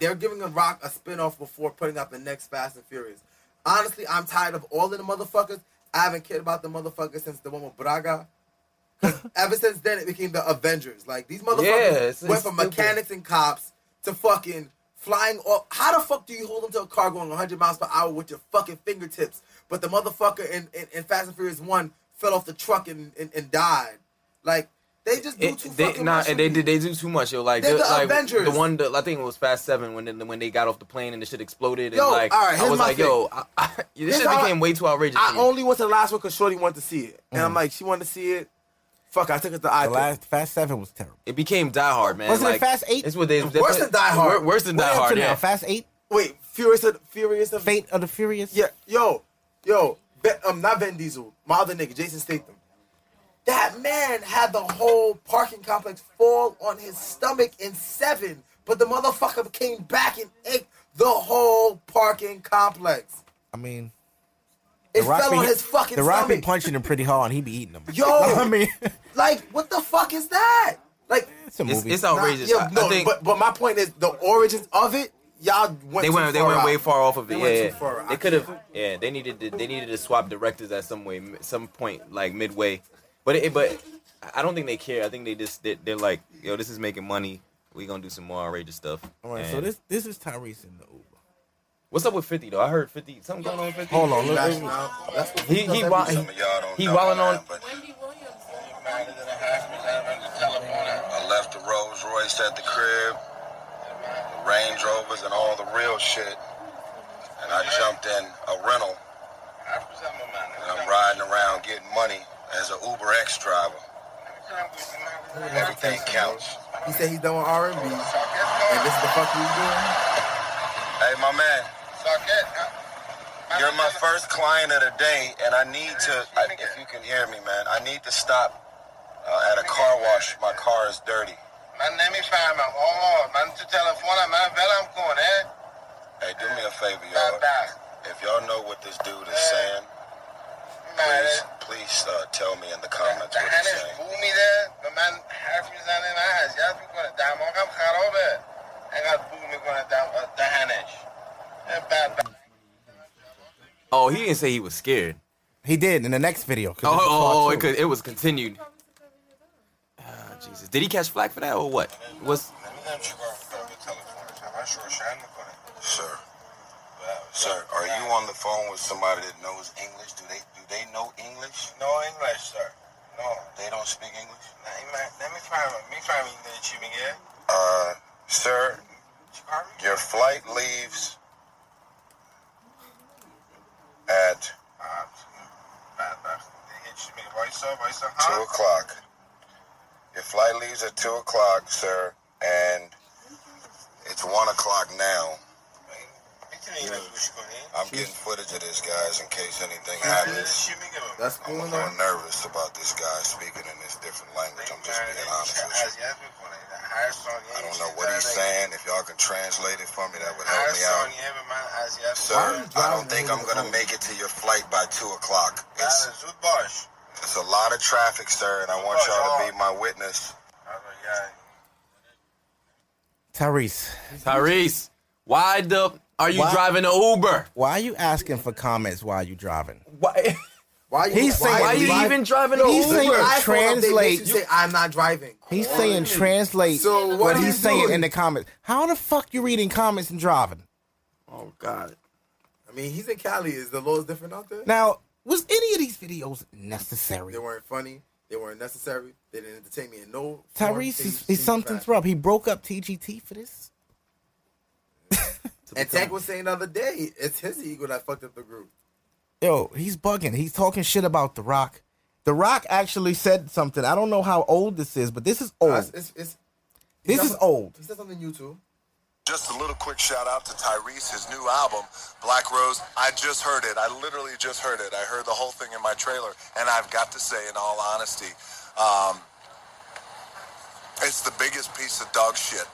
[SPEAKER 3] they're giving the Rock a spinoff before putting out the next Fast and Furious. Honestly, I'm tired of all of the motherfuckers. I haven't cared about the motherfuckers since the one with Braga. 'Cause ever since then, it became the Avengers. Like these motherfuckers
[SPEAKER 2] Yeah, it's-
[SPEAKER 3] went
[SPEAKER 2] it's
[SPEAKER 3] from
[SPEAKER 2] stupid.
[SPEAKER 3] mechanics and cops to fucking flying off. How the fuck do you hold onto a car going 100 miles per hour with your fucking fingertips? But the motherfucker in, in, in Fast and Furious One fell off the truck and, and, and died. Like they just do
[SPEAKER 2] It,
[SPEAKER 3] too
[SPEAKER 2] they,
[SPEAKER 3] fucking
[SPEAKER 2] nah,
[SPEAKER 3] much.
[SPEAKER 2] and they did. They do too much. Yo, like
[SPEAKER 3] They're
[SPEAKER 2] the,
[SPEAKER 3] the
[SPEAKER 2] like
[SPEAKER 3] Avengers.
[SPEAKER 2] the one. that I think it was Fast Seven when they, when they got off the plane and the shit exploded. And
[SPEAKER 3] Yo,
[SPEAKER 2] like
[SPEAKER 3] all right,
[SPEAKER 2] I
[SPEAKER 3] here's
[SPEAKER 2] was
[SPEAKER 3] my
[SPEAKER 2] like,
[SPEAKER 3] thing.
[SPEAKER 2] yo, I, I, this
[SPEAKER 3] Here's
[SPEAKER 2] shit
[SPEAKER 3] how I-
[SPEAKER 2] became way too outrageous.
[SPEAKER 3] I
[SPEAKER 2] to me.
[SPEAKER 3] only went to the last one because Shorty wanted to see it, and
[SPEAKER 2] Mm.
[SPEAKER 3] I'm like, she wanted to see it. Fuck, I took it to iPad.
[SPEAKER 1] the last Fast Seven was terrible.
[SPEAKER 2] It became Die Hard, man.
[SPEAKER 1] Wasn't it
[SPEAKER 2] like,
[SPEAKER 1] Fast Eight?
[SPEAKER 2] It's what they they
[SPEAKER 3] Worse
[SPEAKER 2] put-
[SPEAKER 3] than Die Hard.
[SPEAKER 2] wor- Worse than Die
[SPEAKER 1] What up
[SPEAKER 2] Hard.
[SPEAKER 1] to now?
[SPEAKER 2] Yeah.
[SPEAKER 1] Fast Eight,
[SPEAKER 3] Wait, Furious, of, Furious of
[SPEAKER 1] Fate of the Furious.
[SPEAKER 3] Yeah, yo, yo, Ve- um, not Vin Diesel, my other nigga, Jason Statham. That man had the whole parking complex fall on his stomach in seven, but the motherfucker came back and ate the whole parking complex.
[SPEAKER 1] I mean,
[SPEAKER 3] It
[SPEAKER 1] The Rock
[SPEAKER 3] fell
[SPEAKER 1] be-
[SPEAKER 3] on his fucking
[SPEAKER 1] The Rock be
[SPEAKER 3] stomach.
[SPEAKER 1] punching him pretty hard, and he be eating them.
[SPEAKER 3] Yo,
[SPEAKER 1] I mean,
[SPEAKER 3] like, what the fuck is that? Like,
[SPEAKER 1] it's a
[SPEAKER 2] It's,
[SPEAKER 1] movie.
[SPEAKER 2] it's outrageous.
[SPEAKER 3] nah,
[SPEAKER 2] I-
[SPEAKER 3] yeah, no,
[SPEAKER 2] I think
[SPEAKER 3] but but my point is the origins of it. Y'all went.
[SPEAKER 2] they
[SPEAKER 3] too
[SPEAKER 2] went they
[SPEAKER 3] far
[SPEAKER 2] went
[SPEAKER 3] out.
[SPEAKER 2] way far off of
[SPEAKER 3] They
[SPEAKER 2] it.
[SPEAKER 3] went
[SPEAKER 2] yeah,
[SPEAKER 3] too
[SPEAKER 2] yeah.
[SPEAKER 3] far out.
[SPEAKER 2] they could have. Yeah, they needed to, they needed to swap directors at some way, some point, like midway. But it, but I don't think they care. I think they just they, they're like, yo, this is making money. We gonna do some more outrageous stuff.
[SPEAKER 1] All right, so
[SPEAKER 2] And-
[SPEAKER 1] this this is Tyrese in the Uber.
[SPEAKER 2] What's up with Fifty though? I heard Fifty. Something going on with Fifty.
[SPEAKER 1] Hold on,
[SPEAKER 3] That's
[SPEAKER 1] look.
[SPEAKER 3] not- that's what
[SPEAKER 2] He he, wa- he, he wilding on.
[SPEAKER 4] I left the Rolls Royce at the crib, the Range Rovers and all the real shit, and I jumped in a rental, and I'm riding around getting money as an Uber X driver. Everything counts.
[SPEAKER 3] He said he's done with R and B, and this is the fuck he was doing.
[SPEAKER 4] Hey, my man. You're my first client of the day, and I need to, I, if you can hear me, man, I need to stop uh, at a car wash. My car is dirty.
[SPEAKER 7] Man, let me find my oh, man, tu telefonas, man, vela I'm going, eh?
[SPEAKER 4] Hey, do me a favor, y'all.
[SPEAKER 7] Stop that.
[SPEAKER 4] If y'all know what this dude is saying,
[SPEAKER 7] Man,
[SPEAKER 4] please, please uh, tell me in the comments
[SPEAKER 7] de
[SPEAKER 4] what he's
[SPEAKER 7] hennes
[SPEAKER 4] saying.
[SPEAKER 7] boomiede, به من حرف میزنه من اذیت میکنه دماغم خرابه اینقدر بو میکنه دم... دهنش یه بد بد
[SPEAKER 2] Oh, he didn't say he was scared.
[SPEAKER 1] He did in the next video. 'cause
[SPEAKER 2] Oh,
[SPEAKER 1] it's a part
[SPEAKER 2] oh, oh
[SPEAKER 1] two.
[SPEAKER 2] it, could, it was continued. Ah, Jesus, did he catch flack for that or what? Was
[SPEAKER 4] Sir, sir, are you on the phone with somebody that knows English? Do they do they know English?
[SPEAKER 7] No English, sir. No.
[SPEAKER 4] They don't speak English.
[SPEAKER 7] eh? نه، این من- نمیفهمم میفهمی چی میگه
[SPEAKER 4] Uh, sir,
[SPEAKER 7] Your flight leaves at two o'clock. Your flight leaves at two o'clock, sir, and it's one o'clock now. I'm getting footage of this, guys, in case anything happens.
[SPEAKER 3] That's
[SPEAKER 7] I'm a
[SPEAKER 3] going
[SPEAKER 7] little
[SPEAKER 3] on.
[SPEAKER 7] nervous about this guy speaking in this different language. I'm just being honest with you. I don't know what he's saying. If y'all can translate it for me, that would help me out. Sir,
[SPEAKER 1] Why are you
[SPEAKER 7] I
[SPEAKER 1] driving
[SPEAKER 7] don't think
[SPEAKER 1] over
[SPEAKER 7] I'm
[SPEAKER 1] the
[SPEAKER 7] gonna
[SPEAKER 1] phone?
[SPEAKER 7] make it to your flight by two o'clock. It's, it's a lot of traffic, sir, and I want y'all to be my witness.
[SPEAKER 1] Tyrese,
[SPEAKER 8] Tyrese, why the are you
[SPEAKER 1] Why-
[SPEAKER 8] driving an Uber?
[SPEAKER 1] why are you asking for comments while you driving?
[SPEAKER 8] Why?
[SPEAKER 3] Why you?
[SPEAKER 1] He's saying-
[SPEAKER 8] Why
[SPEAKER 3] you
[SPEAKER 8] you
[SPEAKER 1] Why-
[SPEAKER 8] even driving an
[SPEAKER 1] He's
[SPEAKER 8] Uber?
[SPEAKER 1] saying-
[SPEAKER 3] I
[SPEAKER 1] Translate.
[SPEAKER 3] Say I'm not driving.
[SPEAKER 1] He's saying translate
[SPEAKER 3] So what
[SPEAKER 1] what
[SPEAKER 3] are you
[SPEAKER 1] he's saying
[SPEAKER 3] doing?
[SPEAKER 1] in the comments. How the fuck you reading comments and driving?
[SPEAKER 8] oh God.
[SPEAKER 3] I mean, he's in Cali. Is the law is different out there?
[SPEAKER 1] Now, was any of these videos necessary?
[SPEAKER 3] They weren't funny. They weren't necessary. They didn't entertain me in no. form,
[SPEAKER 1] Tyrese is,
[SPEAKER 3] shape,
[SPEAKER 1] is
[SPEAKER 3] or
[SPEAKER 1] something's
[SPEAKER 3] fashion.
[SPEAKER 1] wrong. He broke up TGT for this.
[SPEAKER 3] And Tank was saying the other day, it's his ego that fucked up the group.
[SPEAKER 1] Yo, he's bugging. He's talking shit about The Rock. The Rock actually said something. I don't know how old this is, but this is old.
[SPEAKER 3] Uh, it's- it's- it's-
[SPEAKER 1] this is old.
[SPEAKER 3] He said something YouTube.
[SPEAKER 7] Just a little quick shout out to Tyrese, his new album, Black Rose. I just heard it. I literally just heard it. I heard the whole thing in my trailer, and I've got to say, in all honesty, um, it's the biggest piece of dog shit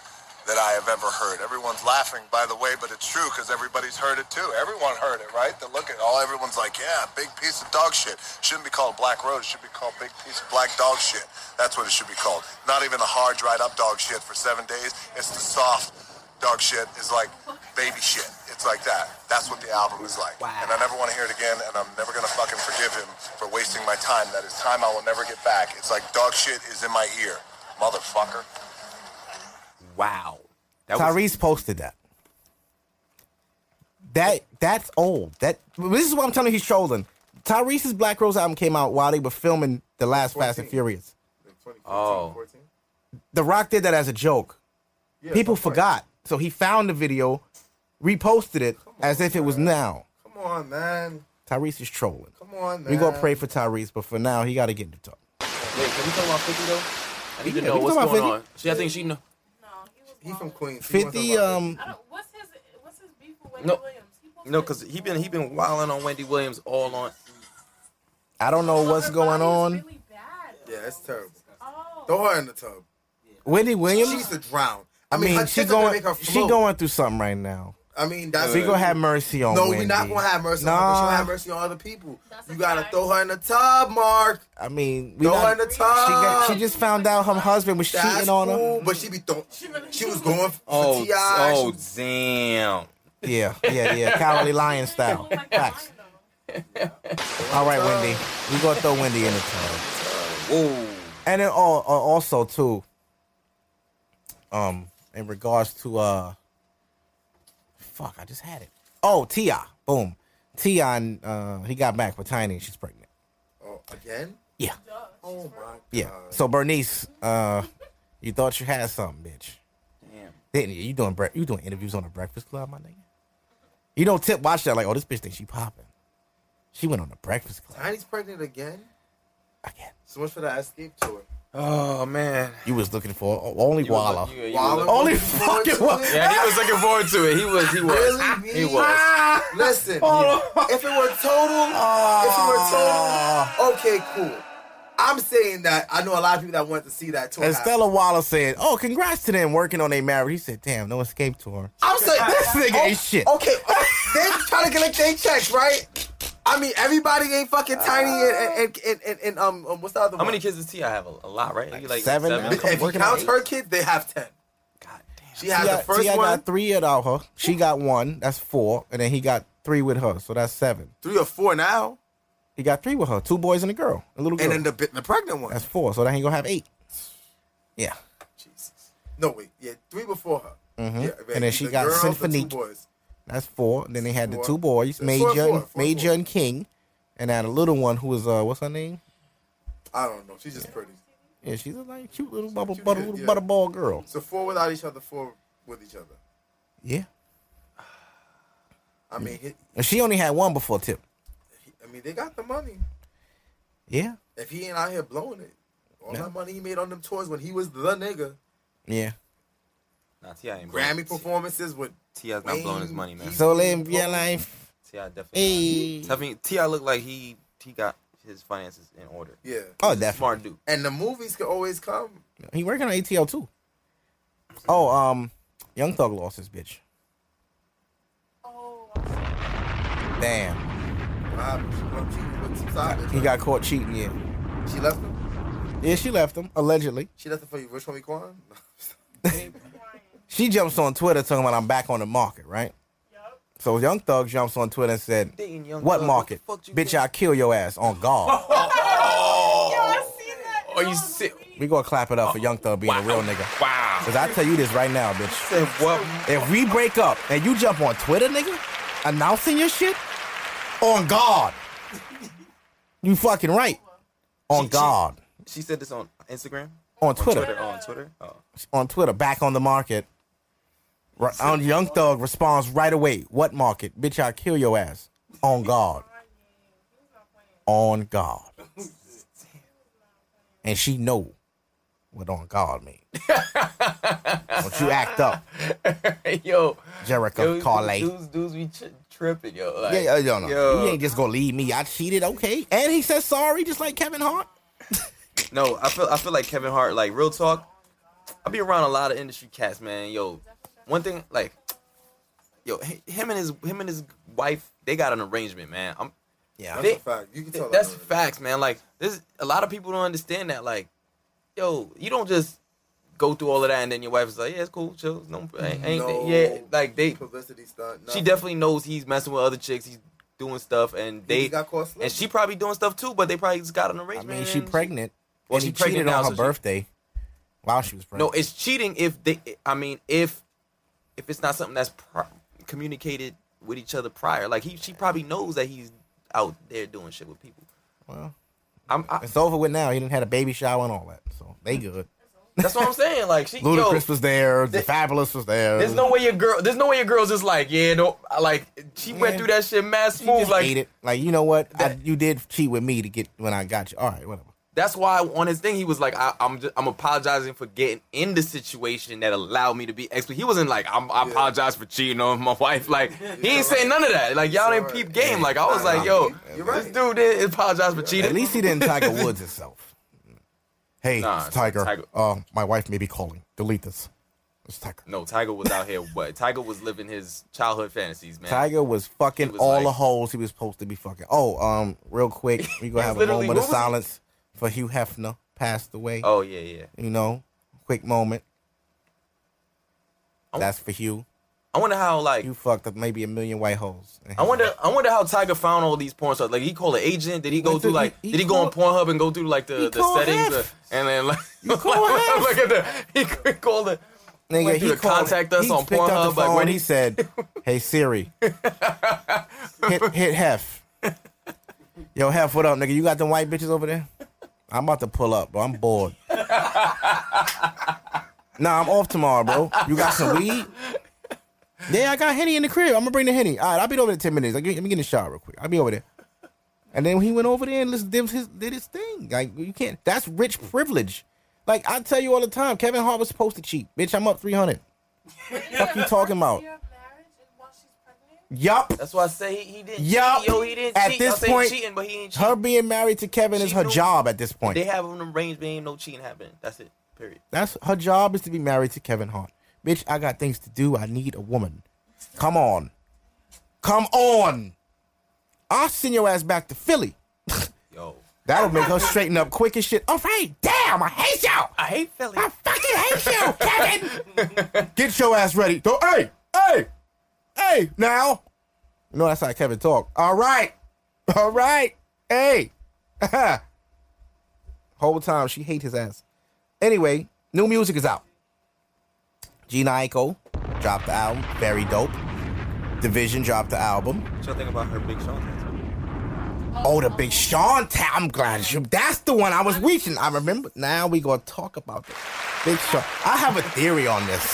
[SPEAKER 7] that I have ever heard. Everyone's laughing, by the way, but it's true because everybody's heard it too. Everyone heard it, right? The look at all everyone's like, yeah, big piece of dog shit. Shouldn't be called Black Road. It should be called Big Piece of Black Dog Shit. That's what it should be called. Not even the hard, dried up dog shit for seven days. It's the soft dog shit. It's like baby shit. It's like that. That's what the album is like. And I never want to hear it again, and I'm never going to fucking forgive him for wasting my time. That is time I will never get back. It's like dog shit is in my ear, motherfucker.
[SPEAKER 8] Wow. That was,
[SPEAKER 1] Tyrese posted that. That that's old. That this is what I'm telling you. He's trolling. Tyrese's Black Rose album came out while they were filming the last Fast and
[SPEAKER 3] 14.
[SPEAKER 1] Furious.
[SPEAKER 3] Like 2014,
[SPEAKER 8] Oh.
[SPEAKER 3] 14.
[SPEAKER 1] The Rock did that as a joke.
[SPEAKER 3] Yeah,
[SPEAKER 1] People
[SPEAKER 3] of course.
[SPEAKER 1] forgot, so he found the video, reposted it as if it was now.
[SPEAKER 3] Come on, man.
[SPEAKER 1] Tyrese is trolling.
[SPEAKER 3] Come on, man.
[SPEAKER 1] We gonna pray for Tyrese, but for now he got to get the talk.
[SPEAKER 8] wait, can we talk about 50 though? I need
[SPEAKER 1] Yeah,
[SPEAKER 8] to know
[SPEAKER 1] we
[SPEAKER 8] what's
[SPEAKER 1] talking
[SPEAKER 8] going
[SPEAKER 1] about
[SPEAKER 8] on. She, I think she know.
[SPEAKER 9] No, he was.
[SPEAKER 3] He from
[SPEAKER 9] wrong.
[SPEAKER 3] Queens. He wants to
[SPEAKER 1] Fifty.
[SPEAKER 3] talk about
[SPEAKER 1] Um,
[SPEAKER 9] I don't. What's his? What's his beef with Wendy
[SPEAKER 8] No.
[SPEAKER 9] Williams? He posted
[SPEAKER 2] No, cause he been he been wilding on Wendy Williams all on.
[SPEAKER 1] I don't know
[SPEAKER 9] Well,
[SPEAKER 1] what's
[SPEAKER 9] her
[SPEAKER 1] going
[SPEAKER 9] body's
[SPEAKER 1] on.
[SPEAKER 9] Really bad,
[SPEAKER 3] this. Yeah, it's terrible.
[SPEAKER 9] Oh.
[SPEAKER 3] Throw her in the tub.
[SPEAKER 1] Wendy
[SPEAKER 3] She
[SPEAKER 1] Williams.
[SPEAKER 3] used to drown.
[SPEAKER 1] I mean,
[SPEAKER 3] her
[SPEAKER 1] she
[SPEAKER 3] shit's not gonna
[SPEAKER 1] going.
[SPEAKER 3] make her
[SPEAKER 1] She
[SPEAKER 3] float.
[SPEAKER 1] going through something right now.
[SPEAKER 3] I mean, that's
[SPEAKER 1] We gonna have mercy on.
[SPEAKER 3] No,
[SPEAKER 1] Wendy.
[SPEAKER 3] we're not gonna have mercy on her.
[SPEAKER 1] Nah.
[SPEAKER 3] She'll have mercy on other people.
[SPEAKER 9] That's
[SPEAKER 3] you
[SPEAKER 9] a
[SPEAKER 3] gotta
[SPEAKER 9] fact.
[SPEAKER 3] throw her in the tub, Mark.
[SPEAKER 1] I mean, we
[SPEAKER 3] Throw
[SPEAKER 1] not-
[SPEAKER 3] her in the
[SPEAKER 9] She
[SPEAKER 3] tub.
[SPEAKER 1] She, got, she just found out her husband was
[SPEAKER 3] That's
[SPEAKER 1] cheating on
[SPEAKER 3] cool,
[SPEAKER 1] her. Mm-hmm.
[SPEAKER 3] but she be throwing. She,
[SPEAKER 9] She really-
[SPEAKER 3] was going for
[SPEAKER 2] Oh,
[SPEAKER 3] Ti.
[SPEAKER 2] oh,
[SPEAKER 3] She was-
[SPEAKER 2] damn.
[SPEAKER 1] Yeah, yeah, yeah. Cowardly lion style.
[SPEAKER 9] She looked like a lion,
[SPEAKER 1] Facts.
[SPEAKER 9] though.
[SPEAKER 1] All right, Wendy. We gonna throw Wendy in the tub.
[SPEAKER 2] Whoa.
[SPEAKER 1] And then all, also too, um, in regards to uh, fuck, I just had it. Oh, Ti, boom, Ti, and uh, he got back with Tiny, and she's pregnant.
[SPEAKER 3] oh, again.
[SPEAKER 1] Yeah,
[SPEAKER 3] Oh my.
[SPEAKER 1] yeah. So Bernice, uh, you thought you had something, bitch.
[SPEAKER 2] Damn.
[SPEAKER 1] Didn't you? You doing bre- you doing interviews on the Breakfast Club, my nigga? You know, Tip watched that like, oh, this bitch thinks she popping. She went on the Breakfast Club
[SPEAKER 3] Tiny's pregnant again.
[SPEAKER 1] again.
[SPEAKER 3] So much for that escape tour.
[SPEAKER 2] Oh man.
[SPEAKER 1] You was looking for o- only
[SPEAKER 2] You was
[SPEAKER 1] Walla.
[SPEAKER 2] look- you- you
[SPEAKER 3] Waller
[SPEAKER 2] was look-
[SPEAKER 1] Only
[SPEAKER 3] was going
[SPEAKER 1] fucking
[SPEAKER 3] to
[SPEAKER 1] Waller.
[SPEAKER 3] it?
[SPEAKER 8] Yeah, he was looking forward to it. He was. He was.
[SPEAKER 3] Really, me?
[SPEAKER 8] He was.
[SPEAKER 3] Listen, if it were total,
[SPEAKER 1] Ah.
[SPEAKER 3] if it were total, okay, cool. I'm saying that I know a lot of people that want to see that tour.
[SPEAKER 1] And
[SPEAKER 3] happen.
[SPEAKER 1] Stella Waller said, "Oh, congrats to them working on their marriage." He said, "Damn, no escape tour."
[SPEAKER 3] I'm saying
[SPEAKER 1] This nigga ain't shit.
[SPEAKER 3] Okay, they trying to collect their checks, right? I mean, everybody ain't fucking tiny and and and, and, and um, um, what's the
[SPEAKER 2] How
[SPEAKER 3] other one?
[SPEAKER 2] many kids does T I have? A, a lot, right? Like,
[SPEAKER 1] seven now?
[SPEAKER 2] God
[SPEAKER 3] If you
[SPEAKER 1] Working
[SPEAKER 3] count
[SPEAKER 1] on
[SPEAKER 3] her kids, they have ten.
[SPEAKER 2] damn.
[SPEAKER 3] She has
[SPEAKER 1] Ti
[SPEAKER 3] the first
[SPEAKER 1] Ti
[SPEAKER 3] one,
[SPEAKER 1] got three without her. She got one. That's four, and then he got three with her. So that's seven.
[SPEAKER 3] three or four now,
[SPEAKER 1] He got three with her. Two boys and a girl, a little girl.
[SPEAKER 3] and then the bit- the pregnant one.
[SPEAKER 1] that's four. So that ain't gonna have eight. Yeah.
[SPEAKER 3] Jesus. No wait, yeah, three before her. Yeah, right.
[SPEAKER 1] Mm-hmm. And then she
[SPEAKER 3] The
[SPEAKER 1] got
[SPEAKER 3] girls, the two
[SPEAKER 1] Symphonique.
[SPEAKER 3] boys.
[SPEAKER 1] That's four. And then they had the
[SPEAKER 3] Four.
[SPEAKER 1] two boys,
[SPEAKER 3] Four,
[SPEAKER 1] Major,
[SPEAKER 3] four,
[SPEAKER 1] and,
[SPEAKER 3] four,
[SPEAKER 1] Major
[SPEAKER 3] four.
[SPEAKER 1] and King, and had a little one who was uh, what's her name?
[SPEAKER 3] I don't know. She's just pretty.
[SPEAKER 1] Yeah, she's a like cute little bubble,
[SPEAKER 3] Cute,
[SPEAKER 1] butter,
[SPEAKER 3] yeah,
[SPEAKER 1] little
[SPEAKER 3] yeah.
[SPEAKER 1] butterball girl.
[SPEAKER 3] So four without each other, four with each other.
[SPEAKER 1] Yeah.
[SPEAKER 3] I mean, he,
[SPEAKER 1] And she only had one before Tip.
[SPEAKER 3] I mean, they got the money.
[SPEAKER 1] Yeah.
[SPEAKER 3] If he ain't out here blowing it, all
[SPEAKER 1] Yeah.
[SPEAKER 3] that money he made on them tours when he was the nigga,
[SPEAKER 1] Yeah.
[SPEAKER 2] Nah, T.I. ain't blowing-
[SPEAKER 3] Grammy performances with
[SPEAKER 2] T.I.''s not blowing his
[SPEAKER 3] Wayne,
[SPEAKER 2] money, man.
[SPEAKER 3] he-
[SPEAKER 1] So live your life.
[SPEAKER 2] T.I. definitely.
[SPEAKER 1] Hey.
[SPEAKER 2] not. I mean, T.I. looked like he he got his finances in order.
[SPEAKER 3] yeah,
[SPEAKER 1] Oh, definitely.
[SPEAKER 2] Smart dude.
[SPEAKER 3] and the movies could always come.
[SPEAKER 1] He working on ATL too. Oh, um, Young Thug lost his bitch.
[SPEAKER 9] Oh, I see.
[SPEAKER 1] Damn.
[SPEAKER 3] Wow, she was cheating with some side bitch,
[SPEAKER 1] He
[SPEAKER 3] right?
[SPEAKER 1] got caught cheating, yeah.
[SPEAKER 3] She left him.
[SPEAKER 1] Yeah, she left him, allegedly.
[SPEAKER 3] She left him for you. Which one we Quan?
[SPEAKER 1] She jumps on Twitter talking about I'm back on the market, right?
[SPEAKER 9] Yup.
[SPEAKER 1] So Young Thug jumps on Twitter and said,
[SPEAKER 2] Dating Young
[SPEAKER 1] What
[SPEAKER 2] Thug,
[SPEAKER 1] market?
[SPEAKER 2] what the fuck you
[SPEAKER 1] Bitch,
[SPEAKER 2] doing?
[SPEAKER 1] I'll kill your ass on God.
[SPEAKER 9] Yo, I seen that.
[SPEAKER 8] Are you
[SPEAKER 9] That was
[SPEAKER 8] sick?
[SPEAKER 9] weird.
[SPEAKER 1] we gonna clap it up for Young Thug being a real nigga.
[SPEAKER 8] Wow.
[SPEAKER 1] Cause I tell you this right now, bitch.
[SPEAKER 2] Said what?
[SPEAKER 1] If we break up and you jump on Twitter, nigga, announcing your shit, on God. You fucking right. On
[SPEAKER 2] She- she-
[SPEAKER 1] God.
[SPEAKER 2] She said this on Instagram.
[SPEAKER 1] on
[SPEAKER 2] On
[SPEAKER 1] Twitter.
[SPEAKER 2] Twitter. On Twitter. Oh.
[SPEAKER 1] on Twitter, back on the market. Right, on Young
[SPEAKER 2] "Oh."
[SPEAKER 1] Thug responds right away. What market? Bitch, I'll kill your ass. On God. On God. And she know what on God mean. Don't you act up,
[SPEAKER 8] yo,
[SPEAKER 1] Jericho
[SPEAKER 8] yo,
[SPEAKER 1] Carlay.
[SPEAKER 8] dudes, dudes, we tri- tripping, yo. Like,
[SPEAKER 1] Yeah, yeah, yo, no.
[SPEAKER 2] Yo.
[SPEAKER 1] You ain't just gonna leave me. I cheated, okay. And he says sorry, just like Kevin Hart.
[SPEAKER 2] No, I feel I feel like Kevin Hart. Like real talk, I be around a lot of industry cats, man. Yo, one thing like, yo, hi- him and his him and his wife, they got an arrangement, man. I'm,
[SPEAKER 1] Yeah.
[SPEAKER 3] That's
[SPEAKER 2] They-
[SPEAKER 3] a fact. You can tell. that
[SPEAKER 2] that's
[SPEAKER 3] already.
[SPEAKER 2] facts, man. Like this, a lot of people don't understand that. Like, yo, you don't just go throrough all of that and then your wife is like, yeah, it's cool, chill, no, ain't, ain't
[SPEAKER 3] No.
[SPEAKER 2] yeah, like they,
[SPEAKER 3] Publicity stunt.
[SPEAKER 2] she
[SPEAKER 3] nothing.
[SPEAKER 2] definitely knows he's messing with other chicks, he's doing stuff, and
[SPEAKER 3] He
[SPEAKER 2] they,
[SPEAKER 3] got caught slipping.
[SPEAKER 2] and she probably doing stuff too, but they probably just got an
[SPEAKER 1] I
[SPEAKER 2] arrangement.
[SPEAKER 1] mean, she
[SPEAKER 2] and
[SPEAKER 1] pregnant.
[SPEAKER 2] Well,
[SPEAKER 1] and
[SPEAKER 2] she
[SPEAKER 1] he cheated
[SPEAKER 2] pregnant
[SPEAKER 1] on
[SPEAKER 2] now,
[SPEAKER 1] her
[SPEAKER 2] so she-
[SPEAKER 1] birthday while she was
[SPEAKER 2] No,
[SPEAKER 1] pregnant.
[SPEAKER 2] it's cheating if they. I mean, if if it's not something that's pri communicated with each other prior, like he, she probably knows that he's out there doing shit with people.
[SPEAKER 1] Well,
[SPEAKER 2] I'm, I,
[SPEAKER 1] it's over with now. He didn't had a baby shower and all that, so they good.
[SPEAKER 2] that's what I'm saying. Like she, Mm. yo,
[SPEAKER 1] Ludacris was there. The
[SPEAKER 2] th-
[SPEAKER 1] Fabulous was there.
[SPEAKER 2] there's no way your girl, there's no way your girl's just like, yeah, no, I like she went
[SPEAKER 1] Yeah.
[SPEAKER 2] through that shit
[SPEAKER 1] You
[SPEAKER 2] mad smooth.
[SPEAKER 1] just
[SPEAKER 2] Like
[SPEAKER 1] hate it. Like you know what? I,
[SPEAKER 2] That-
[SPEAKER 1] you did cheat with me to get when I got you. All right, whatever.
[SPEAKER 2] that's why on his thing he was like, I, I'm just, I'm apologizing for getting in the situation that allowed me to be expert. He wasn't like, I'm, I apologize for cheating on my wife. Like he ain't saying none of that. Like y'all
[SPEAKER 3] It's
[SPEAKER 2] didn't
[SPEAKER 3] alright.
[SPEAKER 2] peep game. Like I was like, yo,
[SPEAKER 3] You're
[SPEAKER 2] this
[SPEAKER 3] right.
[SPEAKER 2] dude didn't apologize for cheating.
[SPEAKER 1] At least he didn't Tiger Woods himself. Hey,
[SPEAKER 2] Nah,
[SPEAKER 1] it's Tiger.
[SPEAKER 2] Tiger-
[SPEAKER 1] Uh, my wife may be calling. Delete this. It's Tiger.
[SPEAKER 2] No, Tiger was out here. What? Tiger was living his childhood fantasies, man.
[SPEAKER 1] Tiger was fucking
[SPEAKER 2] He was
[SPEAKER 1] all
[SPEAKER 2] like-
[SPEAKER 1] the holes he was supposed to be fucking. Oh, um, real quick, we gonna have a
[SPEAKER 2] literally-
[SPEAKER 1] moment of
[SPEAKER 2] what was it?
[SPEAKER 1] silence for Hugh Hefner, passed away.
[SPEAKER 2] Oh yeah, yeah.
[SPEAKER 1] You know, quick moment.
[SPEAKER 2] Oh.
[SPEAKER 1] That's for Hugh.
[SPEAKER 2] I wonder how like.
[SPEAKER 1] You fucked up maybe a million white holes.
[SPEAKER 2] I wonder. I wonder how Tiger found all these porn stars. Like he called an agent. Did he go
[SPEAKER 1] Like,
[SPEAKER 2] through
[SPEAKER 1] dude,
[SPEAKER 2] like?
[SPEAKER 1] he- he
[SPEAKER 2] did he go on Pornhub and go through like
[SPEAKER 1] he
[SPEAKER 2] the, the
[SPEAKER 1] called
[SPEAKER 2] settings
[SPEAKER 1] Hef.
[SPEAKER 2] uh, and then like?
[SPEAKER 1] called Hef.
[SPEAKER 2] look at that. He called it.
[SPEAKER 1] Nigga,
[SPEAKER 2] Went
[SPEAKER 1] he
[SPEAKER 2] through to
[SPEAKER 1] called-
[SPEAKER 2] contact us
[SPEAKER 1] he
[SPEAKER 2] on
[SPEAKER 1] picked up
[SPEAKER 2] Pornhub,
[SPEAKER 1] the
[SPEAKER 2] like,
[SPEAKER 1] phone,
[SPEAKER 2] when
[SPEAKER 1] he
[SPEAKER 2] he-
[SPEAKER 1] said, "Hey Siri, hit hit Hef. Yo, Hef, what up, nigga? You got them white bitches over there? I'm about to pull up, bro. I'm bored. nah, I'm off tomorrow, bro. You got some weed? Yeah, I got henny in the crib. I'm gonna bring the henny. All right, I'll be over there in ten minutes. Like, let me get in the shower real quick. I'll be over there. And then he went over there and listened, did his, did his thing. Like you can't. That's rich privilege. Like I tell you all the time, Kevin Hart was supposed to cheat. Bitch, I'm up three hundred. Fuck you talking about?
[SPEAKER 9] Year of marriage and while she's pregnant?
[SPEAKER 1] Yup.
[SPEAKER 2] That's why I say he, he didn't.
[SPEAKER 1] Yup.
[SPEAKER 2] cheat. Yo, he didn't.
[SPEAKER 1] At
[SPEAKER 2] cheat.
[SPEAKER 1] this
[SPEAKER 2] I'm saying
[SPEAKER 1] point,
[SPEAKER 2] cheating, but he ain't cheating.
[SPEAKER 1] Her being married to Kevin is
[SPEAKER 2] She
[SPEAKER 1] her
[SPEAKER 2] knew-
[SPEAKER 1] job at this point.
[SPEAKER 2] They have an arrangement. Ain't no cheating happening. That's it. Period.
[SPEAKER 1] That's her job is to be married to Kevin Hart. Bitch, I got things to do. I need a woman. Come on. Come on. I'll send your ass back to Philly.
[SPEAKER 2] Yo,
[SPEAKER 1] That'll make her straighten up quick as shit. All right, damn, I hate y'all.
[SPEAKER 2] I hate Philly.
[SPEAKER 1] I fucking hate you, Kevin. Get your ass ready. Go, hey, hey, hey, now. You know that's how Kevin talk. All right, all right, hey. Whole time she hate his ass. Anyway, new music is out. Gina Iko dropped the album, very dope. Division dropped the album.
[SPEAKER 2] What y'all think about her Big Sean? tattoo?
[SPEAKER 1] Oh, the Big Sean tap. I'm glad you. That's the one I was reaching. I remember. Now we gonna talk about this. Big Sean. I have a theory on this.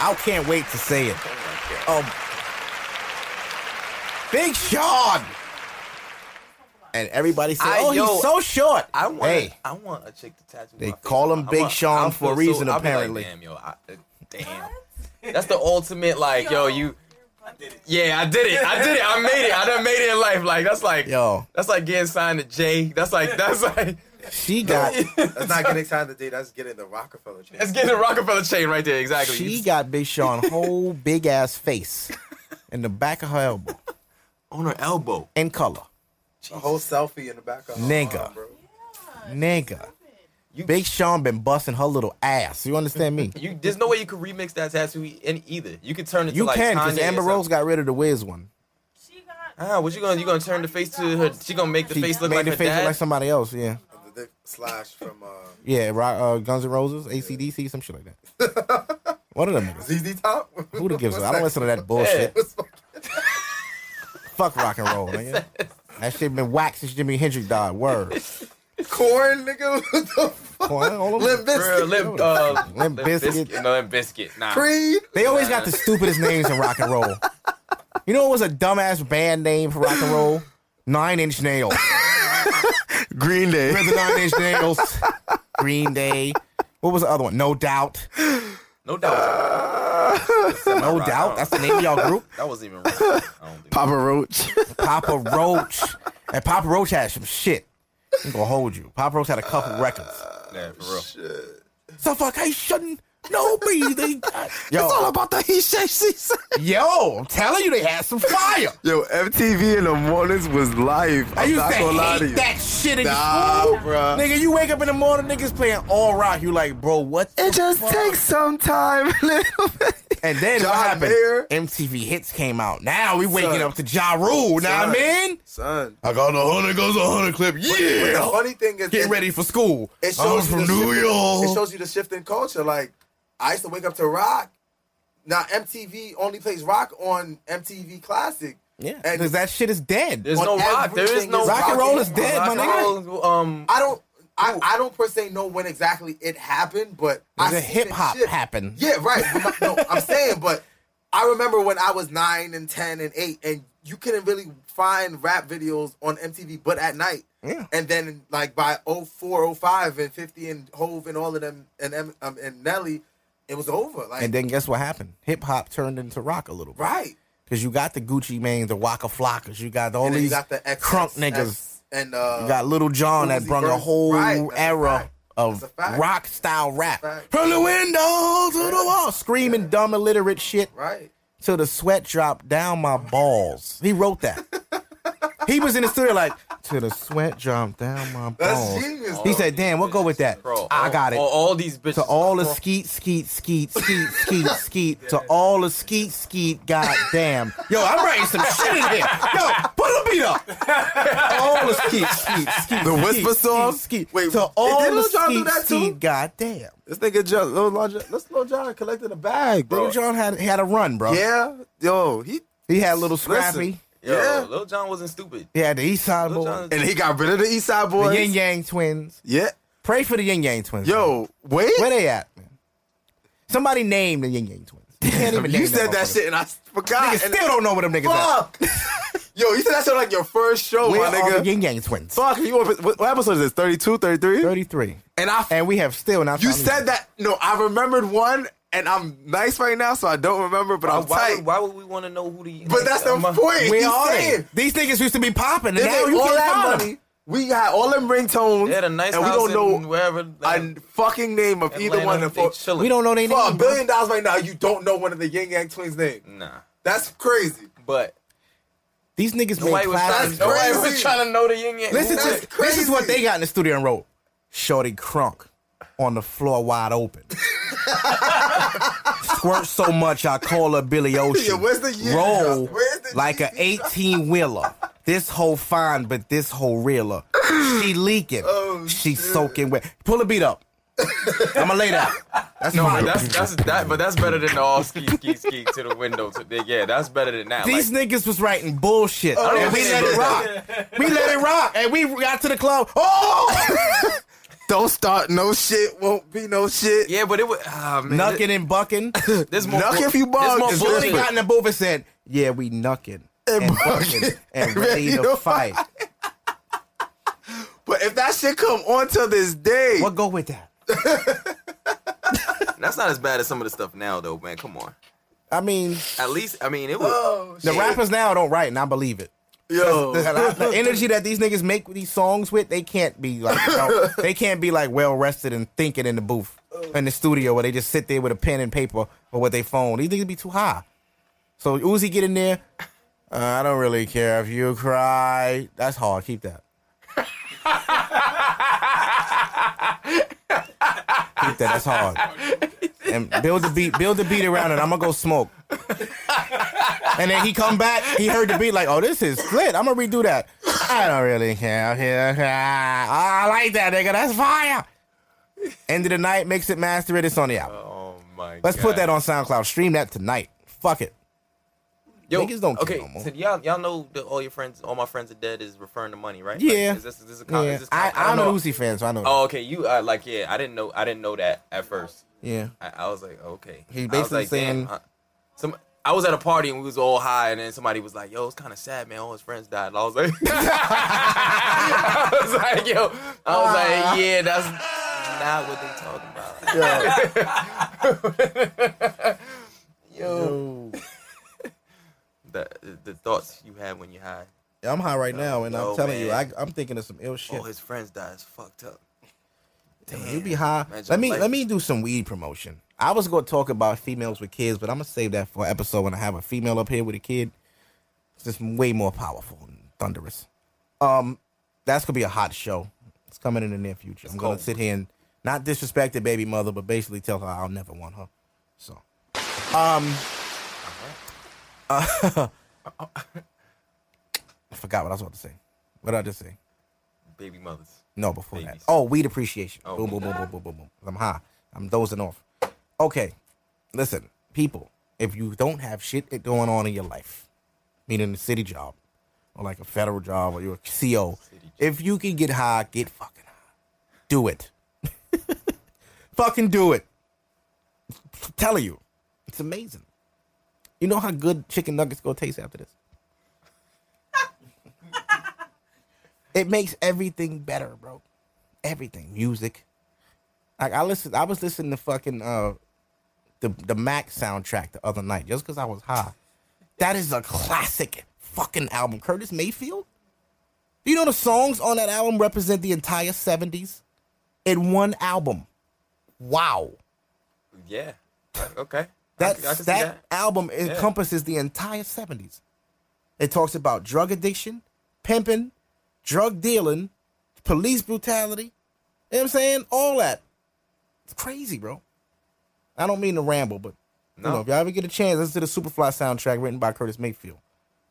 [SPEAKER 1] I can't wait to say it. Oh, Big Sean. And everybody said,
[SPEAKER 2] I-
[SPEAKER 1] "Oh,
[SPEAKER 2] yo,
[SPEAKER 1] he's so short."
[SPEAKER 2] I want.
[SPEAKER 1] Hey,
[SPEAKER 2] I want a chick to tattoo.
[SPEAKER 1] They
[SPEAKER 2] my face
[SPEAKER 1] call
[SPEAKER 2] on.
[SPEAKER 1] him
[SPEAKER 2] I
[SPEAKER 1] Big
[SPEAKER 2] want-
[SPEAKER 1] Sean
[SPEAKER 2] I'll
[SPEAKER 1] for a
[SPEAKER 2] feel
[SPEAKER 1] reason,
[SPEAKER 2] I'll be like,
[SPEAKER 1] apparently.
[SPEAKER 2] damn, yo, I, uh, damn. That's the ultimate. Like, yo, you. Yeah, I did it. I did it. I made it. I done made it in life. Like, that's like.
[SPEAKER 1] yo,
[SPEAKER 2] That's like getting signed to Jay. That's like. That's like.
[SPEAKER 1] she got
[SPEAKER 3] That's not getting time to date. That's getting the Rockefeller chain.
[SPEAKER 2] That's getting a Rockefeller chain right there. Exactly.
[SPEAKER 1] she got Big Sean whole big ass face in the back of her elbow
[SPEAKER 2] on her elbow.
[SPEAKER 1] in color,
[SPEAKER 3] A whole selfie in the back of her
[SPEAKER 1] Nigga.
[SPEAKER 3] arm, bro.
[SPEAKER 1] nigga. Big Sean been busting her little ass. You understand me?
[SPEAKER 2] You, there's no way you could remix that tattoo in either. You could turn it.
[SPEAKER 1] You
[SPEAKER 2] to like
[SPEAKER 1] can, because
[SPEAKER 2] Kanye or
[SPEAKER 1] Amber Rose
[SPEAKER 2] something.
[SPEAKER 1] got rid of the Wiz one.
[SPEAKER 9] She got.
[SPEAKER 2] Ah, what you gonna you gonna turn the face to her? She gonna make the
[SPEAKER 1] She
[SPEAKER 2] face look
[SPEAKER 1] made
[SPEAKER 2] like
[SPEAKER 1] the
[SPEAKER 2] her
[SPEAKER 1] face
[SPEAKER 2] dad?
[SPEAKER 1] look like somebody else. Yeah,
[SPEAKER 3] The dick slash from uh,
[SPEAKER 1] yeah. Rock, uh, Guns N' Roses, ACDC, some shit like that. One of them niggas.
[SPEAKER 3] ZZ Top.
[SPEAKER 1] Who the gives? a-
[SPEAKER 3] What's
[SPEAKER 1] I don't
[SPEAKER 3] that?
[SPEAKER 1] listen to that bullshit.
[SPEAKER 3] What's-
[SPEAKER 1] Fuck rock and roll, nigga. That shit been whacked since Jimi Hendrix died. Word.
[SPEAKER 3] Corn, nigga. What the fuck?
[SPEAKER 1] Corn, all over-
[SPEAKER 3] Limp Bizkit.
[SPEAKER 2] Real Limp, uh,
[SPEAKER 1] Limp
[SPEAKER 2] Limp
[SPEAKER 1] Bizkit.
[SPEAKER 2] Bizkit. No, Limp Biscuit. Nah.
[SPEAKER 3] Creed.
[SPEAKER 1] They always got the stupidest names in rock and roll. You know what was a dumbass band name for rock and roll? Nine Inch Nails.
[SPEAKER 6] Green Day.
[SPEAKER 1] Remember the Nine Inch Nails? Green Day. What was the other one? No Doubt.
[SPEAKER 2] No doubt.
[SPEAKER 1] No Doubt. That's the name of y'all group.
[SPEAKER 2] That wasn't even right. I don't think.
[SPEAKER 6] Papa Roach.
[SPEAKER 1] Papa Roach. And Papa Roach had some shit. I'm gonna hold you. Papa Roach had a couple records.
[SPEAKER 2] Yeah, for real.
[SPEAKER 1] Suffocation. No breathing. Yo,
[SPEAKER 6] about the he shakes.
[SPEAKER 1] yo, I'm telling you, they had some fire.
[SPEAKER 6] Yo, MTV in the mornings was live.
[SPEAKER 1] I
[SPEAKER 6] I'm
[SPEAKER 1] used
[SPEAKER 6] not
[SPEAKER 1] to
[SPEAKER 6] gonna lie to
[SPEAKER 1] hate
[SPEAKER 6] you.
[SPEAKER 1] that shit in
[SPEAKER 6] Nah,
[SPEAKER 1] school.
[SPEAKER 6] bruh.
[SPEAKER 1] Nigga, you wake up in the morning, niggas playing all rock. You like, bro, what? the
[SPEAKER 6] It just
[SPEAKER 1] fuck?
[SPEAKER 6] takes some time. little bit.
[SPEAKER 1] And then
[SPEAKER 6] John
[SPEAKER 1] what happened?
[SPEAKER 6] Mayer.
[SPEAKER 1] MTV hits came out. Now we waking
[SPEAKER 3] Son.
[SPEAKER 1] up to Ja Rule. Now I
[SPEAKER 3] Son.
[SPEAKER 1] mean,
[SPEAKER 3] Son.
[SPEAKER 1] I got a hundred goes a hundred clip.
[SPEAKER 3] The
[SPEAKER 1] Yeah,
[SPEAKER 3] funny thing is,
[SPEAKER 1] get
[SPEAKER 3] it-
[SPEAKER 1] ready for school.
[SPEAKER 3] It
[SPEAKER 1] I'm
[SPEAKER 3] shows you
[SPEAKER 1] from
[SPEAKER 3] the
[SPEAKER 1] New
[SPEAKER 3] shift- It
[SPEAKER 1] York.
[SPEAKER 3] shows you the shift in culture. Like I used to wake up to rock. Now MTV only plays rock on MTV Classic.
[SPEAKER 1] Yeah,
[SPEAKER 3] And-
[SPEAKER 1] because that shit is dead.
[SPEAKER 2] There's
[SPEAKER 3] On
[SPEAKER 2] no rock. There is
[SPEAKER 3] everything
[SPEAKER 2] no
[SPEAKER 3] is
[SPEAKER 1] Rock and roll is
[SPEAKER 3] Rock
[SPEAKER 1] dead,
[SPEAKER 2] Rock
[SPEAKER 1] my
[SPEAKER 2] and
[SPEAKER 1] nigga.
[SPEAKER 2] roll, Um,
[SPEAKER 3] I don't. I, I don't per se know when exactly it happened, but I
[SPEAKER 1] There's a
[SPEAKER 3] seen
[SPEAKER 1] hip
[SPEAKER 3] it
[SPEAKER 1] hop
[SPEAKER 3] shift.
[SPEAKER 1] happen.
[SPEAKER 3] Yeah, right. But my- no, I'm saying, but I remember when I was nine and ten and eight, and you couldn't really find rap videos on MTV, but at night.
[SPEAKER 1] Yeah.
[SPEAKER 3] And then like by 04, 05, and fifty and Hove and all of them and Em- um, and Nelly, it was over. Like
[SPEAKER 1] And then guess what happened? Hip hop turned into rock a little bit.
[SPEAKER 3] right.
[SPEAKER 1] Because you got the Gucci Manes, the Waka Flockas, you got all
[SPEAKER 3] And then
[SPEAKER 1] these
[SPEAKER 3] you got the X,
[SPEAKER 1] crunk
[SPEAKER 3] X,
[SPEAKER 1] niggas.
[SPEAKER 3] X, and uh,
[SPEAKER 1] You got Little John that
[SPEAKER 3] Uzi
[SPEAKER 1] brung a
[SPEAKER 3] Vert.
[SPEAKER 1] whole
[SPEAKER 3] Right, that's a
[SPEAKER 1] era
[SPEAKER 3] fact.
[SPEAKER 1] of
[SPEAKER 3] That's a fact.
[SPEAKER 1] rock style rap.
[SPEAKER 3] That's a fact.
[SPEAKER 1] From the window to the wall, screaming dumb illiterate shit
[SPEAKER 3] right.
[SPEAKER 1] till the sweat dropped down my balls. He wrote that. he was in the studio like, till the sweat dropped down my
[SPEAKER 3] That's
[SPEAKER 1] balls.
[SPEAKER 3] genius.
[SPEAKER 1] He said, damn, we'll go with that.
[SPEAKER 2] bro, oh,
[SPEAKER 1] I
[SPEAKER 2] all-
[SPEAKER 1] got it.
[SPEAKER 2] All, all these bitches.
[SPEAKER 1] to all the
[SPEAKER 2] Bro,
[SPEAKER 1] skeet, skeet, skeet, skeet, skeet, skeet, to all the skeet, skeet, goddamn. Yo, I'm writing some shit in here. Yo, put a beat up. All the skeet, skeet, skeet.
[SPEAKER 6] The whisper
[SPEAKER 1] skeet,
[SPEAKER 6] song?
[SPEAKER 1] Skeet, skeet.
[SPEAKER 3] Wait,
[SPEAKER 1] to
[SPEAKER 3] did
[SPEAKER 1] all the
[SPEAKER 3] Lil Jon do
[SPEAKER 1] skeet,
[SPEAKER 3] that too?
[SPEAKER 1] skeet, goddamn.
[SPEAKER 6] This nigga John, Lil Lon John, this Lil John collected a bag, bro.
[SPEAKER 1] Little John had had a run, bro.
[SPEAKER 6] Yeah, yo, he
[SPEAKER 1] He had little Scrappy.
[SPEAKER 2] Yo,
[SPEAKER 6] Yeah.
[SPEAKER 2] Lil John wasn't stupid.
[SPEAKER 1] He had the East Side
[SPEAKER 2] Lil
[SPEAKER 1] Boys.
[SPEAKER 2] John,
[SPEAKER 6] and he got rid of the East Side
[SPEAKER 1] The
[SPEAKER 6] Boys.
[SPEAKER 1] Yin Yang Twins.
[SPEAKER 6] yeah,
[SPEAKER 1] Pray for the Yin Yang Twins. man.
[SPEAKER 6] yo, wait.
[SPEAKER 1] Where they at, man? Somebody name the Yin Yang Twins. You can't even
[SPEAKER 6] you
[SPEAKER 1] name
[SPEAKER 6] said
[SPEAKER 1] them
[SPEAKER 6] that
[SPEAKER 1] motherfuckers.
[SPEAKER 6] shit and I forgot.
[SPEAKER 1] Niggas
[SPEAKER 6] And
[SPEAKER 1] still don't know what them niggas at.
[SPEAKER 6] fuck. yo, you said that shit like your first show,
[SPEAKER 1] Where
[SPEAKER 6] Oh, my
[SPEAKER 1] are the
[SPEAKER 6] nigga.
[SPEAKER 1] Yin Yang Twins?
[SPEAKER 6] Fuck, you. on- What, what episode is this? 32, 33?
[SPEAKER 1] 33.
[SPEAKER 6] And I,
[SPEAKER 1] And we have still not
[SPEAKER 6] you
[SPEAKER 1] found
[SPEAKER 6] said
[SPEAKER 1] it.
[SPEAKER 6] that. No, I remembered one, and I'm nice right now, so I don't remember, but
[SPEAKER 2] why,
[SPEAKER 6] I'm
[SPEAKER 2] why,
[SPEAKER 6] tight.
[SPEAKER 2] would, why would we want to know who the?
[SPEAKER 6] but that's the
[SPEAKER 2] I'm a-
[SPEAKER 6] point.
[SPEAKER 1] Where
[SPEAKER 6] He's
[SPEAKER 1] are
[SPEAKER 6] saying,
[SPEAKER 1] they? These niggas used to be popping, and
[SPEAKER 6] They
[SPEAKER 1] now
[SPEAKER 6] gave
[SPEAKER 1] you
[SPEAKER 6] all
[SPEAKER 1] can't
[SPEAKER 6] that
[SPEAKER 1] find
[SPEAKER 6] money.
[SPEAKER 1] them.
[SPEAKER 6] We got all them ringtones.
[SPEAKER 2] They had a nice
[SPEAKER 6] and we
[SPEAKER 2] house
[SPEAKER 6] don't know
[SPEAKER 2] in uh, wherever.
[SPEAKER 6] a fucking name of either one of
[SPEAKER 2] them.
[SPEAKER 6] them.
[SPEAKER 1] We don't know their
[SPEAKER 6] For a
[SPEAKER 1] name. bro.
[SPEAKER 6] billion dollars right now, you don't know one of the Yin Yang twins' name.
[SPEAKER 2] Nah,
[SPEAKER 6] That's crazy.
[SPEAKER 2] but
[SPEAKER 1] These niggas made
[SPEAKER 2] nobody was, trying,
[SPEAKER 1] classics.
[SPEAKER 3] That's
[SPEAKER 2] nobody
[SPEAKER 3] crazy.
[SPEAKER 2] was trying to know the yin yang.
[SPEAKER 1] Listen
[SPEAKER 3] That's
[SPEAKER 1] to this is what
[SPEAKER 3] crazy.
[SPEAKER 1] they got in the studio and wrote. Shorty crunk on the floor wide open. Squirt so much I call her Billy
[SPEAKER 6] Yeah,
[SPEAKER 1] Ocean.
[SPEAKER 6] where's the year?
[SPEAKER 1] Roll
[SPEAKER 6] Where's the
[SPEAKER 1] like an 18 wheeler. This whole fine, but this whole realer. She leaking.
[SPEAKER 6] Oh,
[SPEAKER 1] she soaking wet. Pull a beat up. I'ma lay that. That's
[SPEAKER 2] No,
[SPEAKER 1] my
[SPEAKER 2] that's that's that, but that's better than the all ski ski ski to the window. To the, yeah, that's better than that.
[SPEAKER 1] These
[SPEAKER 2] like,
[SPEAKER 1] niggas was writing bullshit.
[SPEAKER 6] Oh,
[SPEAKER 1] and we let it
[SPEAKER 2] understand
[SPEAKER 1] rock. we let it rock. And we got to the club. Oh!
[SPEAKER 6] Don't start no shit. Won't be no shit.
[SPEAKER 2] Yeah, but it would. Ah, man.
[SPEAKER 1] Nucking and bucking.
[SPEAKER 2] There's more.
[SPEAKER 6] Nuck if you
[SPEAKER 2] There's
[SPEAKER 6] bug,
[SPEAKER 2] more
[SPEAKER 6] it's
[SPEAKER 1] Julie
[SPEAKER 2] bullshit.
[SPEAKER 6] different.
[SPEAKER 1] got in the booth and said, "Yeah, we nucking and, bucking and ready to fight."
[SPEAKER 6] But if that shit come on to this day,
[SPEAKER 1] What go with that?
[SPEAKER 2] That's not as bad as some of the stuff now, though, man. Come on.
[SPEAKER 1] I mean,
[SPEAKER 2] At least, I mean, it was.
[SPEAKER 3] Oh,
[SPEAKER 1] the rappers now don't write, and I believe it.
[SPEAKER 3] yo.
[SPEAKER 1] The, the energy that these niggas make with these songs with, they can't be like, without- they can't be like well rested and thinking in the booth, in the studio where they just sit there with a pen and paper or with their phone. These niggas be too high. So Uzi get in there. "Uh, I don't really care if you cry. That's hard. Keep that. Keep that. That's hard. And build the beat. Build the beat around it. I'm gonna go smoke. And then he come back. He heard the beat like, "Oh, this is lit. I'm gonna redo that." I don't really care. I'm here. Ah, I like that, nigga. That's fire. End of the night makes it master it. It's on the album.
[SPEAKER 2] Oh my.
[SPEAKER 1] Let's put
[SPEAKER 2] God.
[SPEAKER 1] that on SoundCloud. Stream that tonight. Fuck it.
[SPEAKER 2] Yo,
[SPEAKER 1] Niggas don't care
[SPEAKER 2] okay,
[SPEAKER 1] no more.
[SPEAKER 2] so y'all, y'all know that all your friends, all my friends are dead is referring to money, right?
[SPEAKER 1] Yeah.
[SPEAKER 2] Like, is this, is this a con-
[SPEAKER 1] yeah.
[SPEAKER 2] is this con-
[SPEAKER 1] I, I'm
[SPEAKER 2] don't
[SPEAKER 1] an
[SPEAKER 2] know.
[SPEAKER 1] Uzi fan, so I know. that.
[SPEAKER 2] Oh, okay. You uh, like, yeah. I didn't know. I didn't know that at first.
[SPEAKER 1] Yeah.
[SPEAKER 2] I, I was like, okay.
[SPEAKER 1] He
[SPEAKER 2] I was
[SPEAKER 1] basically
[SPEAKER 2] like, damn,
[SPEAKER 1] saying-
[SPEAKER 2] I- some. I was at a party and we was all high, and then somebody was like, "Yo, it's kind of sad, man. All his friends died." And I was like, I was like, "Yo," I was
[SPEAKER 1] Ah.
[SPEAKER 2] like, "Yeah, that's not what they talking about." The the thoughts you have when you high.
[SPEAKER 1] I'm high right now, and I'm
[SPEAKER 2] No,
[SPEAKER 1] telling you, I,
[SPEAKER 2] Oh, man.
[SPEAKER 1] I'm thinking of some ill shit.
[SPEAKER 2] All his friends died is fucked up.
[SPEAKER 1] Damn, you be high.
[SPEAKER 2] Imagine
[SPEAKER 1] let me
[SPEAKER 2] life.
[SPEAKER 1] let me do some weed promotion. I was gonna talk about females with kids, but I'm gonna save that for an episode when I have a female up here with a kid. It's just way more powerful and thunderous. Um, that's gonna be a hot show. It's coming in the near future. I'm gonna
[SPEAKER 2] cold.
[SPEAKER 1] sit here and not disrespect the baby mother, but basically tell her I'll never want her. So, um, uh, I forgot what I was about to say. What did I just say?
[SPEAKER 2] Baby mothers.
[SPEAKER 1] No, before that.
[SPEAKER 2] Babies.
[SPEAKER 1] Oh, weed appreciation.
[SPEAKER 2] Oh.
[SPEAKER 1] Boom, boom, boom, boom, boom, boom, boom. I'm high. I'm dozing off. Okay, listen, people. If you don't have shit going on in your life, meaning a city job, or like a federal job, or you're a CO, if you can get high, get fucking high. Do it. fucking do it. I'm telling you, it's amazing. You know how good chicken nuggets gonna taste after this. it makes everything better, bro. Everything, music. Like I listen, I was listening to fucking uh, the the Mac soundtrack the other night just because I was high. That is a classic fucking album. Curtis Mayfield. Do you know the songs on that album represent the entire seventies in one album? Wow.
[SPEAKER 2] Yeah. Okay.
[SPEAKER 1] That,
[SPEAKER 2] I, I can see
[SPEAKER 1] that, album encompasses the entire 70s. It talks about drug addiction, pimping, drug dealing, police brutality. You know what I'm saying? All that. It's crazy, bro. I don't mean to ramble, but you
[SPEAKER 2] No.
[SPEAKER 1] know, if y'all ever get a chance, listen to the Superfly soundtrack written by Curtis Mayfield.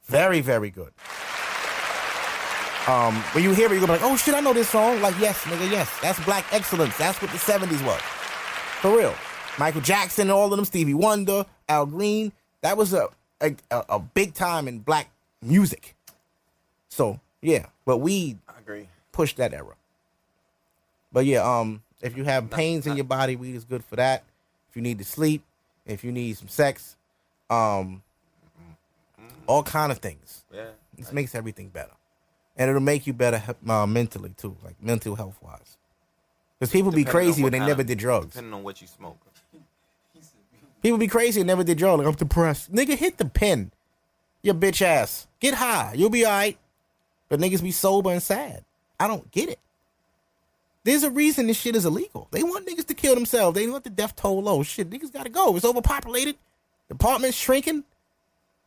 [SPEAKER 1] Very, very good. Um, when you hear it, you're gonna be like, oh shit, I know this song. Like, yes, nigga, yes. That's black excellence. That's what the 70s was. For real. Michael Jackson and all of them, Stevie Wonder, Al Green. That was a a, a, a big time in black music. So yeah, but we
[SPEAKER 2] I agree.
[SPEAKER 1] pushed that era. But yeah, um, if you have pains in your body, weed is good for that. If you need to sleep, if you need some sex, um, all kind of things.
[SPEAKER 2] Yeah.
[SPEAKER 1] This makes everything better, and it'll make you better he- uh, mentally too, like mental health wise. Because people be
[SPEAKER 2] Depending on
[SPEAKER 1] crazy when
[SPEAKER 2] what
[SPEAKER 1] they
[SPEAKER 2] kind
[SPEAKER 1] never
[SPEAKER 2] of-
[SPEAKER 1] did drugs.
[SPEAKER 2] Depending on what you smoke.
[SPEAKER 1] People be crazy and never did draw. Like, I'm depressed. Nigga, hit the pen. Your bitch ass. Get high. You'll be all right. But niggas be sober and sad. I don't get it. There's a reason this shit is illegal. They want niggas to kill themselves. They want the death toll low. Shit, niggas gotta go. It's overpopulated. Departments shrinking.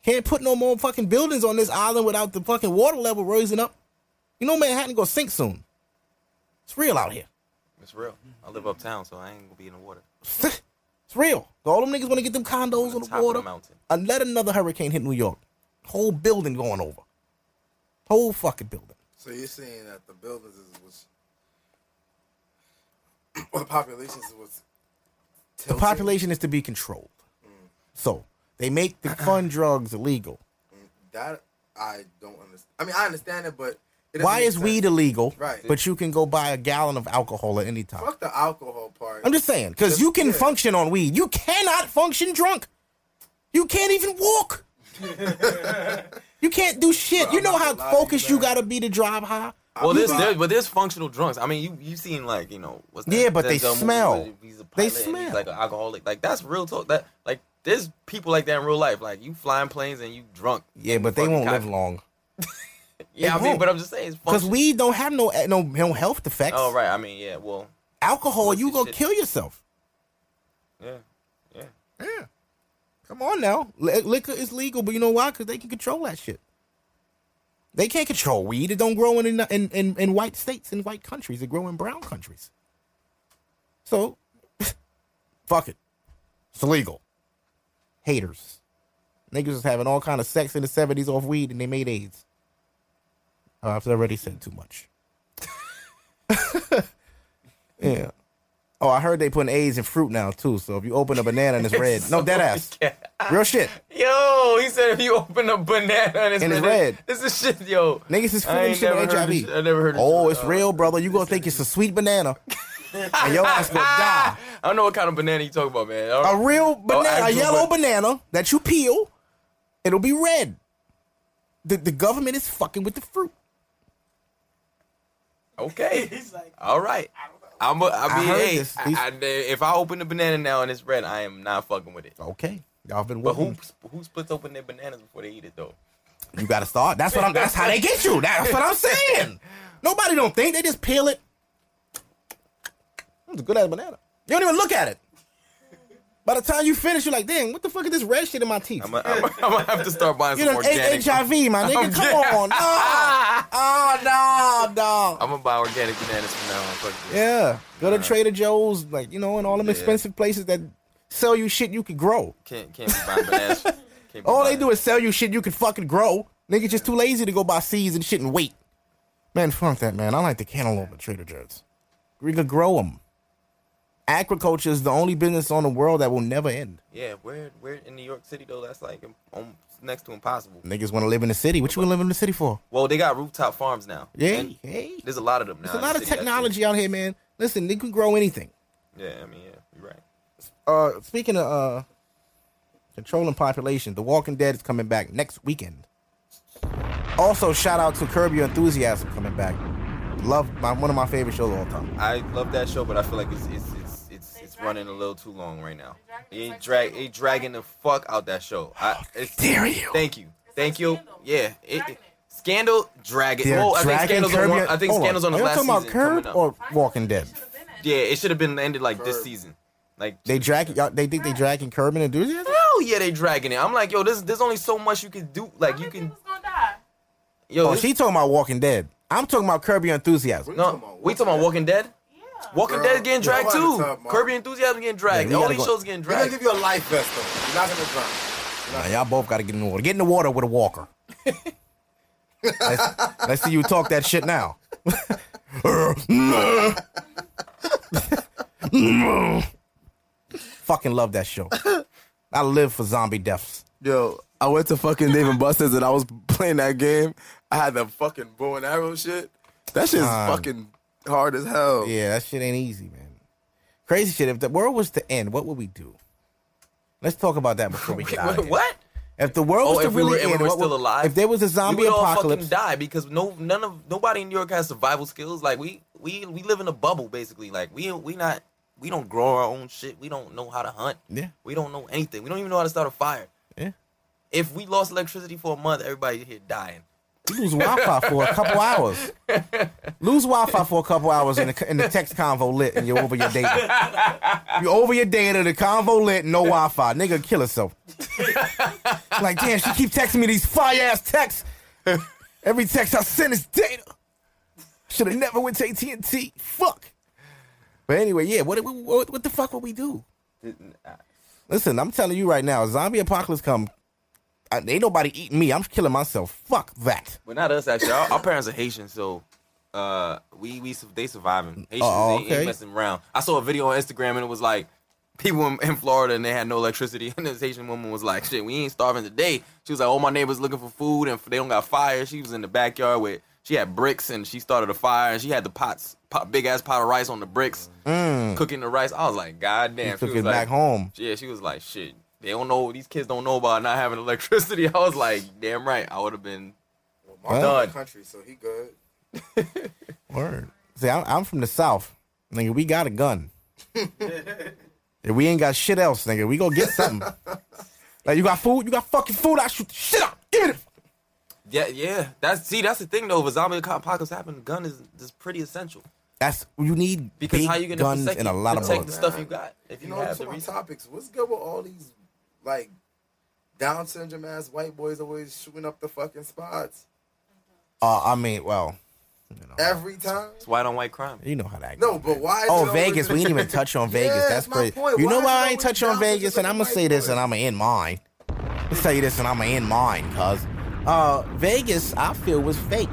[SPEAKER 1] Can't put no more fucking buildings on this island without the fucking water level rising up. You know Manhattan gonna sink soon. It's real out here.
[SPEAKER 2] It's real. I live uptown, so I ain't gonna be in the water.
[SPEAKER 1] it's real. All them niggas wanna get them condos on
[SPEAKER 2] On
[SPEAKER 1] the
[SPEAKER 2] the top of
[SPEAKER 1] water.
[SPEAKER 2] the mountain.
[SPEAKER 1] And let another hurricane hit New York. Whole building going over. Whole fucking building.
[SPEAKER 3] So you're saying that the buildings is what's or the populations is what's
[SPEAKER 1] The population is to be controlled.
[SPEAKER 3] Mm.
[SPEAKER 1] So they make the fun drugs illegal.
[SPEAKER 3] that I don't understand. I mean, I understand it, but It doesn't
[SPEAKER 1] Why
[SPEAKER 3] make
[SPEAKER 1] is
[SPEAKER 3] sense.
[SPEAKER 1] weed illegal?
[SPEAKER 3] Right.
[SPEAKER 1] But you can go buy a gallon of alcohol at any time.
[SPEAKER 3] Fuck the alcohol part.
[SPEAKER 1] I'm just saying, because you can
[SPEAKER 3] Yeah.
[SPEAKER 1] function on weed. You cannot function drunk. You can't even walk. you can't do shit.
[SPEAKER 3] Bro,
[SPEAKER 1] you
[SPEAKER 3] I'm
[SPEAKER 1] know
[SPEAKER 3] not
[SPEAKER 1] how
[SPEAKER 3] gonna lie to you,
[SPEAKER 1] focused you
[SPEAKER 3] man.
[SPEAKER 1] gotta be to drive high.
[SPEAKER 2] Well,
[SPEAKER 3] You
[SPEAKER 2] there's,
[SPEAKER 3] got-
[SPEAKER 2] there, but there's functional drunks. I mean, you you seen like you know what's that?
[SPEAKER 1] Yeah, but
[SPEAKER 2] that
[SPEAKER 1] they
[SPEAKER 2] dumb movie
[SPEAKER 1] smell.
[SPEAKER 2] where He's a pilot
[SPEAKER 1] They
[SPEAKER 2] and
[SPEAKER 1] smell.
[SPEAKER 2] He's like an alcoholic. Like that's real talk. That like there's people like that in real life. Like you flying planes and you drunk.
[SPEAKER 1] Yeah, but they
[SPEAKER 2] Fucking
[SPEAKER 1] won't
[SPEAKER 2] cock.
[SPEAKER 1] live long
[SPEAKER 2] Yeah, I
[SPEAKER 1] won't.
[SPEAKER 2] mean, but I'm just saying it's
[SPEAKER 1] because
[SPEAKER 2] functional.
[SPEAKER 1] weed don't have no no, no health effects.
[SPEAKER 2] Oh right. I mean, yeah. Well,
[SPEAKER 1] Alcohol, you
[SPEAKER 2] Shit.
[SPEAKER 1] gonna kill yourself.
[SPEAKER 2] yeah.
[SPEAKER 1] Come on now, Li- liquor is legal, but you know why? Because they can control that shit. They can't control weed. It don't grow in in in, in white states in white countries. It grow in brown countries. So, fuck it. It's illegal. Haters, niggas was having all kind of sex in the seventies off weed, and they made AIDS. Uh, I've already said too much. yeah. Oh, I heard they putting AIDS in fruit now too. So if you open a banana and it's red, no dead ass. Real shit.
[SPEAKER 8] Yo, he said if you open a banana and it's,
[SPEAKER 1] And it's red.
[SPEAKER 8] This is shit, yo.
[SPEAKER 1] Niggas is
[SPEAKER 8] I
[SPEAKER 1] feeling
[SPEAKER 8] ain't
[SPEAKER 1] shit
[SPEAKER 8] never
[SPEAKER 1] with
[SPEAKER 8] heard this
[SPEAKER 1] HIV.
[SPEAKER 8] shit. I never heard this
[SPEAKER 1] Oh,
[SPEAKER 8] shit.
[SPEAKER 1] it's real, brother. You gonna think it's a sweet banana, and your ass gonna
[SPEAKER 8] I
[SPEAKER 1] die.
[SPEAKER 8] don't know what kind of banana you talking about, man.
[SPEAKER 1] A real
[SPEAKER 8] Oh,
[SPEAKER 1] banana, a
[SPEAKER 8] actual
[SPEAKER 1] yellow
[SPEAKER 8] ba-
[SPEAKER 1] banana that you peel, it'll be red. The the government is fucking with the fruit.
[SPEAKER 2] Okay.
[SPEAKER 9] He's like,
[SPEAKER 2] All right. I'm. A, I
[SPEAKER 1] I
[SPEAKER 2] mean,
[SPEAKER 1] heard
[SPEAKER 2] hey,
[SPEAKER 1] this. These-
[SPEAKER 2] I- I- if I open a banana now and it's red, I am not fucking with it.
[SPEAKER 1] Okay, y'all been
[SPEAKER 2] But who
[SPEAKER 1] waiting.
[SPEAKER 2] who splits open their bananas before they eat it though?
[SPEAKER 1] You gotta start. That's what I'm. That's how they get you. That's what I'm saying. Nobody don't think they just peel it. It's a good ass banana. You don't even look at it. By the time you finish, you're like, dang, what the fuck is this red shit in my teeth?
[SPEAKER 2] I'm gonna I'm I'm have to start buying
[SPEAKER 1] You
[SPEAKER 2] some
[SPEAKER 1] done ate
[SPEAKER 2] organic.
[SPEAKER 1] HIV, my nigga. Come on. Ah. No. Oh, no, no.
[SPEAKER 2] I'm gonna buy organic bananas from now on. Fuck this.
[SPEAKER 1] Yeah. Go to Trader Joe's, like, you know, and all them
[SPEAKER 2] Yeah.
[SPEAKER 1] expensive places that sell you shit you can grow.
[SPEAKER 2] Can't can't be buying bananas. Can't be
[SPEAKER 1] All they
[SPEAKER 2] buying-
[SPEAKER 1] do is sell you shit you can fucking grow. Nigga just too lazy to go buy seeds and shit and wait. Man, fuck that, man. I like the cantaloupe at Trader Joe's. We could grow them. Agriculture is the only business on the world that will never end.
[SPEAKER 2] Yeah, where where in New York City though? That's like on next to impossible.
[SPEAKER 1] Niggas want to live in the city. What you want to live in the city for?
[SPEAKER 2] Well, they got rooftop farms now.
[SPEAKER 1] Yeah,
[SPEAKER 2] And
[SPEAKER 1] hey.
[SPEAKER 2] There's a lot of them now.
[SPEAKER 1] There's a
[SPEAKER 2] in the
[SPEAKER 1] lot of
[SPEAKER 2] city, actually.
[SPEAKER 1] technology out here, man. Listen, they can grow anything.
[SPEAKER 2] Yeah, I mean, yeah, you're right.
[SPEAKER 1] uh speaking of uh controlling population, The Walking Dead is coming back next weekend. Also, shout out to Curb Your Enthusiasm coming back. Love my one of my favorite shows of all time.
[SPEAKER 2] I love that show, but I feel like it's it's it's it's, it's running a little too long right now. It drag it dragging the fuck out that show. I it's,
[SPEAKER 1] dare you.
[SPEAKER 2] Thank you, thank you.
[SPEAKER 9] Scandal.
[SPEAKER 2] Yeah, it,
[SPEAKER 9] Dragging
[SPEAKER 2] it-
[SPEAKER 9] it.
[SPEAKER 2] Scandal dragging.
[SPEAKER 1] They're
[SPEAKER 2] Oh, I think
[SPEAKER 1] dragging
[SPEAKER 2] Scandal's on.
[SPEAKER 1] Curb
[SPEAKER 2] One,
[SPEAKER 1] Your-
[SPEAKER 2] I think
[SPEAKER 1] Hold on.
[SPEAKER 2] Scandal's on the
[SPEAKER 1] Are y'all
[SPEAKER 2] last
[SPEAKER 1] talking
[SPEAKER 2] season
[SPEAKER 1] about
[SPEAKER 2] coming
[SPEAKER 1] Curb
[SPEAKER 2] up.
[SPEAKER 1] or Walking Dead?
[SPEAKER 2] Yeah, it should have been ended like this
[SPEAKER 3] Curb.
[SPEAKER 2] season. Like
[SPEAKER 1] They drag y'all, they think they dragging Curb and Enthusiasm?
[SPEAKER 2] hell yeah, they dragging it. I'm like, yo, this there's only so much you can do. Like you can,
[SPEAKER 9] People's gonna die.
[SPEAKER 2] yo,
[SPEAKER 1] Oh,
[SPEAKER 2] this-
[SPEAKER 1] she talking about Walking Dead. I'm talking about Curb Your Enthusiasm.
[SPEAKER 2] no, we talking about Walking Dead.
[SPEAKER 9] Yeah.
[SPEAKER 2] Walking
[SPEAKER 3] Girl,
[SPEAKER 2] Dead getting
[SPEAKER 3] yeah,
[SPEAKER 2] dragged
[SPEAKER 3] I'm out
[SPEAKER 2] too.
[SPEAKER 3] of time, Mark.
[SPEAKER 2] Kirby Enthusiasm getting dragged.
[SPEAKER 1] Yeah, we
[SPEAKER 2] All
[SPEAKER 1] gotta
[SPEAKER 2] these
[SPEAKER 1] go-
[SPEAKER 2] shows getting
[SPEAKER 3] We're gonna
[SPEAKER 2] dragged.
[SPEAKER 3] give you a life vest though. You're not gonna drown.
[SPEAKER 1] Nah, y'all both gotta get in the water. Get in the water with a walker. let's, let's see you talk that shit now. Fucking love that show. I live for zombie deaths.
[SPEAKER 6] Yo, I went to fucking Dave and Buster's and I was playing that game. I had the fucking bow and arrow shit. That shit's
[SPEAKER 1] Son.
[SPEAKER 6] fucking hard as hell.
[SPEAKER 1] Yeah, that shit ain't easy, man. Crazy shit. If the world was to end, what would we do? Let's talk about that before we get out of
[SPEAKER 2] What?
[SPEAKER 1] here.
[SPEAKER 2] what?
[SPEAKER 1] If the world was
[SPEAKER 2] Oh,
[SPEAKER 1] to
[SPEAKER 2] if we
[SPEAKER 1] really
[SPEAKER 2] were, if
[SPEAKER 1] end,
[SPEAKER 2] we were
[SPEAKER 1] what would-
[SPEAKER 2] still alive,
[SPEAKER 1] if there was a zombie
[SPEAKER 2] we would all
[SPEAKER 1] apocalypse,
[SPEAKER 2] fucking die because no, none of nobody in New York has survival skills. Like we, we, we live in a bubble basically. Like we, we not, we don't grow our own shit. We don't know how to hunt.
[SPEAKER 1] yeah,
[SPEAKER 2] We don't know anything. We don't even know how to start a fire.
[SPEAKER 1] yeah.
[SPEAKER 2] If we lost electricity for a month, everybody here dying.
[SPEAKER 1] You lose Wi-Fi for a couple hours. Lose Wi-Fi for a couple hours, and the, and the text convo lit, and you're over your data. You're over your data. The convo lit, no Wi-Fi. Nigga, kill herself. like damn, she keep texting me these fire ass texts. Every text I send is data. Should have never went to AT and T. Fuck. But anyway, yeah. What, what what the fuck would we do? Listen, I'm telling you right now, zombie apocalypse come. I, ain't nobody eating me. I'm killing myself. Fuck that.
[SPEAKER 2] But not us actually. Our, our parents are Haitian, so uh, we we su- they surviving. Haitians
[SPEAKER 1] Oh,
[SPEAKER 2] they ain't- ain't
[SPEAKER 1] okay.
[SPEAKER 2] messing around. I saw a video on Instagram and it was like people in, in Florida and they had no electricity and this Haitian woman was like, "Shit, we ain't starving today." She was like, "All my neighbors looking for food and they don't got fire." She was in the backyard with She had bricks and she started a fire and she had the pots, pot, big ass pot of rice on the bricks, cooking the rice. I was like, God damn.
[SPEAKER 1] took
[SPEAKER 2] was
[SPEAKER 1] Mm. it
[SPEAKER 2] like,
[SPEAKER 1] back home.
[SPEAKER 2] Yeah, she was like, shit. They don't know. These kids don't know about not having electricity. I was like, damn right. I would have been.
[SPEAKER 3] Well, Mark
[SPEAKER 2] Done.
[SPEAKER 3] in the country, so he good.
[SPEAKER 1] Word. See, I'm, I'm from the South. Nigga, we got a gun. if we ain't got shit else, nigga, we gonna get something. like, you got food? You got fucking food? I shoot the shit up. Give me the
[SPEAKER 2] Yeah, yeah. That's see. That's the thing though. If a zombie apocalypse happened, gun is is pretty essential
[SPEAKER 1] That's you need
[SPEAKER 2] because
[SPEAKER 1] big
[SPEAKER 2] how you gonna
[SPEAKER 1] guns
[SPEAKER 2] protect,
[SPEAKER 1] and a lot of
[SPEAKER 2] protect the
[SPEAKER 1] bullets.
[SPEAKER 2] stuff you got if
[SPEAKER 3] You
[SPEAKER 2] you,
[SPEAKER 3] know,
[SPEAKER 2] have
[SPEAKER 3] what's
[SPEAKER 2] the
[SPEAKER 3] my
[SPEAKER 2] resources.
[SPEAKER 3] topics. What's good with all these like Down syndrome ass white boys always shooting up the fucking spots
[SPEAKER 1] Uh, I mean, well, you know,
[SPEAKER 3] every time?
[SPEAKER 2] It's white on white crime.
[SPEAKER 1] you know how that.
[SPEAKER 3] No,
[SPEAKER 1] goes,
[SPEAKER 3] but
[SPEAKER 1] man.
[SPEAKER 3] why? Is it
[SPEAKER 1] Oh,
[SPEAKER 3] always-
[SPEAKER 1] Vegas. We didn't even touch on Vegas.
[SPEAKER 3] Yeah,
[SPEAKER 1] That's
[SPEAKER 3] my
[SPEAKER 1] crazy.
[SPEAKER 3] point.
[SPEAKER 1] You know
[SPEAKER 3] Why is it
[SPEAKER 1] why I ain't
[SPEAKER 3] always
[SPEAKER 1] touch on
[SPEAKER 3] down to
[SPEAKER 1] Vegas?
[SPEAKER 3] just
[SPEAKER 1] And
[SPEAKER 3] like
[SPEAKER 1] I'm gonna
[SPEAKER 3] white
[SPEAKER 1] say this,
[SPEAKER 3] boys?
[SPEAKER 1] and I'm gonna end mine. I'm gonna say this, and I'm gonna end mine, cuz uh, Vegas, I feel was fake,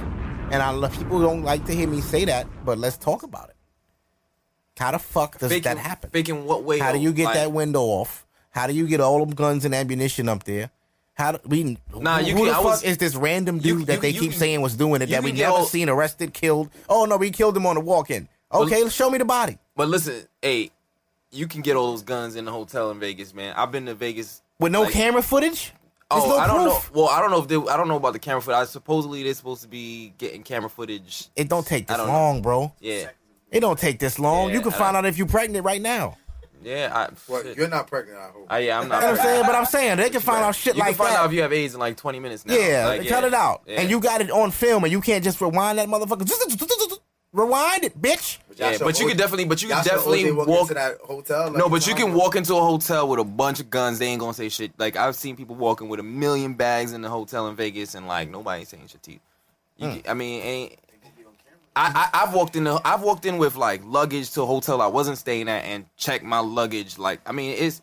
[SPEAKER 1] and I love people don't like to hear me say that, but let's talk about it. How the fuck does
[SPEAKER 2] Fake
[SPEAKER 1] that
[SPEAKER 2] in-
[SPEAKER 1] happen?
[SPEAKER 2] fake in what way?
[SPEAKER 1] How do
[SPEAKER 2] though?
[SPEAKER 1] you get
[SPEAKER 2] Like,
[SPEAKER 1] that window off? How do you get all them guns and ammunition up there? How do we?
[SPEAKER 2] Nah,
[SPEAKER 1] who,
[SPEAKER 2] you
[SPEAKER 1] who
[SPEAKER 2] can-
[SPEAKER 1] the
[SPEAKER 2] I
[SPEAKER 1] fuck
[SPEAKER 2] was-
[SPEAKER 1] is this random
[SPEAKER 2] you-
[SPEAKER 1] dude that
[SPEAKER 2] you-
[SPEAKER 1] they
[SPEAKER 2] you
[SPEAKER 1] keep
[SPEAKER 2] can-
[SPEAKER 1] saying was doing it
[SPEAKER 2] you
[SPEAKER 1] that we
[SPEAKER 2] can get
[SPEAKER 1] never
[SPEAKER 2] all-
[SPEAKER 1] seen arrested, killed? Oh no, we killed him on a walk-in. Okay,
[SPEAKER 2] Well-
[SPEAKER 1] show me the body.
[SPEAKER 2] But listen, hey, you can get all those guns in the hotel in Vegas, man. I've been to Vegas
[SPEAKER 1] With no
[SPEAKER 2] like-
[SPEAKER 1] camera footage? There's
[SPEAKER 2] Oh,
[SPEAKER 1] no
[SPEAKER 2] I don't
[SPEAKER 1] proof.
[SPEAKER 2] know. Well, I don't know if they. I don't know about the camera footage. I supposedly they're supposed to be getting camera footage.
[SPEAKER 1] It don't take
[SPEAKER 2] I
[SPEAKER 1] this
[SPEAKER 2] don't know.
[SPEAKER 1] long, bro.
[SPEAKER 2] Yeah,
[SPEAKER 1] It don't take this long.
[SPEAKER 2] Yeah,
[SPEAKER 1] you can
[SPEAKER 2] I
[SPEAKER 1] find
[SPEAKER 2] don't-
[SPEAKER 1] out if you're pregnant right now.
[SPEAKER 2] yeah. I,
[SPEAKER 3] Well,
[SPEAKER 2] shit.
[SPEAKER 3] you're not pregnant. I hope.
[SPEAKER 2] I, yeah, I'm
[SPEAKER 1] You know what
[SPEAKER 2] not.
[SPEAKER 1] I'm
[SPEAKER 2] pregnant.
[SPEAKER 1] saying? But I'm saying they can find out shit
[SPEAKER 2] you
[SPEAKER 1] like
[SPEAKER 2] can find
[SPEAKER 1] that.
[SPEAKER 2] out if you have AIDS in like 20 minutes now.
[SPEAKER 1] yeah,
[SPEAKER 2] Like,
[SPEAKER 1] cut it out.
[SPEAKER 2] yeah.
[SPEAKER 1] And you got it on film, and you can't just rewind that motherfucker. Rewind it, bitch.
[SPEAKER 3] Y'all
[SPEAKER 2] Yeah,
[SPEAKER 3] sure
[SPEAKER 2] but you
[SPEAKER 3] O-
[SPEAKER 2] could definitely, but you
[SPEAKER 3] y'all
[SPEAKER 2] could
[SPEAKER 3] sure
[SPEAKER 2] definitely
[SPEAKER 3] OJ walk,
[SPEAKER 2] walk.
[SPEAKER 3] into that hotel. like,
[SPEAKER 2] No, but you
[SPEAKER 3] Tom?
[SPEAKER 2] can walk into a hotel with a bunch of guns. They ain't gonna say shit. Like I've seen people walking with a million bags in the hotel in Vegas, and like nobody saying shit to you. You
[SPEAKER 1] Hmm.
[SPEAKER 2] can- I mean, ain't. I, I I've walked in. The, I've walked in with like luggage to a hotel I wasn't staying at, and checked my luggage. Like I mean, it's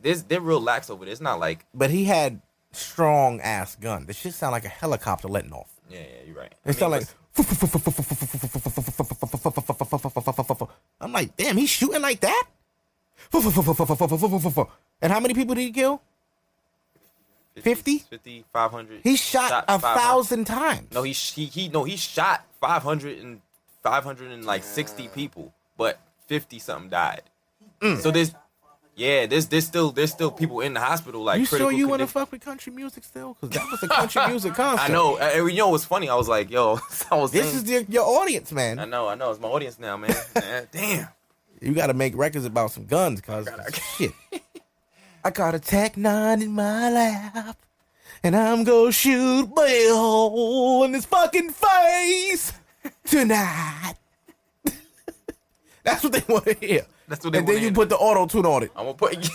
[SPEAKER 2] this. They're real lax over there. It's not like
[SPEAKER 1] But he had strong ass gun. This shit sound like a helicopter letting off.
[SPEAKER 2] yeah, yeah, you're right. I
[SPEAKER 1] It sound
[SPEAKER 2] mean,
[SPEAKER 1] like. I'm like, damn, he's shooting like that. And how many people did he kill? 50?
[SPEAKER 2] 50, 500.
[SPEAKER 1] He shot, a
[SPEAKER 2] 500.
[SPEAKER 1] thousand times.
[SPEAKER 2] No, he sh- he he no, he shot 500 and 500 and like 60 people, but 50 something died.
[SPEAKER 1] Mm.
[SPEAKER 2] So there's yeah, there's there's still there's still people in the hospital like
[SPEAKER 1] you
[SPEAKER 2] critical
[SPEAKER 1] sure you want to
[SPEAKER 2] condi-
[SPEAKER 1] fuck with country music still? Because that was a country music concert.
[SPEAKER 2] I know. uh, And and you know what's funny? I was like, yo, I was
[SPEAKER 1] This
[SPEAKER 2] saying-
[SPEAKER 1] is the, your audience,
[SPEAKER 2] I
[SPEAKER 1] man.
[SPEAKER 2] know, I know. It's my audience now, man. Man, Damn.
[SPEAKER 1] You got to make records about some guns, cause shit. I got a Tech Nine in my lap, and I'm gonna shoot Bill in his fucking face tonight. That's what they want to hear.
[SPEAKER 2] That's what they
[SPEAKER 1] And then
[SPEAKER 2] wanna
[SPEAKER 1] you
[SPEAKER 2] hear.
[SPEAKER 1] put the auto tune on it.
[SPEAKER 2] I'm gonna put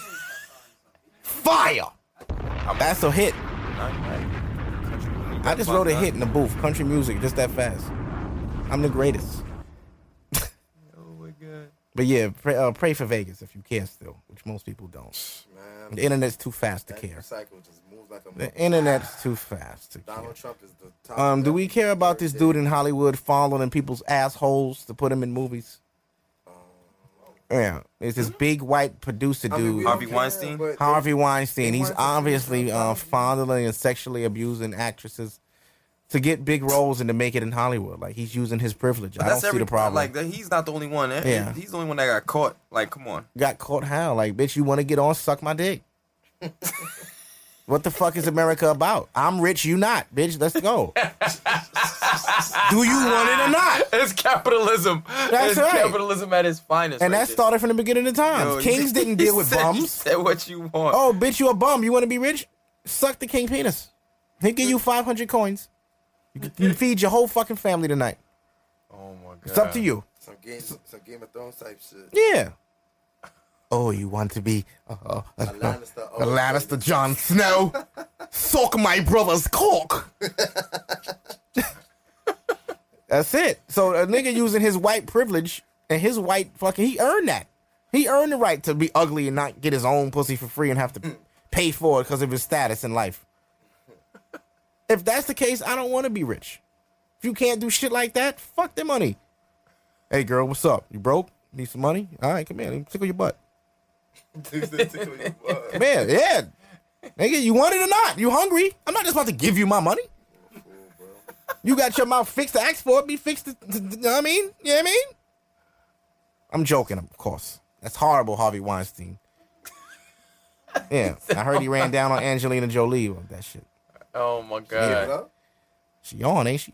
[SPEAKER 1] Fire. That's a hit. I just wrote a hit in the booth. Country music, just that fast. I'm the greatest.
[SPEAKER 2] Oh my god.
[SPEAKER 1] But yeah, pray, uh, pray for Vegas if you care still, which most people don't.
[SPEAKER 3] Man,
[SPEAKER 1] The internet's too fast to
[SPEAKER 3] that
[SPEAKER 1] care.
[SPEAKER 3] cycle just moves like a.
[SPEAKER 1] The internet's too fast to care.
[SPEAKER 3] Donald Trump is the top.
[SPEAKER 1] Um, do we care about this dude
[SPEAKER 3] In-
[SPEAKER 1] in Hollywood following people's assholes to put them in movies?
[SPEAKER 3] Um,
[SPEAKER 1] Yeah, it's this big white producer
[SPEAKER 3] Mm-hmm. I mean, we
[SPEAKER 1] dude,
[SPEAKER 3] don't
[SPEAKER 2] Harvey Weinstein?
[SPEAKER 3] but-
[SPEAKER 1] Harvey Weinstein. He's
[SPEAKER 3] Weinstein-
[SPEAKER 1] obviously uh, fondling and sexually abusing actresses to get big roles and to make it in Hollywood. Like he's using his privilege. I don't
[SPEAKER 2] That's
[SPEAKER 1] see
[SPEAKER 2] every
[SPEAKER 1] the problem.
[SPEAKER 2] Like that, he's not the only one. eh?
[SPEAKER 1] Yeah.
[SPEAKER 2] He's the only one that got caught. Like, come on.
[SPEAKER 1] got caught how? Like, bitch, you want to get on? Suck my dick. what the fuck is America about? I'm rich, you not, bitch. Let's go. Do you want it or not?
[SPEAKER 8] It's capitalism.
[SPEAKER 1] That's
[SPEAKER 8] it's
[SPEAKER 1] right.
[SPEAKER 8] capitalism at its finest.
[SPEAKER 1] And
[SPEAKER 8] right
[SPEAKER 1] that
[SPEAKER 8] there.
[SPEAKER 1] started from the beginning of times.
[SPEAKER 2] Yo, Oh, you-
[SPEAKER 1] Kings didn't
[SPEAKER 2] he
[SPEAKER 1] deal with
[SPEAKER 2] said- he
[SPEAKER 1] bums.
[SPEAKER 2] Said what you want.
[SPEAKER 1] Oh, bitch, you a bum. You want to be rich? Suck the king penis. He give you 500 coins. You can you feed your whole fucking family tonight.
[SPEAKER 2] Oh my god.
[SPEAKER 1] It's up to you.
[SPEAKER 3] Some game, some Game of Thrones type shit.
[SPEAKER 1] Yeah. Oh, you want to be uh, uh, uh,
[SPEAKER 3] A Lannister.
[SPEAKER 1] the Lannister Jon Snow? Suck my brother's cock. That's it. So a nigga using his white privilege and his white fucking he earned that. He earned the right to be ugly and not get his own pussy for free and have
[SPEAKER 3] Mm.
[SPEAKER 1] to pay for it because of his status in life. If that's the case, I don't want to be rich. If you can't do shit like that, fuck the money. Hey girl, what's up? You broke? Need some money? All right, come here. Let me tickle your butt.
[SPEAKER 3] Lannister.
[SPEAKER 1] Man, yeah. Nigga, you want it or not? You hungry? I'm not just about to give you my money. You got your mouth fixed to ask for it. Be fixed to, to- to- know what I mean? You know what I mean? I'm joking, of course. That's horrible, Harvey Weinstein. Yeah, I heard he ran down on Angelina Jolie with that shit.
[SPEAKER 8] Oh my
[SPEAKER 3] Give it
[SPEAKER 8] god.
[SPEAKER 3] up.
[SPEAKER 1] She on, ain't she?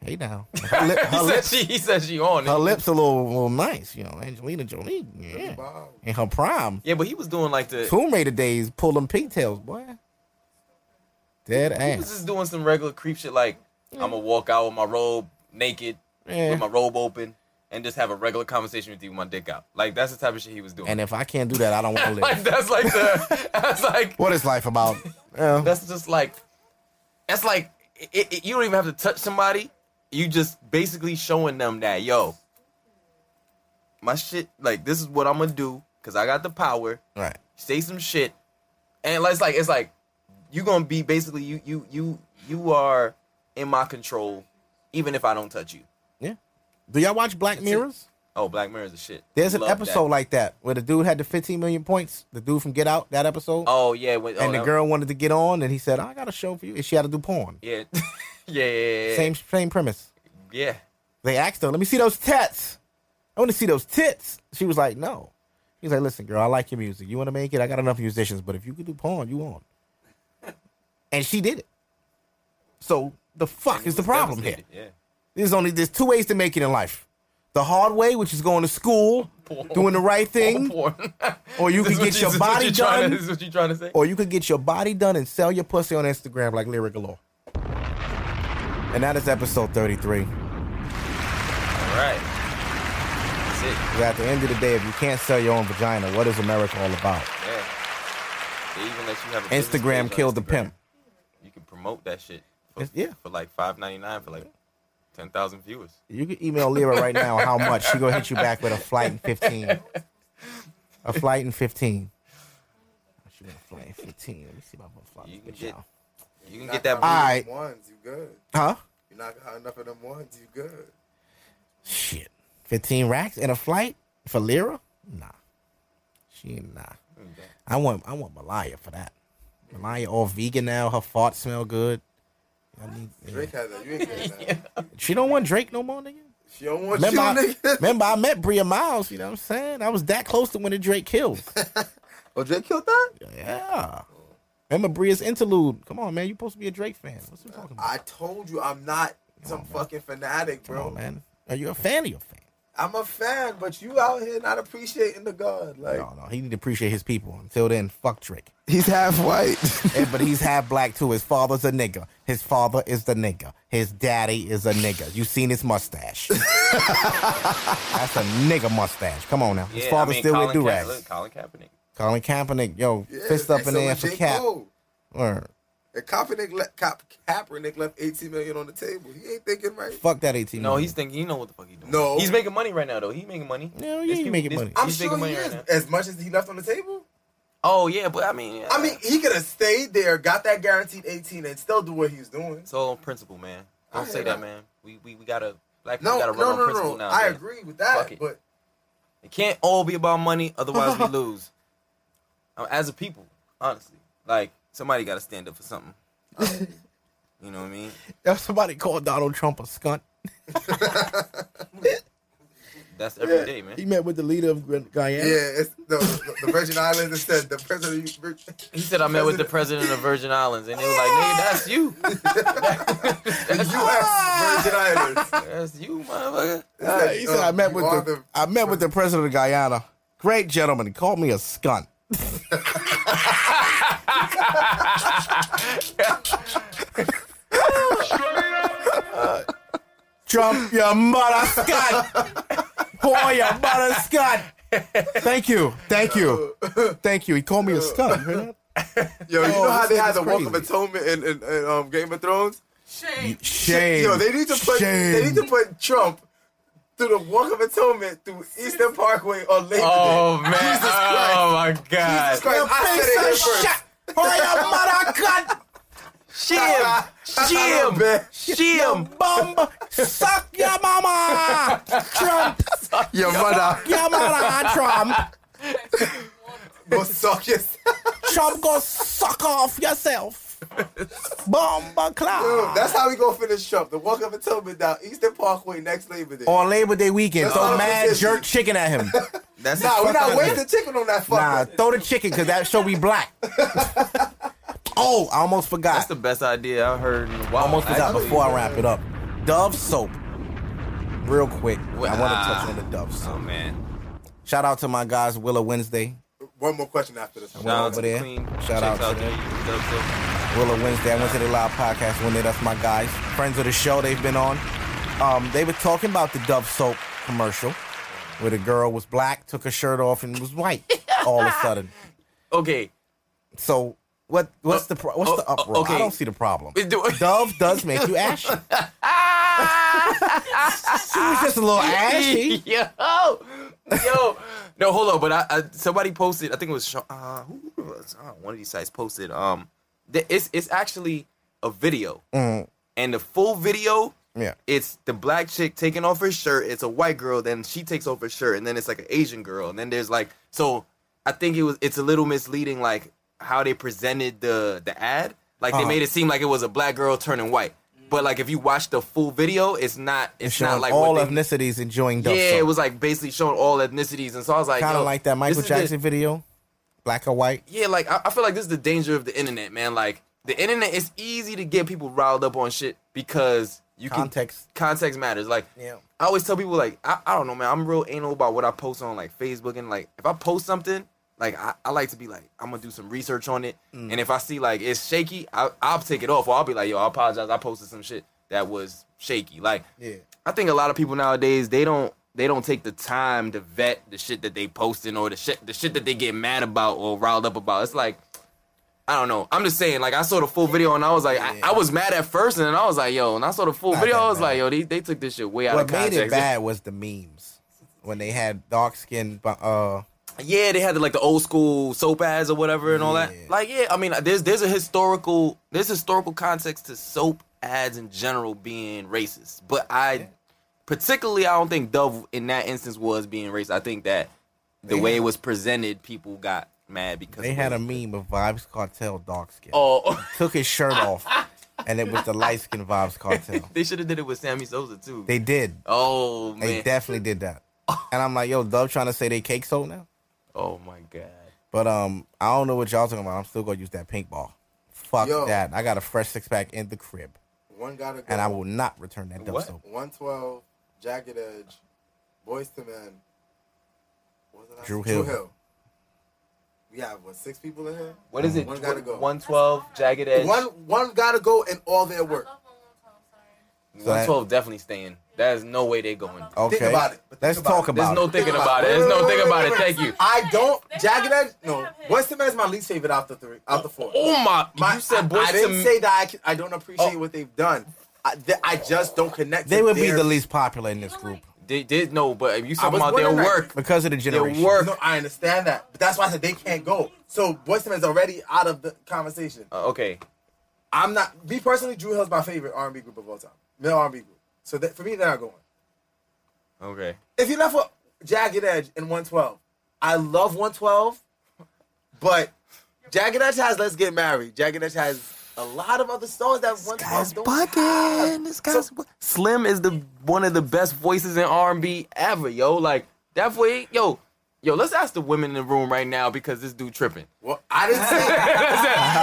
[SPEAKER 1] Hey now. Her, lip, her,
[SPEAKER 8] He said
[SPEAKER 1] lip,
[SPEAKER 8] she. He said she on
[SPEAKER 1] her
[SPEAKER 8] it.
[SPEAKER 1] lips a little, little nice, you know. Angelina Jolie, yeah.
[SPEAKER 3] Wow.
[SPEAKER 1] In her prime.
[SPEAKER 2] Yeah, but he was doing like the
[SPEAKER 1] Tomb Raider days, pulling pigtails, boy. Dead
[SPEAKER 2] he was
[SPEAKER 1] ass.
[SPEAKER 2] just doing some regular creep shit. Like I'm gonna walk out with my robe naked,
[SPEAKER 1] Yeah.
[SPEAKER 2] with my robe open, and just have a regular conversation with you with my dick out. Like that's the type of shit he was doing.
[SPEAKER 1] And if I can't do that, I don't want to live.
[SPEAKER 8] Like that's like the. That's like
[SPEAKER 1] What is life about? Yeah.
[SPEAKER 8] that's just like.
[SPEAKER 2] that's like it, it, you don't even have to touch somebody. You just basically showing them that yo, my shit. Like this is what I'm gonna do because I got the power.
[SPEAKER 1] Right.
[SPEAKER 2] Say some shit, and it's like it's like you gonna be basically you you you you are in my control, even if I don't touch you.
[SPEAKER 1] Yeah. Do y'all watch Black Mirrors?
[SPEAKER 2] Oh, Black Mirror is a shit.
[SPEAKER 1] There's an
[SPEAKER 2] Love that.
[SPEAKER 1] episode like that where the dude had the 15 million points. The dude from Get Out, that episode.
[SPEAKER 2] Oh yeah, when, oh,
[SPEAKER 1] and the
[SPEAKER 2] that-
[SPEAKER 1] girl wanted to get on, and he said, "I got a show for you." And she had to do porn.
[SPEAKER 2] Yeah. yeah, yeah, yeah, yeah.
[SPEAKER 1] Same same premise.
[SPEAKER 2] Yeah.
[SPEAKER 1] They asked her, "Let me see those tits. I want to see those tits." She was like, "No." He's like, "Listen, girl, I like your music. You want to make it? I got enough musicians, but if you could do porn, you on." And she did it. So the fuck is the problem here?
[SPEAKER 2] Devastated, Yeah.
[SPEAKER 1] There's only there's two ways to make it in life. The hard way, which is going to school, doing the right thing,
[SPEAKER 8] Porn.
[SPEAKER 1] or you
[SPEAKER 8] This
[SPEAKER 1] can
[SPEAKER 8] is what
[SPEAKER 1] get
[SPEAKER 8] this is
[SPEAKER 1] your
[SPEAKER 8] what
[SPEAKER 1] body
[SPEAKER 8] you trying to-
[SPEAKER 1] done,
[SPEAKER 8] This is what you trying to say.
[SPEAKER 1] or you could get your body done and sell your pussy on Instagram like Lyric Galore. And that is episode 33.
[SPEAKER 2] All right. That's it.
[SPEAKER 1] 'Cause At the end of the day, if you can't sell your own vagina, what is America all about?
[SPEAKER 2] Yeah. They even let you have a business page on
[SPEAKER 1] Instagram killed the
[SPEAKER 2] Instagram.
[SPEAKER 1] pimp.
[SPEAKER 2] You can promote that shit. For,
[SPEAKER 1] It's- yeah.
[SPEAKER 2] For like five ninety nine for like ten thousand viewers.
[SPEAKER 1] You can email Lyra right now how much. She gonna hit you back with a flight in 15. A flight in 15. She gonna fly in 15. Let me see if I can fly
[SPEAKER 2] You can
[SPEAKER 1] this bitch
[SPEAKER 2] get-
[SPEAKER 1] out.
[SPEAKER 2] You can get that.
[SPEAKER 1] out.
[SPEAKER 2] blue-
[SPEAKER 1] Alright.
[SPEAKER 3] Them Ones, you good.
[SPEAKER 1] Huh?
[SPEAKER 3] You knock out enough of them ones, you good.
[SPEAKER 1] Shit. 15 racks in a flight for Lyra? Nah. She ain't nah. I want I want Malaya for that. Malaya all vegan now. Her farts smell good. I need, yeah.
[SPEAKER 3] Drake has that. You ain't good. now.
[SPEAKER 1] She don't want Drake no more, nigga.
[SPEAKER 3] She don't want
[SPEAKER 1] Remember, I,
[SPEAKER 3] you, nigga.
[SPEAKER 1] remember I met Bria Miles, you know what I'm saying? I was that close to winning Drake kills.
[SPEAKER 3] Oh, Drake killed that?
[SPEAKER 1] Yeah. Remember Bria's interlude. Come on, man. You supposed to be a Drake fan. What's you talking about?
[SPEAKER 3] I told you I'm not some fucking fanatic,
[SPEAKER 1] Come
[SPEAKER 3] bro.
[SPEAKER 1] on, man. Are you a fan of your fan?
[SPEAKER 3] I'm a fan, but you out here not appreciating the God. Like,
[SPEAKER 1] No, no. He need to appreciate his people. Until then, fuck Drake.
[SPEAKER 6] He's half white.
[SPEAKER 1] Yeah, but he's half black too. His father's a nigga. His father is the nigga. His daddy is a nigga. You seen his mustache? That's a nigga mustache. Come on now. Ah, His
[SPEAKER 2] Yeah, I
[SPEAKER 1] father's
[SPEAKER 2] mean,
[SPEAKER 1] still with
[SPEAKER 2] Colin
[SPEAKER 1] do
[SPEAKER 2] Ka- look,
[SPEAKER 1] rags.
[SPEAKER 2] Colin Kaepernick.
[SPEAKER 1] Colin Kaepernick, yo,
[SPEAKER 3] yeah,
[SPEAKER 1] fist up in
[SPEAKER 3] and
[SPEAKER 1] the
[SPEAKER 3] so
[SPEAKER 1] air
[SPEAKER 3] was
[SPEAKER 1] for
[SPEAKER 3] J.
[SPEAKER 1] Cap.
[SPEAKER 3] Cole.
[SPEAKER 1] Word.
[SPEAKER 3] And Kaepernick, le- Kap- Kaepernick left 18 million on the table. He ain't thinking right.
[SPEAKER 1] Fuck that eighteen.
[SPEAKER 2] No,
[SPEAKER 1] million.
[SPEAKER 2] he's thinking. He know what the fuck he doing.
[SPEAKER 3] No.
[SPEAKER 2] He's making money right now though. He making money.
[SPEAKER 1] No, he
[SPEAKER 2] There's
[SPEAKER 1] ain't
[SPEAKER 2] people-
[SPEAKER 1] making
[SPEAKER 2] there's-
[SPEAKER 1] money.
[SPEAKER 3] I'm
[SPEAKER 2] he's
[SPEAKER 3] sure
[SPEAKER 2] making
[SPEAKER 3] he
[SPEAKER 2] money right
[SPEAKER 3] is.
[SPEAKER 2] now.
[SPEAKER 3] As much as he left on the table,
[SPEAKER 2] Oh yeah, but I mean,
[SPEAKER 3] I mean, he could have stayed there, got that guaranteed 18, and still do what he was doing.
[SPEAKER 2] It's all on principle, man.
[SPEAKER 3] I
[SPEAKER 2] Don't
[SPEAKER 3] hear
[SPEAKER 2] say that,
[SPEAKER 3] that.
[SPEAKER 2] man. We we, we gotta black people
[SPEAKER 3] No,
[SPEAKER 2] gotta
[SPEAKER 3] no,
[SPEAKER 2] run on
[SPEAKER 3] no,
[SPEAKER 2] principle
[SPEAKER 3] no.
[SPEAKER 2] now.
[SPEAKER 3] I
[SPEAKER 2] man.
[SPEAKER 3] agree with
[SPEAKER 2] Fuck
[SPEAKER 3] that,
[SPEAKER 2] it.
[SPEAKER 3] but
[SPEAKER 2] It can't all be about money, otherwise we lose. Uh, As a people, honestly, like somebody gotta stand up for something. you know what I mean?
[SPEAKER 1] Yo, somebody called Donald Trump a scunt.
[SPEAKER 2] That's every day, man.
[SPEAKER 1] He met with the leader of Gu- Guyana.
[SPEAKER 3] yeah, it's the, the, the Virgin Islands instead. The president, of the-
[SPEAKER 2] He said I met with the president of Virgin Islands, and they was like, "Nigga, that's you,
[SPEAKER 3] the U.S. Virgin Islands.
[SPEAKER 2] that's you, motherfucker."
[SPEAKER 1] Yeah, he said I
[SPEAKER 3] Um,
[SPEAKER 1] met
[SPEAKER 3] you
[SPEAKER 1] with
[SPEAKER 3] are
[SPEAKER 1] the,
[SPEAKER 3] the-
[SPEAKER 1] I met with the president of Guyana. Great gentleman, he called me a scunt. Trump, your mother scunt. Boy, your mother scunt. Thank you, thank you, thank you. He called me a scunt. You heard
[SPEAKER 3] Yo, you
[SPEAKER 1] Oh,
[SPEAKER 3] know how
[SPEAKER 1] this
[SPEAKER 3] they
[SPEAKER 1] nigga's
[SPEAKER 3] had the Walk of
[SPEAKER 1] crazy.
[SPEAKER 3] Atonement in, in, in um, Game of Thrones?
[SPEAKER 9] Shame.
[SPEAKER 1] that? Shame.
[SPEAKER 3] Yo, they need to put
[SPEAKER 1] Shame.
[SPEAKER 3] they need to put Trump through the Walk of Atonement through Eastern Parkway on Labor
[SPEAKER 8] Oh
[SPEAKER 3] Day.
[SPEAKER 8] man. oh my god.
[SPEAKER 3] Jesus Christ, I said it here first.
[SPEAKER 1] Boy, your mother cunt.
[SPEAKER 2] Shim,
[SPEAKER 3] Shit,
[SPEAKER 2] shim,
[SPEAKER 3] man.
[SPEAKER 2] shim.
[SPEAKER 1] bum. Suck your mama. Trump.
[SPEAKER 6] Your mother.
[SPEAKER 1] Your mother, Trump.
[SPEAKER 3] Go suck yourself.
[SPEAKER 1] Trump go suck off yourself. Bomba
[SPEAKER 3] Dude,
[SPEAKER 1] cloud.
[SPEAKER 3] that's how we gonna finish Trump. The walk up and Tillman down Eastern Parkway next Labor Day.
[SPEAKER 1] On Labor Day weekend,
[SPEAKER 3] That's
[SPEAKER 1] throw
[SPEAKER 3] all
[SPEAKER 1] mad
[SPEAKER 3] this is.
[SPEAKER 1] jerk chicken at him.
[SPEAKER 10] That's the
[SPEAKER 3] nah,
[SPEAKER 10] fuck
[SPEAKER 3] we're
[SPEAKER 10] out
[SPEAKER 3] not
[SPEAKER 10] of
[SPEAKER 3] wasting
[SPEAKER 10] it.
[SPEAKER 3] chicken on that
[SPEAKER 1] Nah,
[SPEAKER 3] fucker.
[SPEAKER 1] throw the chicken because that show be black. oh, I almost
[SPEAKER 10] That's
[SPEAKER 1] forgot.
[SPEAKER 10] the best idea I heard in a while.
[SPEAKER 1] almost forgot
[SPEAKER 10] actually.
[SPEAKER 1] before I wrap it up. Dove soap. Real quick, I want to
[SPEAKER 10] Ah.
[SPEAKER 1] touch on the Dove
[SPEAKER 10] Oh
[SPEAKER 1] soap.
[SPEAKER 10] man,
[SPEAKER 1] Shout out to my guys, Willow Wednesday.
[SPEAKER 3] One more question after this.
[SPEAKER 1] Nah.
[SPEAKER 10] shout out
[SPEAKER 3] one.
[SPEAKER 1] over
[SPEAKER 10] to
[SPEAKER 1] there.
[SPEAKER 10] Queen.
[SPEAKER 1] Shout
[SPEAKER 10] Chicks
[SPEAKER 1] out to
[SPEAKER 10] there.
[SPEAKER 1] them.
[SPEAKER 10] You dub dub.
[SPEAKER 1] Willow Wednesday. I went to the live podcast one day. That's my guys, friends of the show. They've been on. Um, they were talking about the Dove soap commercial, where the girl was black, took her shirt off, and was white all of a sudden.
[SPEAKER 2] Okay.
[SPEAKER 1] So what? What's the pro- what's the
[SPEAKER 2] Oh, oh,
[SPEAKER 1] uproar? I
[SPEAKER 2] okay.
[SPEAKER 1] don't see the problem.
[SPEAKER 2] It do-
[SPEAKER 1] Dove does make you ashy. she was just a little ashy.
[SPEAKER 2] yo, yo, no, hold on. But I, I somebody posted. I think it was Sean- uh, who was uh, one of these sites posted. Um, th- it's it's actually a video, and the full video.
[SPEAKER 1] Mm. Yeah.
[SPEAKER 2] It's the black chick taking off her shirt. It's a white girl. Then she takes off her shirt, and then it's like an Asian girl. And then there's like so. I think it was. It's a little misleading, like how they presented the the ad. Like they
[SPEAKER 1] Uh-huh.
[SPEAKER 2] made it seem like it was a black girl turning white. But like if you watch the full video, it's not. It's
[SPEAKER 1] Showing
[SPEAKER 2] not like
[SPEAKER 1] all
[SPEAKER 2] what they,
[SPEAKER 1] ethnicities enjoying Dove
[SPEAKER 2] yeah,
[SPEAKER 1] soap.
[SPEAKER 2] it was like basically showing all ethnicities, and so I was like,
[SPEAKER 1] kind
[SPEAKER 2] yo,
[SPEAKER 1] of like that Michael
[SPEAKER 2] this is the-
[SPEAKER 1] Jackson video, black or white.
[SPEAKER 2] yeah, like I, I feel like this is the danger of the internet, man. Like the internet is easy to get people riled up on shit because you
[SPEAKER 1] Context.
[SPEAKER 2] can context matters. Like
[SPEAKER 1] Yeah.
[SPEAKER 2] I always tell people, like I, I don't know, man. I'm real anal about what I post on like Facebook and like if I post something, like I, I like to be like I'm gonna do some research on it,
[SPEAKER 1] Mm.
[SPEAKER 2] and if I see like it's shaky, I, I'll take it off or I'll be like, yo, I apologize, I posted some shit that was shaky. Like
[SPEAKER 1] Yeah.
[SPEAKER 2] I think a lot of people nowadays they don't they don't take the time to vet the shit that they posting or the shit the shit that they get mad about or riled up about. It's like I don't know. I'm just saying. Like I saw the full video and I was like, I, I was mad at first, and then I was like, yo. And I saw the full
[SPEAKER 1] Not
[SPEAKER 2] video,
[SPEAKER 1] that
[SPEAKER 2] I was
[SPEAKER 1] bad.
[SPEAKER 2] like, yo, they, they took this shit way out
[SPEAKER 1] What
[SPEAKER 2] of
[SPEAKER 1] made
[SPEAKER 2] context.
[SPEAKER 1] it bad was the memes when they had dark skin. Uh,
[SPEAKER 2] Yeah, they had like the old school soap ads or whatever and all
[SPEAKER 1] Yeah.
[SPEAKER 2] that. Like, yeah, I mean, there's there's a historical there's historical context to soap ads in general being racist, but I particularly I don't think Dove in that instance was being racist. I think that the
[SPEAKER 1] They
[SPEAKER 2] way
[SPEAKER 1] had-
[SPEAKER 2] it was presented, people got mad because
[SPEAKER 1] they
[SPEAKER 2] of
[SPEAKER 1] had
[SPEAKER 2] what-
[SPEAKER 1] a meme of Vibes Cartel dark skin.
[SPEAKER 2] oh.
[SPEAKER 1] Took his shirt off, and it was the light skin Vibes Cartel.
[SPEAKER 2] they should have did it with Sammy Sosa too.
[SPEAKER 1] They did.
[SPEAKER 2] oh
[SPEAKER 1] They
[SPEAKER 2] man.
[SPEAKER 1] definitely did that. And I'm like, yo, Dove trying to say they cake sold now.
[SPEAKER 2] oh my god.
[SPEAKER 1] But um, I don't know what y'all talking about. I'm still gonna use that pink ball. Fuck
[SPEAKER 3] Yo.
[SPEAKER 1] that. I got a fresh six pack in the crib,
[SPEAKER 3] One gotta go.
[SPEAKER 1] and I will not return that Dove
[SPEAKER 10] What?
[SPEAKER 1] soap.
[SPEAKER 3] 112, Jagged Edge, Boys to Men. What was the last-
[SPEAKER 1] Drew Hill.
[SPEAKER 3] Drew Hill. We have what six people in here?
[SPEAKER 2] What is it?
[SPEAKER 3] One gotta go.
[SPEAKER 2] One twelve jagged edge.
[SPEAKER 3] One one gotta go and all their work.
[SPEAKER 2] One twelve definitely staying. There's no way they're going.
[SPEAKER 1] Okay,
[SPEAKER 3] Think about it. But think
[SPEAKER 1] let's
[SPEAKER 3] about
[SPEAKER 1] talk
[SPEAKER 3] it.
[SPEAKER 1] about
[SPEAKER 2] There's no
[SPEAKER 1] it.
[SPEAKER 2] thinking about it. There's no thinking about it. Thank you.
[SPEAKER 3] I don't
[SPEAKER 9] They
[SPEAKER 3] Jagged
[SPEAKER 9] have-
[SPEAKER 3] Edge.
[SPEAKER 9] they
[SPEAKER 3] No,
[SPEAKER 9] have hits.
[SPEAKER 3] Boys to Men is my least favorite out the three, out the four.
[SPEAKER 2] Oh my!
[SPEAKER 3] My-
[SPEAKER 2] you said
[SPEAKER 3] I,
[SPEAKER 2] boys to
[SPEAKER 3] I didn't
[SPEAKER 2] men.
[SPEAKER 3] say that. I, c- I don't appreciate
[SPEAKER 2] Oh.
[SPEAKER 3] what they've done. I, th- I just don't connect.
[SPEAKER 1] They
[SPEAKER 3] to
[SPEAKER 1] would be
[SPEAKER 3] their-
[SPEAKER 1] the least popular in this group
[SPEAKER 2] They did no, but if you talking
[SPEAKER 3] was
[SPEAKER 2] about their
[SPEAKER 3] wondering.
[SPEAKER 2] work,
[SPEAKER 1] because of the
[SPEAKER 2] their
[SPEAKER 1] generation.
[SPEAKER 2] work.
[SPEAKER 3] No, I understand that, but that's why I said they can't go. So Boys to Men is already out of the conversation.
[SPEAKER 2] Uh, okay,
[SPEAKER 3] I'm not me personally. Drew Hill's my favorite R&B group of all time, male R&B group. So that, for me, they're not going.
[SPEAKER 2] okay.
[SPEAKER 3] If you left for Jagged Edge and 112, I love 112, but Jagged Edge has "Let's Get Married." Jagged Edge has a lot of other songs that 112 don't have.
[SPEAKER 2] This guy's Slim is the one of the best voices in R and B ever, yo. Like that way, yo, yo. Let's ask the women in the room right now because this dude tripping.
[SPEAKER 3] Well, I didn't say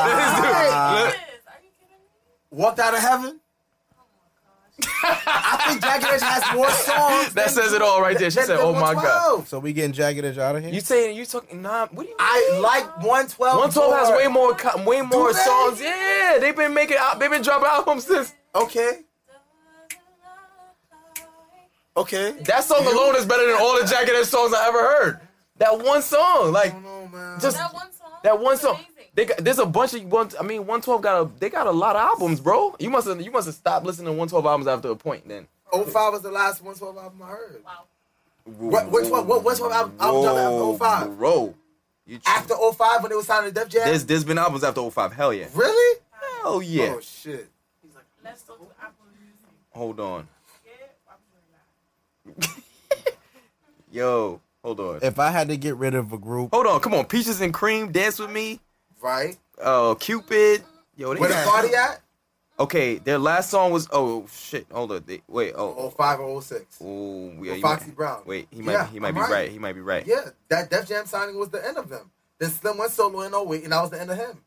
[SPEAKER 9] Liz, are you kidding me?
[SPEAKER 3] "Walked Out of Heaven."
[SPEAKER 2] Oh
[SPEAKER 3] I think Jagged Edge has more
[SPEAKER 2] That
[SPEAKER 3] songs. than-
[SPEAKER 2] says it all right there. She
[SPEAKER 3] than-
[SPEAKER 2] said,
[SPEAKER 3] than
[SPEAKER 2] "Oh my god."
[SPEAKER 3] 112.
[SPEAKER 1] So we getting jagged edge out of here.
[SPEAKER 2] You saying you talking? Nah. What do you?
[SPEAKER 3] I like 112.
[SPEAKER 2] One Twelve has
[SPEAKER 3] more.
[SPEAKER 2] way more, co- way more
[SPEAKER 3] they?
[SPEAKER 2] songs. Yeah, they've been making, out. they've been dropping albums since.
[SPEAKER 3] Okay, okay.
[SPEAKER 2] That song alone is better than all the Jagged Edge songs I ever heard. That one song, like
[SPEAKER 3] No man.
[SPEAKER 2] just
[SPEAKER 9] That one song.
[SPEAKER 2] that one
[SPEAKER 9] was
[SPEAKER 2] song.
[SPEAKER 9] amazing.
[SPEAKER 2] They got, there's a bunch of one. I mean, one twelve got a they got a lot of albums, bro. You must have you must have stopped listening to one twelve albums after a point. Then
[SPEAKER 3] 05 was the last 112 album I heard.
[SPEAKER 9] Wow.
[SPEAKER 3] What, which one? What, which one album, album dropped after 05?
[SPEAKER 2] bro. You tr-
[SPEAKER 3] After 05 when they were signing to Def Jam?
[SPEAKER 2] there's there's been albums after 05. Hell yeah.
[SPEAKER 3] really?
[SPEAKER 2] Hell yeah.
[SPEAKER 3] Oh shit.
[SPEAKER 9] Let's go to Apple Music.
[SPEAKER 2] Hold on.
[SPEAKER 9] Yeah, Apple Music.
[SPEAKER 2] Yo, hold on.
[SPEAKER 1] If I had to get rid of a group,
[SPEAKER 2] Hold on. Come on. Peaches and cream. Dance with me.
[SPEAKER 3] Right?
[SPEAKER 2] Uh, Cupid. Yo, they
[SPEAKER 3] Where the
[SPEAKER 2] had-
[SPEAKER 3] party at?
[SPEAKER 2] Okay, their last song was oh shit. Hold on, they, wait.
[SPEAKER 3] Oh
[SPEAKER 2] Oh,
[SPEAKER 3] five or oh six.
[SPEAKER 2] oh, yeah,
[SPEAKER 3] Or
[SPEAKER 2] you
[SPEAKER 3] Foxy
[SPEAKER 2] might-
[SPEAKER 3] Brown.
[SPEAKER 2] Wait, he
[SPEAKER 3] Yeah,
[SPEAKER 2] might he might
[SPEAKER 3] I'm
[SPEAKER 2] be
[SPEAKER 3] right.
[SPEAKER 2] right. He might be right.
[SPEAKER 3] Yeah, that Def Jam signing was the end of them. Then Slim went solo in 08, and that was the end of him.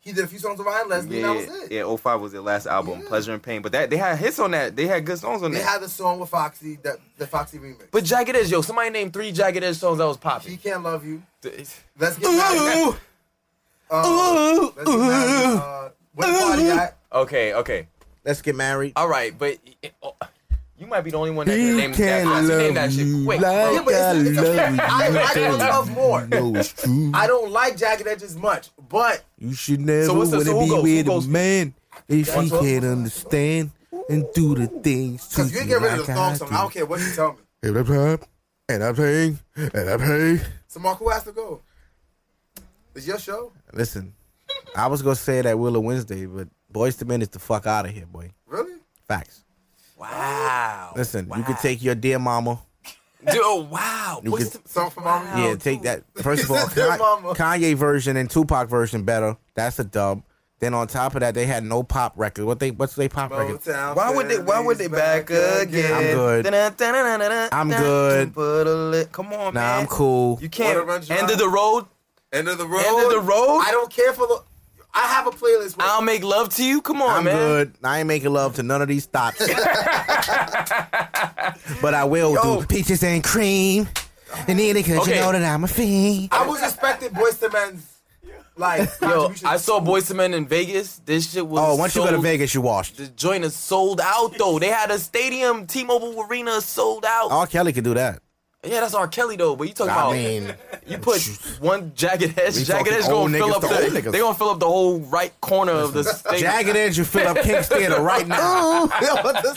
[SPEAKER 3] He did a few songs with Ryan Leslie,
[SPEAKER 2] yeah,
[SPEAKER 3] and that was it.
[SPEAKER 2] yeah. 05 was their last album,
[SPEAKER 3] Yeah.
[SPEAKER 2] Pleasure and Pain. But that they had hits on that. They had good songs on
[SPEAKER 3] They
[SPEAKER 2] that.
[SPEAKER 3] had the song with Foxy, that the Foxy remix.
[SPEAKER 2] but Jagged Edge, yo, somebody named three Jagged Edge songs that was
[SPEAKER 3] she
[SPEAKER 2] popping.
[SPEAKER 3] can't love you.
[SPEAKER 2] Th-
[SPEAKER 3] Let's get married. Uh, let's get married. Uh, where the party at?
[SPEAKER 2] Okay, okay,
[SPEAKER 1] Let's get married.
[SPEAKER 2] all right. But oh, you might be the only one that
[SPEAKER 4] You
[SPEAKER 2] can name that.
[SPEAKER 4] can't
[SPEAKER 2] You name
[SPEAKER 4] love
[SPEAKER 2] that
[SPEAKER 4] me
[SPEAKER 2] shit quick,
[SPEAKER 4] like-
[SPEAKER 2] bro.
[SPEAKER 3] Yeah, but it's, it's okay. I, I don't love more.
[SPEAKER 1] No, it's true.
[SPEAKER 3] I don't like Jagged Edges much, but
[SPEAKER 1] You should never
[SPEAKER 2] So what's the-
[SPEAKER 1] want
[SPEAKER 2] so who
[SPEAKER 1] to
[SPEAKER 2] goes- who
[SPEAKER 1] be
[SPEAKER 2] goes-
[SPEAKER 1] with a man if
[SPEAKER 3] That's
[SPEAKER 1] he
[SPEAKER 3] what-
[SPEAKER 1] can't understand and do the things to
[SPEAKER 3] because you get rid of the
[SPEAKER 1] like
[SPEAKER 3] song, song, I don't care what you tell me.
[SPEAKER 4] If I play, and I play, and I play.
[SPEAKER 3] So Mark, who has to go? It's your show.
[SPEAKER 1] Listen, I was gonna say that Willow Wednesday, but Boys to Men is the fuck out of here, boy.
[SPEAKER 3] Really?
[SPEAKER 1] Facts.
[SPEAKER 2] Wow.
[SPEAKER 1] Listen, you can
[SPEAKER 2] Wow.
[SPEAKER 1] take your dear mama.
[SPEAKER 2] Dude, oh, wow.
[SPEAKER 1] You
[SPEAKER 2] What's
[SPEAKER 1] could-
[SPEAKER 2] the-
[SPEAKER 3] Song from
[SPEAKER 2] Oh,
[SPEAKER 3] Mama.
[SPEAKER 1] yeah, take that. First of all,
[SPEAKER 3] Dear
[SPEAKER 1] Kan-
[SPEAKER 3] Mama.
[SPEAKER 1] Kanye version and Tupac version better. That's a dub. Then on top of that, they had no pop record. What they? What's they pop record?
[SPEAKER 3] Motown
[SPEAKER 2] Why would they? Why would they back again?
[SPEAKER 1] I'm good.
[SPEAKER 2] Da-da-da-da-da-da.
[SPEAKER 1] I'm good.
[SPEAKER 2] Put a li- Come on,
[SPEAKER 1] Nah,
[SPEAKER 2] man.
[SPEAKER 1] I'm cool.
[SPEAKER 2] You
[SPEAKER 3] Wanna run
[SPEAKER 2] can't.
[SPEAKER 3] dry?
[SPEAKER 2] End of the road.
[SPEAKER 3] End of the road.
[SPEAKER 2] End of the road.
[SPEAKER 3] I don't care for the. I have a playlist. With,
[SPEAKER 2] I'll make love to you. Come on,
[SPEAKER 1] I'm
[SPEAKER 2] man.
[SPEAKER 1] good. I ain't making love to none of these thoughts. but I will
[SPEAKER 2] Yo.
[SPEAKER 1] do peaches and cream. And then because
[SPEAKER 2] Okay.
[SPEAKER 1] you know that I'm a fiend.
[SPEAKER 3] I was expecting Boys to Men's like
[SPEAKER 2] Yo,
[SPEAKER 3] contribution.
[SPEAKER 2] I saw Boys to Men in Vegas. This shit was.
[SPEAKER 1] Oh, once you go to
[SPEAKER 2] sold-
[SPEAKER 1] Vegas, you washed.
[SPEAKER 2] the joint is sold out though. They had a stadium, T-Mobile Arena is sold out.
[SPEAKER 1] R. Kelly could do that.
[SPEAKER 2] Yeah, that's R. Kelly though. But you talking about?
[SPEAKER 1] Oh. I mean,
[SPEAKER 2] you put one jagged edge.
[SPEAKER 1] We
[SPEAKER 2] Jagged
[SPEAKER 1] talking
[SPEAKER 2] edge
[SPEAKER 1] old
[SPEAKER 2] gonna fill
[SPEAKER 1] niggas
[SPEAKER 2] up
[SPEAKER 1] to old
[SPEAKER 2] the.
[SPEAKER 1] niggas.
[SPEAKER 2] They gonna fill up the whole right corner of the stadium.
[SPEAKER 1] Jagged Edge will fill up King's Theater right now.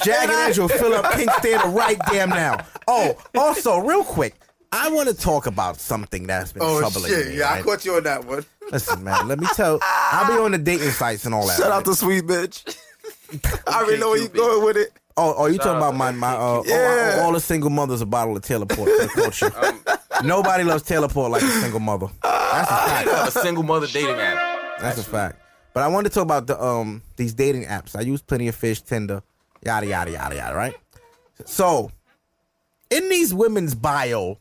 [SPEAKER 1] Jagged Edge will fill up King's Theater right damn now. Oh, also, real quick, I want to talk about something that's been
[SPEAKER 3] Oh
[SPEAKER 1] troubling
[SPEAKER 3] shit!
[SPEAKER 1] me.
[SPEAKER 3] Yeah, I
[SPEAKER 1] right?
[SPEAKER 3] caught you on that one.
[SPEAKER 1] Listen, man, let me tell. I'll be on the dating sites and all that.
[SPEAKER 4] Shout
[SPEAKER 1] right?
[SPEAKER 4] out to Sweet Bitch. I already know where you going with it.
[SPEAKER 1] Oh, oh, you talking
[SPEAKER 2] out
[SPEAKER 1] about my my? Uh,
[SPEAKER 4] Yeah.
[SPEAKER 1] oh, I owe all the single mothers a bottle of Taylor Port for the culture. Nobody loves Taylor Port like a single mother. That's a fact.
[SPEAKER 2] have a single mother dating app.
[SPEAKER 1] That's a fact. But I wanted to talk about the um these dating apps. I use Plenty of Fish, Tinder, yada yada yada yada. Right. So, in these women's bio,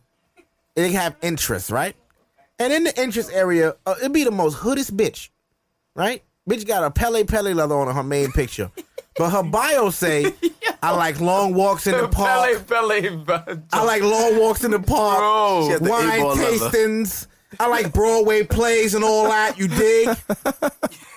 [SPEAKER 1] they have interests, right? And in the interest area, uh, it'd be the most hoodest bitch, right? Bitch got a Pele Pele leather on her main picture, but her bio say, "I like long walks in the park."
[SPEAKER 2] Pele, Pele,
[SPEAKER 1] I like long walks in the park,
[SPEAKER 2] Bro. She
[SPEAKER 4] had the
[SPEAKER 1] wine
[SPEAKER 4] eight-ball leather.
[SPEAKER 1] tastings. I like Broadway plays and all that. You dig?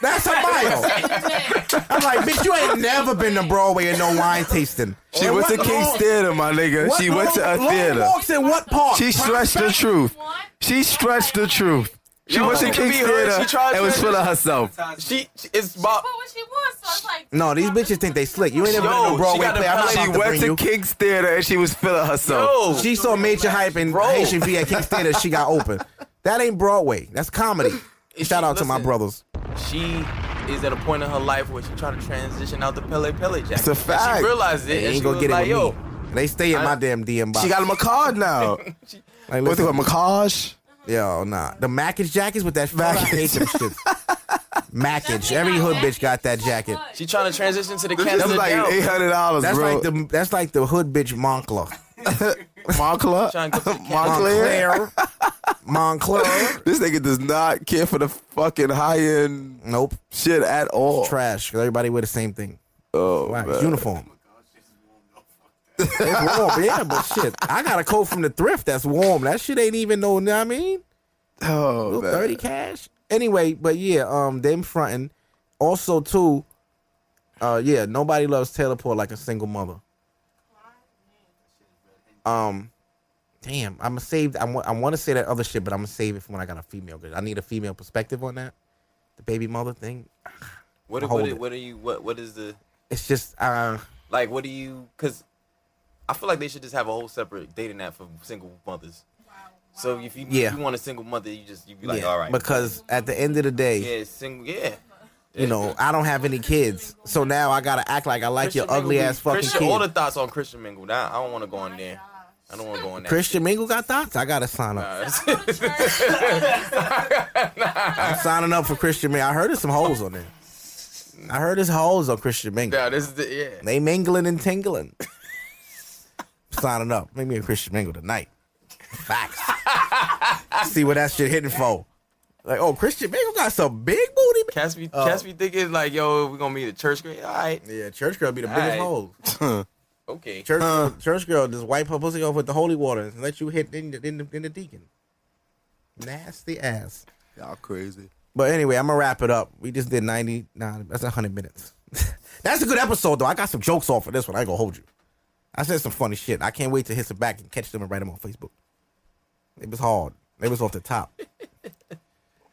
[SPEAKER 1] That's her bio. I'm like, bitch, you ain't never been to Broadway and no wine tasting.
[SPEAKER 4] She
[SPEAKER 1] And
[SPEAKER 4] went to
[SPEAKER 1] what
[SPEAKER 4] King's
[SPEAKER 1] long-
[SPEAKER 4] Theater, my nigga.
[SPEAKER 1] what
[SPEAKER 4] She went to a
[SPEAKER 1] long- long
[SPEAKER 4] theater.
[SPEAKER 1] walks in what park?
[SPEAKER 4] She stretched the truth.
[SPEAKER 9] One.
[SPEAKER 4] She stretched the truth. She
[SPEAKER 2] Yo,
[SPEAKER 4] went to
[SPEAKER 2] she could
[SPEAKER 4] King's
[SPEAKER 2] be her.
[SPEAKER 4] Theater
[SPEAKER 2] She tried
[SPEAKER 4] and was
[SPEAKER 2] to-
[SPEAKER 4] full of herself.
[SPEAKER 2] She, she it's about.
[SPEAKER 9] Put Oh, what she wants, so it's like.
[SPEAKER 1] no, these bitches think they slick. You ain't never been
[SPEAKER 2] Yo,
[SPEAKER 1] to
[SPEAKER 2] she
[SPEAKER 1] no Broadway
[SPEAKER 2] got a
[SPEAKER 1] play. I'm not
[SPEAKER 2] Pele-
[SPEAKER 1] about
[SPEAKER 4] She
[SPEAKER 1] to bring
[SPEAKER 4] went to
[SPEAKER 1] you.
[SPEAKER 4] King's Theater and she was full of herself.
[SPEAKER 2] Yo,
[SPEAKER 1] She saw major hype in
[SPEAKER 2] Bro.
[SPEAKER 1] Haitian V at King's Theater. She got open. That ain't Broadway. That's comedy. Shout out to my
[SPEAKER 2] listen.
[SPEAKER 1] brothers.
[SPEAKER 2] she is at a point in her life where she's trying to transition out the Pele Pele jacket.
[SPEAKER 4] It's a fact.
[SPEAKER 2] She realized it,
[SPEAKER 1] They
[SPEAKER 2] and she
[SPEAKER 1] ain't
[SPEAKER 2] was
[SPEAKER 1] gonna get
[SPEAKER 2] like,
[SPEAKER 1] it
[SPEAKER 2] "Yo,
[SPEAKER 1] with me. They stay in my damn DM box.
[SPEAKER 4] She got him a card now.
[SPEAKER 1] Like,
[SPEAKER 4] What's it
[SPEAKER 1] listen,
[SPEAKER 4] called? Macage?
[SPEAKER 1] Yo, nah. The Mackage jackets with that
[SPEAKER 4] Mackage.
[SPEAKER 1] I hate them shit. Mackage. Every hood bitch got that jacket.
[SPEAKER 2] she trying to transition to the
[SPEAKER 4] This
[SPEAKER 2] cancer
[SPEAKER 4] is like
[SPEAKER 2] down.
[SPEAKER 4] eight hundred dollars,
[SPEAKER 1] That's
[SPEAKER 4] bro.
[SPEAKER 1] like the that's like the hood bitch Moncler.
[SPEAKER 4] Moncler,
[SPEAKER 2] Trying to go to the
[SPEAKER 4] Montclair.
[SPEAKER 1] Montclair. Moncler.
[SPEAKER 4] This nigga does not care for the fucking high end
[SPEAKER 1] Nope.
[SPEAKER 4] shit at all.
[SPEAKER 1] Trash. 'cause everybody wear the same thing.
[SPEAKER 4] oh,
[SPEAKER 1] Right.
[SPEAKER 4] man.
[SPEAKER 1] Uniform. It's warm, yeah, but shit. I got a coat from the thrift that's warm. That shit ain't even no, you know what I mean?
[SPEAKER 4] Oh,
[SPEAKER 1] Ooh,
[SPEAKER 4] man.
[SPEAKER 1] 30 cash. Anyway, but yeah, um, them fronting. Also, too, uh, yeah, nobody loves Taylor Port like a single mother. Um, damn, I'm gonna save. I want. I want to say that other shit, but I'm gonna save it for when I got a female. Cause I need a female perspective on that. The baby mother thing.
[SPEAKER 2] What,
[SPEAKER 1] Hold
[SPEAKER 2] what,
[SPEAKER 1] it.
[SPEAKER 2] what are you? What, what is the
[SPEAKER 1] It's just, uh,
[SPEAKER 2] like? What do you? Because I feel like they should just have a whole separate dating app for single mothers. So if you
[SPEAKER 1] Yeah.
[SPEAKER 2] if you want a single mother, you just you be like,
[SPEAKER 1] yeah,
[SPEAKER 2] all right,
[SPEAKER 1] Because at the end of the day,
[SPEAKER 2] yeah, single, yeah.
[SPEAKER 1] you know, I don't have any kids, so now I gotta act like I like your
[SPEAKER 2] Mingle
[SPEAKER 1] ugly
[SPEAKER 2] be-
[SPEAKER 1] ass fucking
[SPEAKER 2] Christian,
[SPEAKER 1] kid.
[SPEAKER 2] All the thoughts on Christian Mingle. Nah, I don't want to go in there. I don't want to go in there.
[SPEAKER 1] Christian Mingle got thoughts. I gotta sign up. I'm signing up for Christian Mingle. I heard there's some holes on there. I heard his hoes on Christian Mingle.
[SPEAKER 2] Yeah, this is the yeah.
[SPEAKER 1] They mingling and tingling. Signing up. Make me a Christian Mingle tonight. Facts. See what that shit hitting for. Like, oh, Christian Mingle got some big booty. man.
[SPEAKER 2] Cats be,
[SPEAKER 1] Oh.
[SPEAKER 2] Cats be thinking like, yo, we gonna meet at church grade. All right,
[SPEAKER 1] Yeah, church girl be the biggest
[SPEAKER 2] Aight.
[SPEAKER 1] hole.
[SPEAKER 2] okay.
[SPEAKER 1] Church, church girl just wipe her pussy off with the holy water and let you hit in the, in the, in the deacon. Nasty ass.
[SPEAKER 3] Y'all crazy.
[SPEAKER 1] But anyway, I'm gonna wrap it up. We just did 99. That's 100 minutes. that's a good episode though. I got some jokes off of this one. I ain't gonna hold you. I said some funny shit. I can't wait to hit some back and catch them and write them on Facebook. It was hard. It was off the top.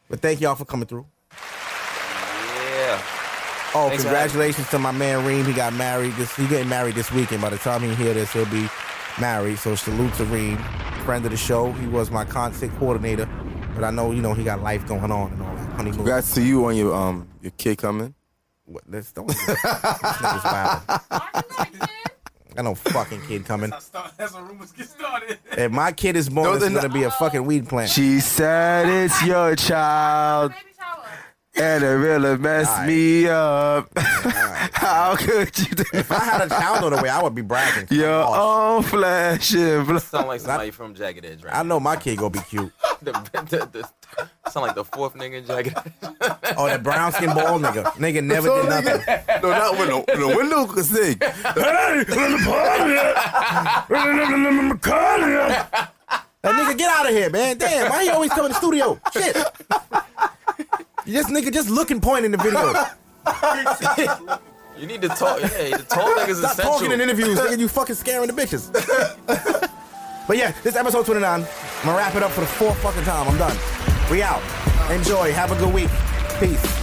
[SPEAKER 1] but thank y'all for coming through.
[SPEAKER 2] Yeah.
[SPEAKER 1] Oh,
[SPEAKER 2] Thanks for
[SPEAKER 1] congratulations to my man Reem. He got married. This he getting married this weekend. By the time he hear this, he'll be married. So salute to Reem, friend of the show. He was my concert coordinator, but I know you know he got life going on and all that honeymoon.
[SPEAKER 3] Congrats to you on your um your kid coming.
[SPEAKER 1] What, let's don't. this nigga's wild. I know fucking kid coming.
[SPEAKER 11] That's when rumors get started.
[SPEAKER 1] If my kid is born,
[SPEAKER 3] No,
[SPEAKER 1] it's
[SPEAKER 3] they're
[SPEAKER 1] gonna be a fucking weed plant.
[SPEAKER 3] She said it's your child,
[SPEAKER 9] Baby shower.
[SPEAKER 3] and it really messed me up. How could you do
[SPEAKER 1] if I had a child on the way, I would be bragging.
[SPEAKER 3] your
[SPEAKER 1] Oh,
[SPEAKER 3] own flesh and blood?
[SPEAKER 2] Sound like somebody from Jagged Edge, right?
[SPEAKER 1] I know my kid gonna be cute.
[SPEAKER 2] the, the, the, sound like the fourth nigga in Jagged. Edge.
[SPEAKER 1] Oh, that brown skin bald nigga. Nigga never did nothing.
[SPEAKER 3] No, not window. The window could sing.
[SPEAKER 1] That nigga, get out of here, man. Damn, why he always come in the studio? Shit. This nigga just looking point in the video.
[SPEAKER 2] You need to talk. Hey, the tall niggas is
[SPEAKER 1] Stop
[SPEAKER 2] essential.
[SPEAKER 1] talking in interviews, nigga. You fucking scaring the bitches. but yeah, this episode 29. I'm gonna wrap it up for the fourth fucking time. I'm done. We out. Enjoy. Have a good week. Peace.